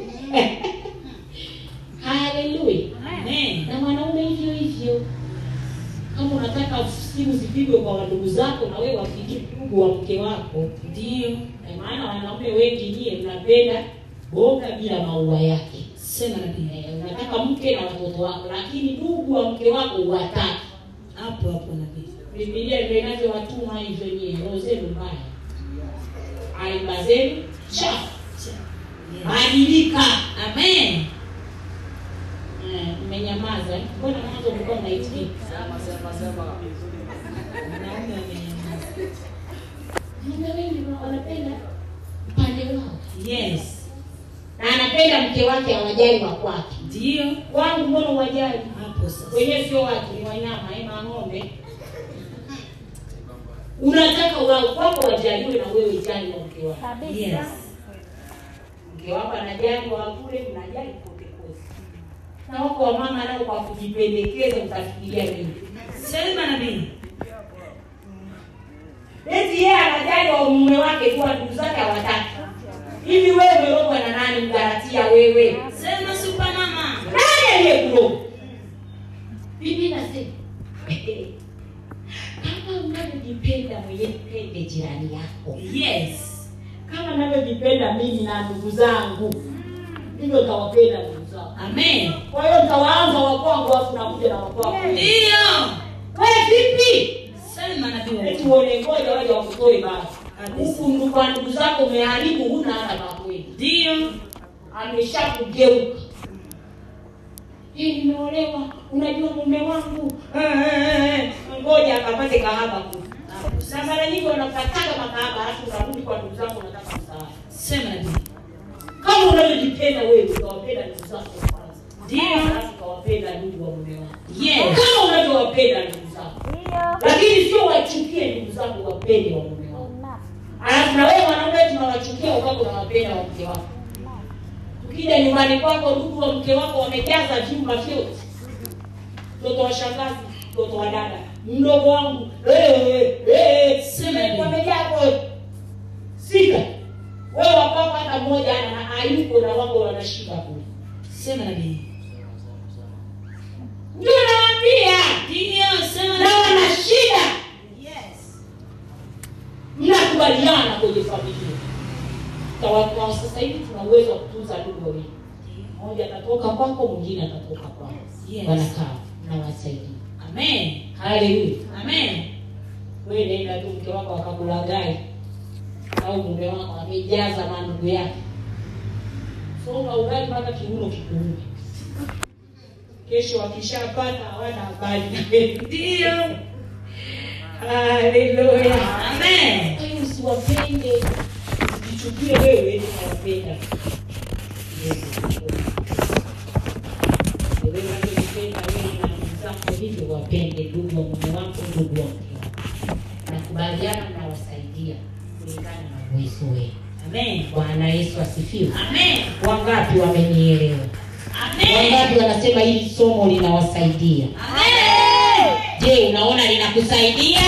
Speaker 1: haleluya
Speaker 2: Amen.
Speaker 1: na mwanaume hivyo hivyo kama unataka simu zipigwe kwa wandugu zako na wewe wapigie ndugu wa mke wako
Speaker 2: Ndio.
Speaker 1: Na maana wanaume wengi nyie mnapenda boga bila maua yake
Speaker 2: Sema nini?
Speaker 1: Eh, unataka mke na watoto wako lakini ndugu wa mke wako wataki
Speaker 2: Hapo hapo nabii.
Speaker 1: bibilia imenavyo watuma hivyo nyie roho zenu mbaya aiba zenu chafu
Speaker 2: Yes.
Speaker 1: badilika
Speaker 2: Amen.
Speaker 1: Eh, mmenyamaza eh? mbona mwanzo mlikuwa mnaitika
Speaker 11: Sema, sema, sema.
Speaker 2: Naomba amenyamaza.
Speaker 1: mume wengi wanapenda upande wao
Speaker 2: Yes.
Speaker 1: na anapenda mke wake awajali wa kwake
Speaker 2: Ndio.
Speaker 1: wangu mbona uwajali
Speaker 2: Hapo sasa.
Speaker 1: wenyewe sio watu ni wanyama ema ng'ombe unataka wa- wako wajaliwe na wewe jali wa mke wako
Speaker 2: Yes.
Speaker 1: mke wako anajali wa kule mnajali kote kote na wako wamama nao kwa kujipendekeza utafikiria nini
Speaker 2: Sema nabii.
Speaker 1: beti yeye anajali wa mume wake kuwa ndugu zake hawataki hivi wewe umerogwa na nani mgaratia wewe
Speaker 2: Sema super mama.
Speaker 1: nani aliyekulogwa bibi nasema kama unavyojipenda mwenyewe mpende jirani yako
Speaker 2: Yes.
Speaker 1: kama navyojipenda mimi na ndugu zangu hivyo tawapenda ndugu zangu
Speaker 2: Amen.
Speaker 1: kwa hiyo tawaanza wakwangu afu nakuja na wakwangu
Speaker 2: Ndio.
Speaker 1: we vipi
Speaker 2: Sema nabii.
Speaker 1: tuone ngoja waje wakutoe basi
Speaker 2: Kabisa.
Speaker 1: huku ndugu wa ndugu zako umeharibu huna hata pakweli
Speaker 2: Ndio.
Speaker 1: ameshakugeuka hii nimeolewa unajua mume wangu Eh, eh, eh. ngoja akapate kahaba ku na mara nyingi wanakataga makahaba halafu unarudi kwa ndugu zako unataka msaada
Speaker 2: Sema nabii.
Speaker 1: kama unavyojipenda wewe ukawapenda ndugu zako kwanza
Speaker 2: Ndio.
Speaker 1: alafu ukawapenda ndugu wa mume wako
Speaker 2: Yes.
Speaker 1: kama unavyowapenda ndugu zako
Speaker 3: Ndio.
Speaker 1: lakini sio wachukie ndugu zako wapende wa mume wako
Speaker 3: Na.
Speaker 1: alafu na wewe mwanaume tunawachukia ukako unawapenda wa mke wako ukija nyumbani kwako ndugu wa mke wako wamejaza vyumba vyote mtoto wa shangazi mtoto wa dada mdogo wangu eh, eh, eh,
Speaker 2: Sema
Speaker 1: eh,
Speaker 2: nini?
Speaker 1: wamejaa kwe sita wewe wapapa hata mmoja ana- hayuko na wako wanashika kule
Speaker 2: Sema nabii.
Speaker 1: ndio nawaambia
Speaker 2: Ndio. Sema
Speaker 1: na
Speaker 2: nabii.
Speaker 1: wana shida
Speaker 11: Yes.
Speaker 1: mnakubaliana kwenye familia Tawa- kwa sasa hivi tuna uwezo wa kutunza ndugu wawili mmoja atatoka kwako mwingine atatoka kwako
Speaker 2: Yes.
Speaker 1: wanakaa nawasaidia
Speaker 2: Amen.
Speaker 1: haleluya
Speaker 2: Amen.
Speaker 1: wewe nenda tu mke wako akakulagai au mume wako amejaza mandugu yake songa ugali mpaka kiuno kikuume kesho wakishapata hawana habari
Speaker 2: Ndio.
Speaker 1: haleluya
Speaker 2: Amen.
Speaker 1: Kwa hiyo usiwapende usijichukie wewe wawapenda Wewe unayempenda wewe na mwenzako hivyo wapende ndugu wa mume wako, ndugu wa mke wako. Nakubaliana mnawasaidia kulingana na uwezo wenu.
Speaker 2: Amen.
Speaker 1: Bwana Yesu asifiwe.
Speaker 2: Amen.
Speaker 1: Wangapi wamenielewa?
Speaker 2: Amen.
Speaker 1: Wangapi wanasema hili somo linawasaidia?
Speaker 2: Amen.
Speaker 1: Je, unaona linakusaidia?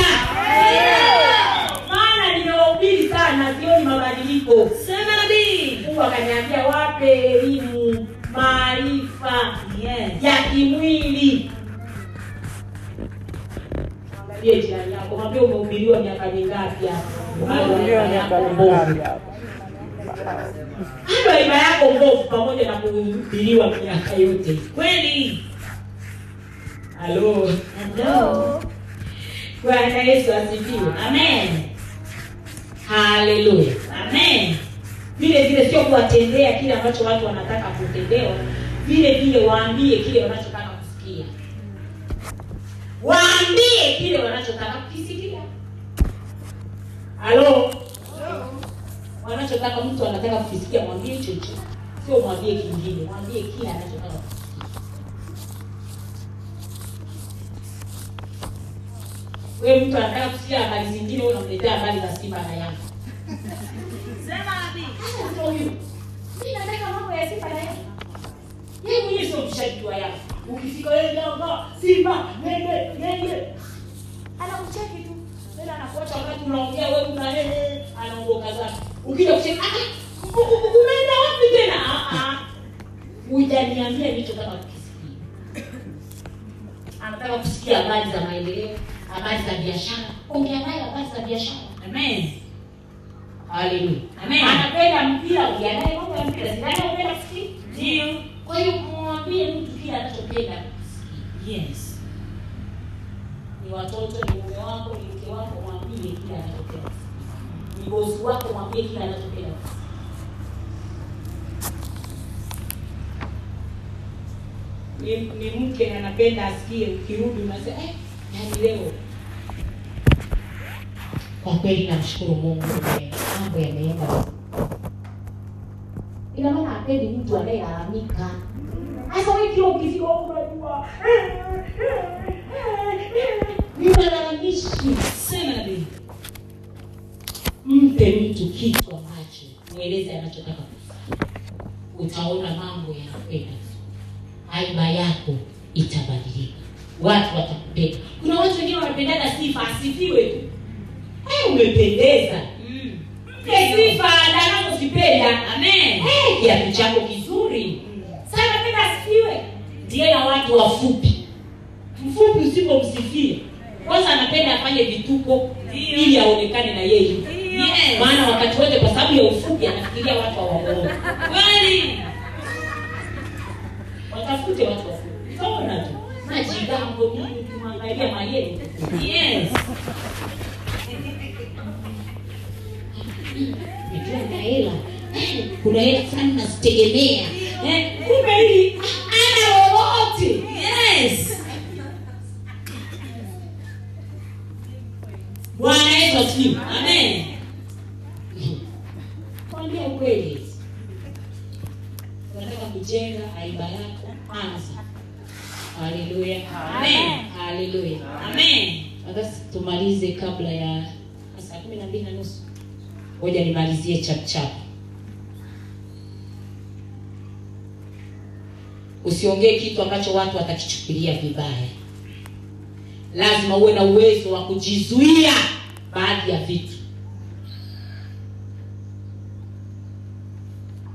Speaker 12: maana nimewahubiri sana sioni mabadiliko
Speaker 2: Sema nabii.
Speaker 12: mungu akaniambia wape elimu maarifa
Speaker 2: Yes.
Speaker 12: ya kimwili angalie jirani yako mwambie umehubiriwa miaka mingapi hapo
Speaker 3: Ndio miaka mingapi hapa?
Speaker 12: hilo ima yako mbovu pamoja na kuhubiriwa miaka yote
Speaker 2: Kweli.
Speaker 12: halo
Speaker 2: Hello.
Speaker 12: bwana yesu asifiwe
Speaker 2: Amen.
Speaker 1: Haleluya.
Speaker 2: Amen.
Speaker 12: vile vile sio kuwatendea kile ambacho watu wanataka kutendewa vile vile waambie kile wanachotaka kusikia waambie kile wanachotaka kukisikia halo wanachotaka mtu anataka kukisikia mwambie hicho hicho sio mwambie kingine mwambie kile anachotaka kukisikia we mtu anataka kusikia habari zingine wewe unamletea habari za simba na yanga
Speaker 2: Sema nabii.
Speaker 12: ninataka mambo ya sifa na heshima. Yeye mwenyewe sio mshabiki wa Yanga. Ukifika wewe Yanga, Simba, nende, nende. Anakucheki tu. Tena anakuacha wakati unaongea wewe una nene, anaondoka zake. Ukija kusema, "Ah, u- u- u- unaenda wapi tena?" Ah ah. Hujaniambia nilichotaka kukisikia. Anataka kusikia habari za maendeleo, habari za biashara. Ongea naye habari za biashara.
Speaker 2: Amen.
Speaker 1: Haleluya.
Speaker 2: Amen.
Speaker 12: Anapenda mpira, ongea naye mambo ya mpira. Sidhani anapenda kusikia
Speaker 2: Ndio.
Speaker 12: kwa hiyo mwambie mtu kile anachopenda
Speaker 2: Yes.
Speaker 12: ni watoto ni mume wako ni mke wako mwambie kile anachopenda ni bosi wako mwambie kile anachopenda ni, ni mke na anapenda asikie ukirudi unasema eh, yani leo
Speaker 1: Kwa kweli namshukuru Mungu leo mambo yameenda.
Speaker 12: ina maana hapendi mtu anayelalamika
Speaker 1: Mm.
Speaker 12: hasa wewe kila ukifika huko unajua "Eh, ni malalamishi
Speaker 2: Sema nabii.
Speaker 1: Mpe mtu kitu ambacho mweleze anachotaka kufanya, utaona mambo yanakwenda vizuri. aiba yako itabadilika, watu watakupenda. Kuna watu wengine wanapendaga sifa, asifiwe tu, hey, umependeza
Speaker 2: Mm.
Speaker 1: Mpe sifa anakokipenda.
Speaker 2: Amen.
Speaker 1: Eh, kiatu chako kizuri sana, tena asifiwe. Ndiye na watu wafupi, mfupi usipomsifia kwanza, anapenda afanye vituko ili aonekane na yeye yuko.
Speaker 2: Yes.
Speaker 1: maana wakati wote kwa sababu ya ufupi anafikiria watu hawamuoni.
Speaker 2: Kweli.
Speaker 1: Watafute watu wafupi, utaona tu majigambo nini, ukimwangalia mayele
Speaker 2: Yes.
Speaker 1: nikiwa hela kuna hela fulani nazitegemea, Eh, kumbe hili ah, ana lolote
Speaker 2: Yes.
Speaker 1: Bwana Yesu asifiwe.
Speaker 2: Amen.
Speaker 1: Kwambia ukweli. Unataka kujenga aiba yako anza. Haleluya.
Speaker 2: Amen.
Speaker 1: Haleluya.
Speaker 2: Amen.
Speaker 1: Sasa tumalize kabla ya saa kumi na mbili na nusu. Ngoja nimalizie chap chap. Usiongee kitu ambacho watu watakichukulia vibaya. Lazima uwe na uwezo wa kujizuia baadhi ya vitu.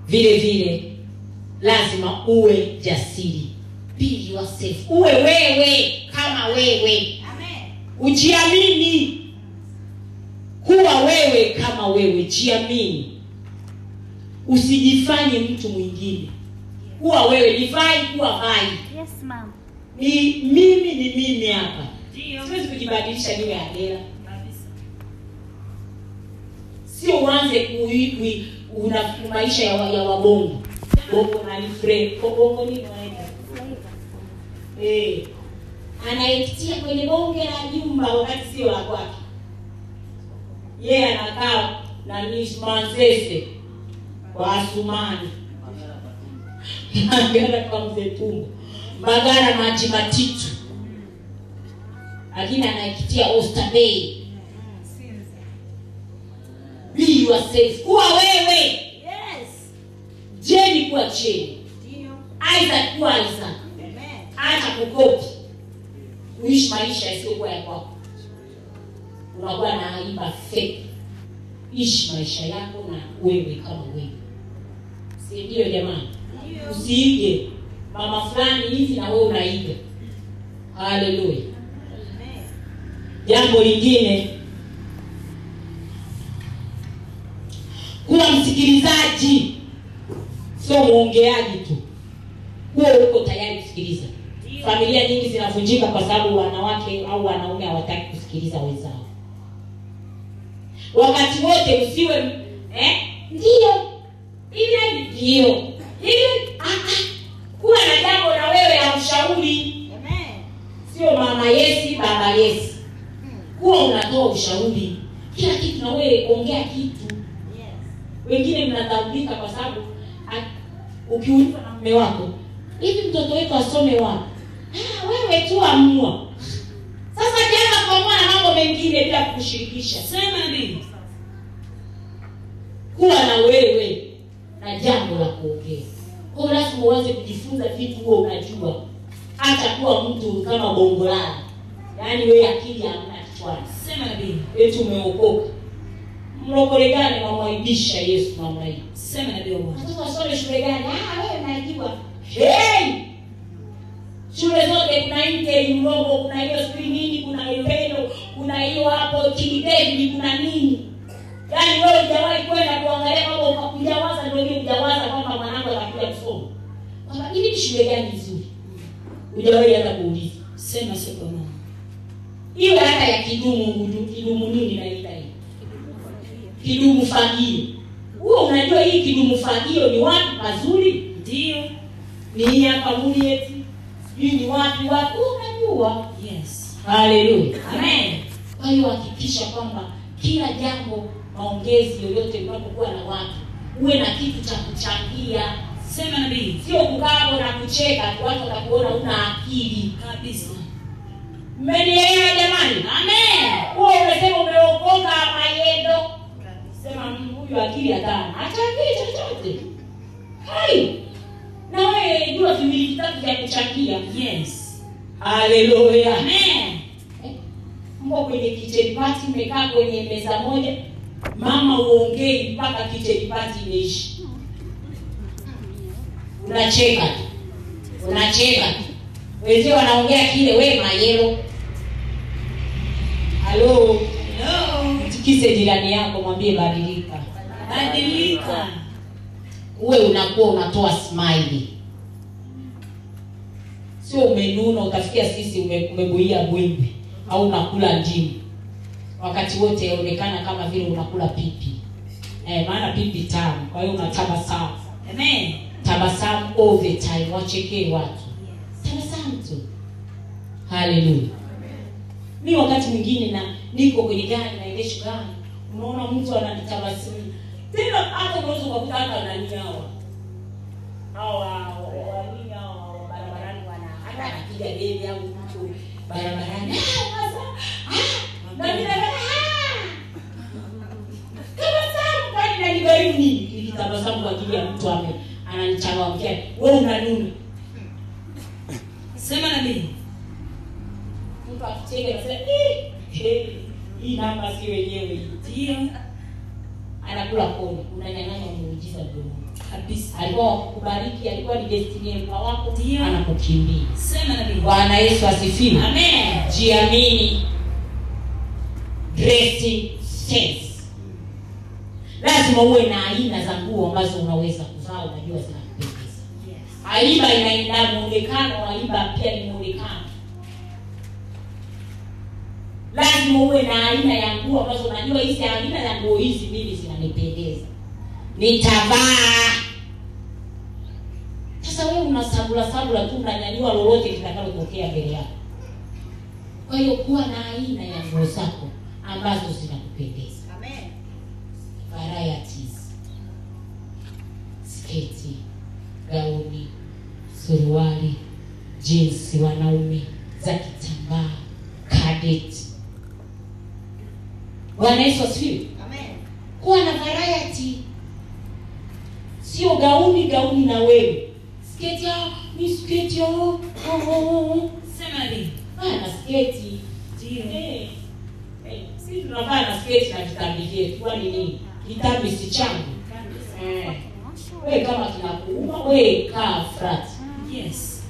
Speaker 1: Vile vile lazima uwe jasiri. Be yourself. Uwe wewe kama wewe ujiamini kuwa wewe kama wewe jiamini usijifanye mtu mwingine kuwa wewe divai kuwa hai
Speaker 3: Yes, ma'am.
Speaker 1: ni mimi ni mimi hapa
Speaker 2: Ndio.
Speaker 1: siwezi kujibadilisha niwe adela sio uanze kui- kui- una maisha ya, wa- ya wabongo bongo malifre bongo nini wanaita Eh, anayepitia kwenye bonge la jumba wakati sio la kwake yeye anakaa na nismansese kwa asumani magara kwa mzee Tumbo, magara maji matitu, lakini anaikitia Oyster Bay. Be yourself, kuwa wewe.
Speaker 2: Yes.
Speaker 1: Jeni kuwa Jeni,
Speaker 11: Ndio.
Speaker 1: Isaac kuwa Isaac,
Speaker 11: Amen.
Speaker 1: acha kukopi, uishi maisha yasiyokuwa ya kwako. Unakuwa na aiba feki. Ishi maisha yako na wewe kama wewe, si ndio jamani?
Speaker 11: Ndio.
Speaker 1: usiige mama fulani hivi na wewe unaiga haleluya
Speaker 11: Amen.
Speaker 1: jambo lingine kuwa msikilizaji sio mwongeaji tu huo uko tayari kusikiliza familia nyingi zinavunjika kwa sababu wanawake au wanaume hawataki kusikiliza wenzao wakati wote usiwe eh, ndio ile ndio ile ah, ah. kuwa na jambo na wewe ya ushauri
Speaker 11: Amen.
Speaker 1: sio mama yesi baba yesi huwa unatoa ushauri kila kitu na wewe ongea kitu
Speaker 11: Yes.
Speaker 1: wengine mnadhaulika kwa sababu a- ukiulizwa na mme wako hivi mtoto wetu asome wapi "Ah, wewe tu amua sasa jana kuamua na mambo mengine bila kukushirikisha
Speaker 2: Sema ndio.
Speaker 1: kuwa na wewe na jambo la kuongea kwa hiyo lazima uanze kujifunza vitu huo unajua hata kuwa mtu kama bongolana yaani wewe akili hamna kichwani
Speaker 2: Sema ndio.
Speaker 1: eti umeokoka mlokole gani wamwaibisha yesu namnai
Speaker 2: Sema ndio Bwana.
Speaker 1: watoto wasome shule gani ah wewe unajua hey! shule zote kuna inteli mlogo kuna hiyo sijui nini kuna upendo kuna hiyo hapo kilibendi kuna nini yaani wewe hujawahi kwenda kuangalia kwamba ukakujawaza ndio hiyo hujawaza kwamba mwanangu atakuja kusoma kwamba hivi ni shule gani nzuri hujawahi hata kuuliza
Speaker 2: Sema sema mama.
Speaker 1: iwe hata ya kidumu ngudu- kidumu nini naita hii kidumu fagio huo unajua hii kidumu fagio ni wapi pazuri
Speaker 2: Ndio.
Speaker 1: ni hii hapa mulieti sijui ni wapi wapi Wewe unajua
Speaker 2: Yes.
Speaker 1: haleluya
Speaker 2: Amen.
Speaker 1: kwa hiyo hakikisha kwamba kila jambo maongezi yoyote unapokuwa na watu uwe na kitu cha kuchangia
Speaker 2: Sema ndio.
Speaker 1: sio kukaa hapo na kucheka tu, watu watakuona una akili
Speaker 2: Kabisa.
Speaker 1: mmenielewa jamani
Speaker 2: Amen.
Speaker 1: huo umesema umeokoka mayendo sema "Mm, huyu akili hatana achangie chochote hai na wewe jua viwili vitatu vya kuchangia
Speaker 2: Yes.
Speaker 1: haleluya
Speaker 2: Amen.
Speaker 1: mko Eh, kwenye kitchen party mmekaa kwenye meza moja mama uongei mpaka kitchen party imeishi unacheka tu unacheka tu wenzio wanaongea kile we mayelo halo
Speaker 2: Hello.
Speaker 1: tikise jirani yako mwambie badilika
Speaker 2: Badilika.
Speaker 1: uwe unakuwa unatoa smile sio umenuna utafikia sisi ume- umebuia bwimbi au unakula ndimu wakati wote yaonekana kama vile unakula pipi eh, maana pipi tamu kwa hiyo unatabasamu
Speaker 2: Amen.
Speaker 1: tabasamu all the time wachekee watu tabasamu tu haleluya mi wakati mwingine na niko kwenye gari naendesha gari unaona mtu ananitabasamu tena hata unaweza ukakuta hata nani hawa hawa wa- nini hawa wa barabarani wana hata anapiga debe au mtu barabarani "Ah, sasa, ah, na mimi naona, ah." tabasamu kwani nanibarimu nini ili tabasamu kwa ajili ya mtu ame ananichangamkia we unanuna
Speaker 2: Sema ndio.
Speaker 1: mtu akicheka anasema "Eh, eh, hii namba si wenyewe hii."
Speaker 2: Ndio.
Speaker 1: anakula koni unanyang'anya muujiza mdomoni
Speaker 2: Kabisa.
Speaker 1: alikuwa wakukubariki alikuwa ni destiny helper wako
Speaker 2: Ndio.
Speaker 1: anakukimbia
Speaker 2: Sema ndio.
Speaker 1: bwana yesu asifiwe
Speaker 2: Amen.
Speaker 1: jiamini dressing sense lazima uwe na aina za nguo ambazo unaweza kuvaa unajua zinakupendeza aiba inaenda muonekano aiba pia ni muonekano lazima uwe na aina ya nguo ambazo unajua hizi aina ya nguo hizi mimi zinanipendeza nitavaa sasa wewe unasabulasabula tu unanyanyua lolote litakalotokea mbele yako kwa hiyo kuwa na aina ya nguo zako ambazo zinakupendeza
Speaker 11: Amen.
Speaker 1: varieties sketi gauni suruali jinsi wanaume za kitambaa kadeti bwana yesu asifiwe
Speaker 11: Amen.
Speaker 1: kuwa na variety sio gauni gauni na wewe sketi ah, ni sketi ah, oh, oh, oh.
Speaker 2: Summary.
Speaker 1: Vaa na sketi
Speaker 2: Ndio.
Speaker 1: Eh, eh, si tunavaa na sketi na kitambi chetu kwani nini kitambi si changu Eh, we kama kinakuuma we kaa frat
Speaker 2: Yes.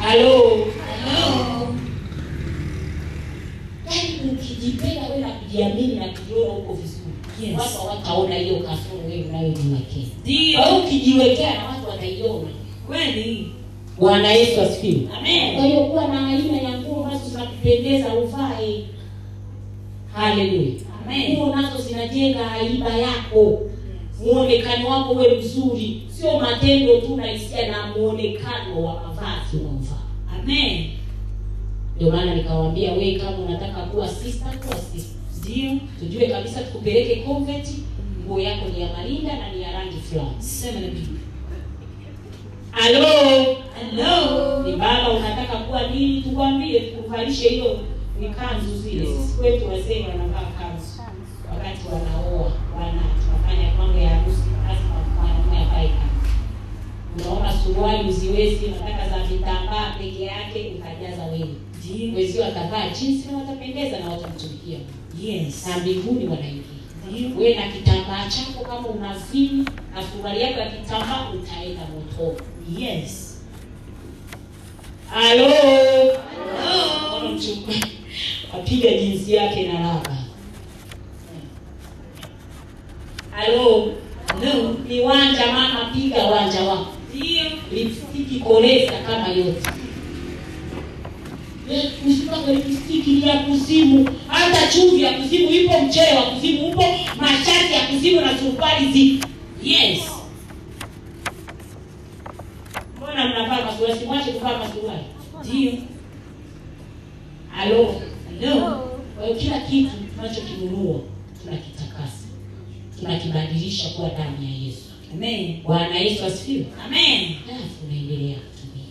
Speaker 1: halo
Speaker 2: Hello.
Speaker 1: yaani ukijipenda we na kujiamini na kujiona huko vizuri
Speaker 2: Yes.
Speaker 1: watu wataona hiyo kasoro wewe unayojiwekea
Speaker 2: Ndio.
Speaker 1: wao ukijiwekea na watu wataiona
Speaker 2: Kweli.
Speaker 1: bwana yesu asifiwe
Speaker 2: Amen.
Speaker 1: kwa hiyo kuwa na aina ya nguo ambazo zinakupendeza uvae haleluya
Speaker 2: Amen.
Speaker 1: nguo nazo zinajenga aiba yako muonekano wako we mzuri sio matendo tu na hisia na muonekano wa mavazi unaovaa
Speaker 2: Amen.
Speaker 1: ndio maana nikawaambia we kama unataka kuwa sista kuwa sista
Speaker 2: Ndio.
Speaker 1: tujue kabisa tukupeleke convent nguo yako ni ya marinda na ni ya rangi fulani
Speaker 2: Summary.
Speaker 1: halo
Speaker 2: Hello.
Speaker 1: ni baba unataka kuwa nini tukwambie tukuvalishe hiyo ni kanzu zile sisi kwetu wazee wanavaa kanzu wakati wanaoa wana wanafanya mambo ya harusi lazima mwanaume avae kanzu unaona suruali uziwezi nataka za vitambaa peke yake ukajaza wewe
Speaker 2: Ndio.
Speaker 1: wezio watavaa jinsi na watapendeza na watamtumikia Mungu.
Speaker 2: Yes.
Speaker 1: na mbinguni wanaingia
Speaker 2: Ndio.
Speaker 1: we na kitambaa chako kama unazini na suruali yako ya kitambaa utaenda motoni
Speaker 2: Yes.
Speaker 1: halo Ona mchumba apiga jinsi yake na raba halo
Speaker 2: Hello.
Speaker 1: ni wanja mama piga wanja wako
Speaker 2: Ndio.
Speaker 1: lipstiki koleza kama yote Eh, kushika kwa lipstiki ni ya kuzimu hata chumvi ya kuzimu ipo mchele wa kuzimu upo mashati ya kuzimu na suruali zipo
Speaker 2: Yes.
Speaker 1: mbona mnavaa masuruali simwache kuvaa masuruali
Speaker 2: Ndio.
Speaker 1: halo
Speaker 2: Hello.
Speaker 1: Kwa hiyo kila kitu tunachokinunua tunakitakasa, tunakibadilisha kuwa damu ya Yesu.
Speaker 2: Amen.
Speaker 1: Bwana Yesu asifiwe.
Speaker 2: Amen.
Speaker 1: Halafu unaendelea kutumia,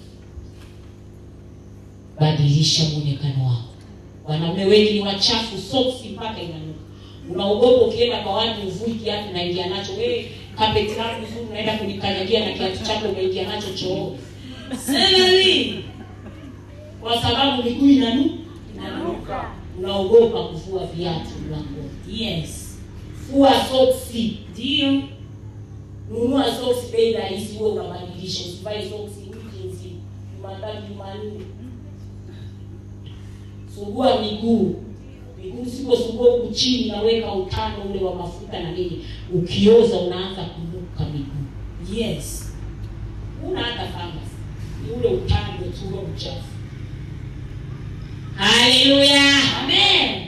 Speaker 1: badilisha muonekano wako. Wanaume wengi ni wachafu, soksi mpaka inanuka. Unaogopa ukienda kwa watu uvui kiatu unaingia nacho wewe, kapeti lako nzuri unaenda kulikanyagia na kiatu chako unaingia nacho chooni,
Speaker 2: Summary.
Speaker 1: kwa sababu miguu inanu
Speaker 3: Nanuka.
Speaker 1: unaogopa kuvua viatu mlangoni.
Speaker 2: Yes.
Speaker 1: Fua soksi
Speaker 2: Ndio.
Speaker 1: nunua socks bei rahisi huwe unabadilisha usivae socks wiki nzima jumatatu jumanne sugua miguu miguu usiposugua huku chini naweka utano ule wa mafuta na nini ukioza unaanza kunuka miguu
Speaker 2: Yes.
Speaker 1: una hata fungus ni ule utando tu ule mchafu haleluya
Speaker 2: Amen.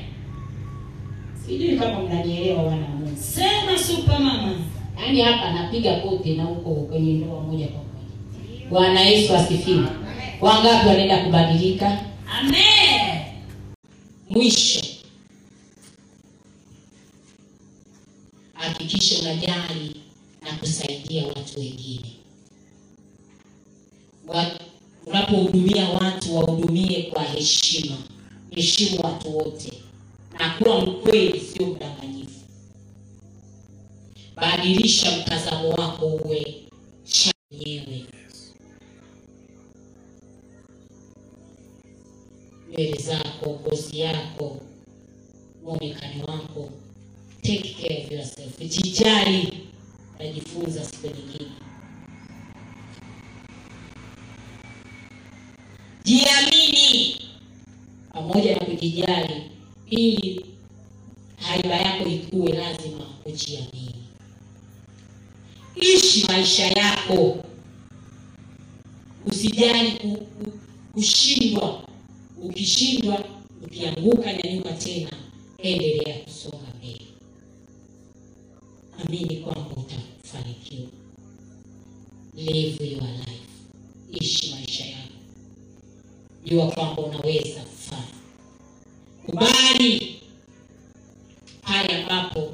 Speaker 1: sijui kama mnanielewa wana wa mungu
Speaker 2: Sema super mama.
Speaker 1: yaani hapa napiga kote na huko kwenye ndoa moja kwa moja bwana yesu asifiwe wangapi wanaenda kubadilika
Speaker 2: Amen.
Speaker 1: mwisho hakikisha unajali na kusaidia watu wengine Wa- unapohudumia watu wahudumie kwa heshima heshimu watu wote na kuwa mkweli sio mdanganyifu badilisha mtazamo wako uwe cha mwenyewe nywele zako ngozi yako mwonekano wako take care of yourself jijali unajifunza siku nyingine jiamini pamoja na kujijali ili haiba yako ikuwe lazima ujiamini ishi maisha yako usijali ku, ku, kushindwa ukishindwa ukianguka nyanyuka tena endelea kusonga mbele amini kwamba utafanikiwa live your life ishi maisha yako jua kwamba unaweza kufanya kubali pale ambapo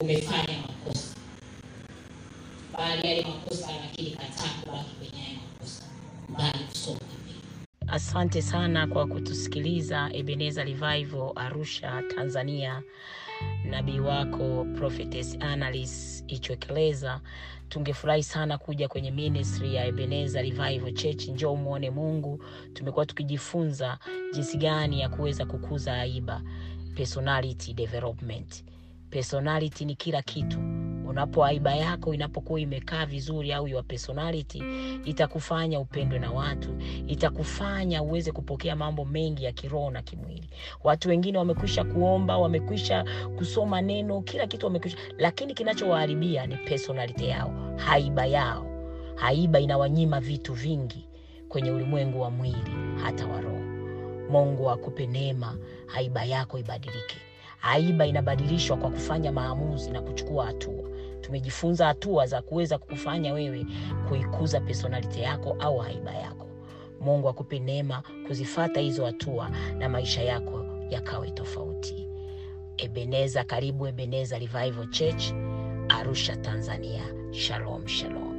Speaker 1: umefanya makosa bali yale makosa na Asante sana kwa kutusikiliza Ebeneza Revival Arusha, Tanzania. Nabii wako Prophetess Annalise Ichwekeleza, tungefurahi sana kuja kwenye ministry ya Ebeneza Revival Church. Njoo umwone Mungu. Tumekuwa tukijifunza jinsi gani ya kuweza kukuza aiba, personality development. Personality ni kila kitu unapo aiba yako inapokuwa imekaa vizuri au your personality itakufanya upendwe na watu itakufanya uweze kupokea mambo mengi ya kiroho na kimwili watu wengine wamekwisha kuomba wamekwisha kusoma neno kila kitu wamekwisha lakini kinachowaharibia ni personality yao haiba yao haiba inawanyima vitu vingi kwenye ulimwengu wa mwili hata wa roho mungu akupe neema haiba yako ibadilike aiba inabadilishwa kwa kufanya maamuzi na kuchukua hatua tumejifunza hatua za kuweza kukufanya wewe kuikuza personality yako au aiba yako mungu akupe neema kuzifata hizo hatua na maisha yako yakawe tofauti ebeneza karibu ebeneza revival church arusha tanzania shalom shalom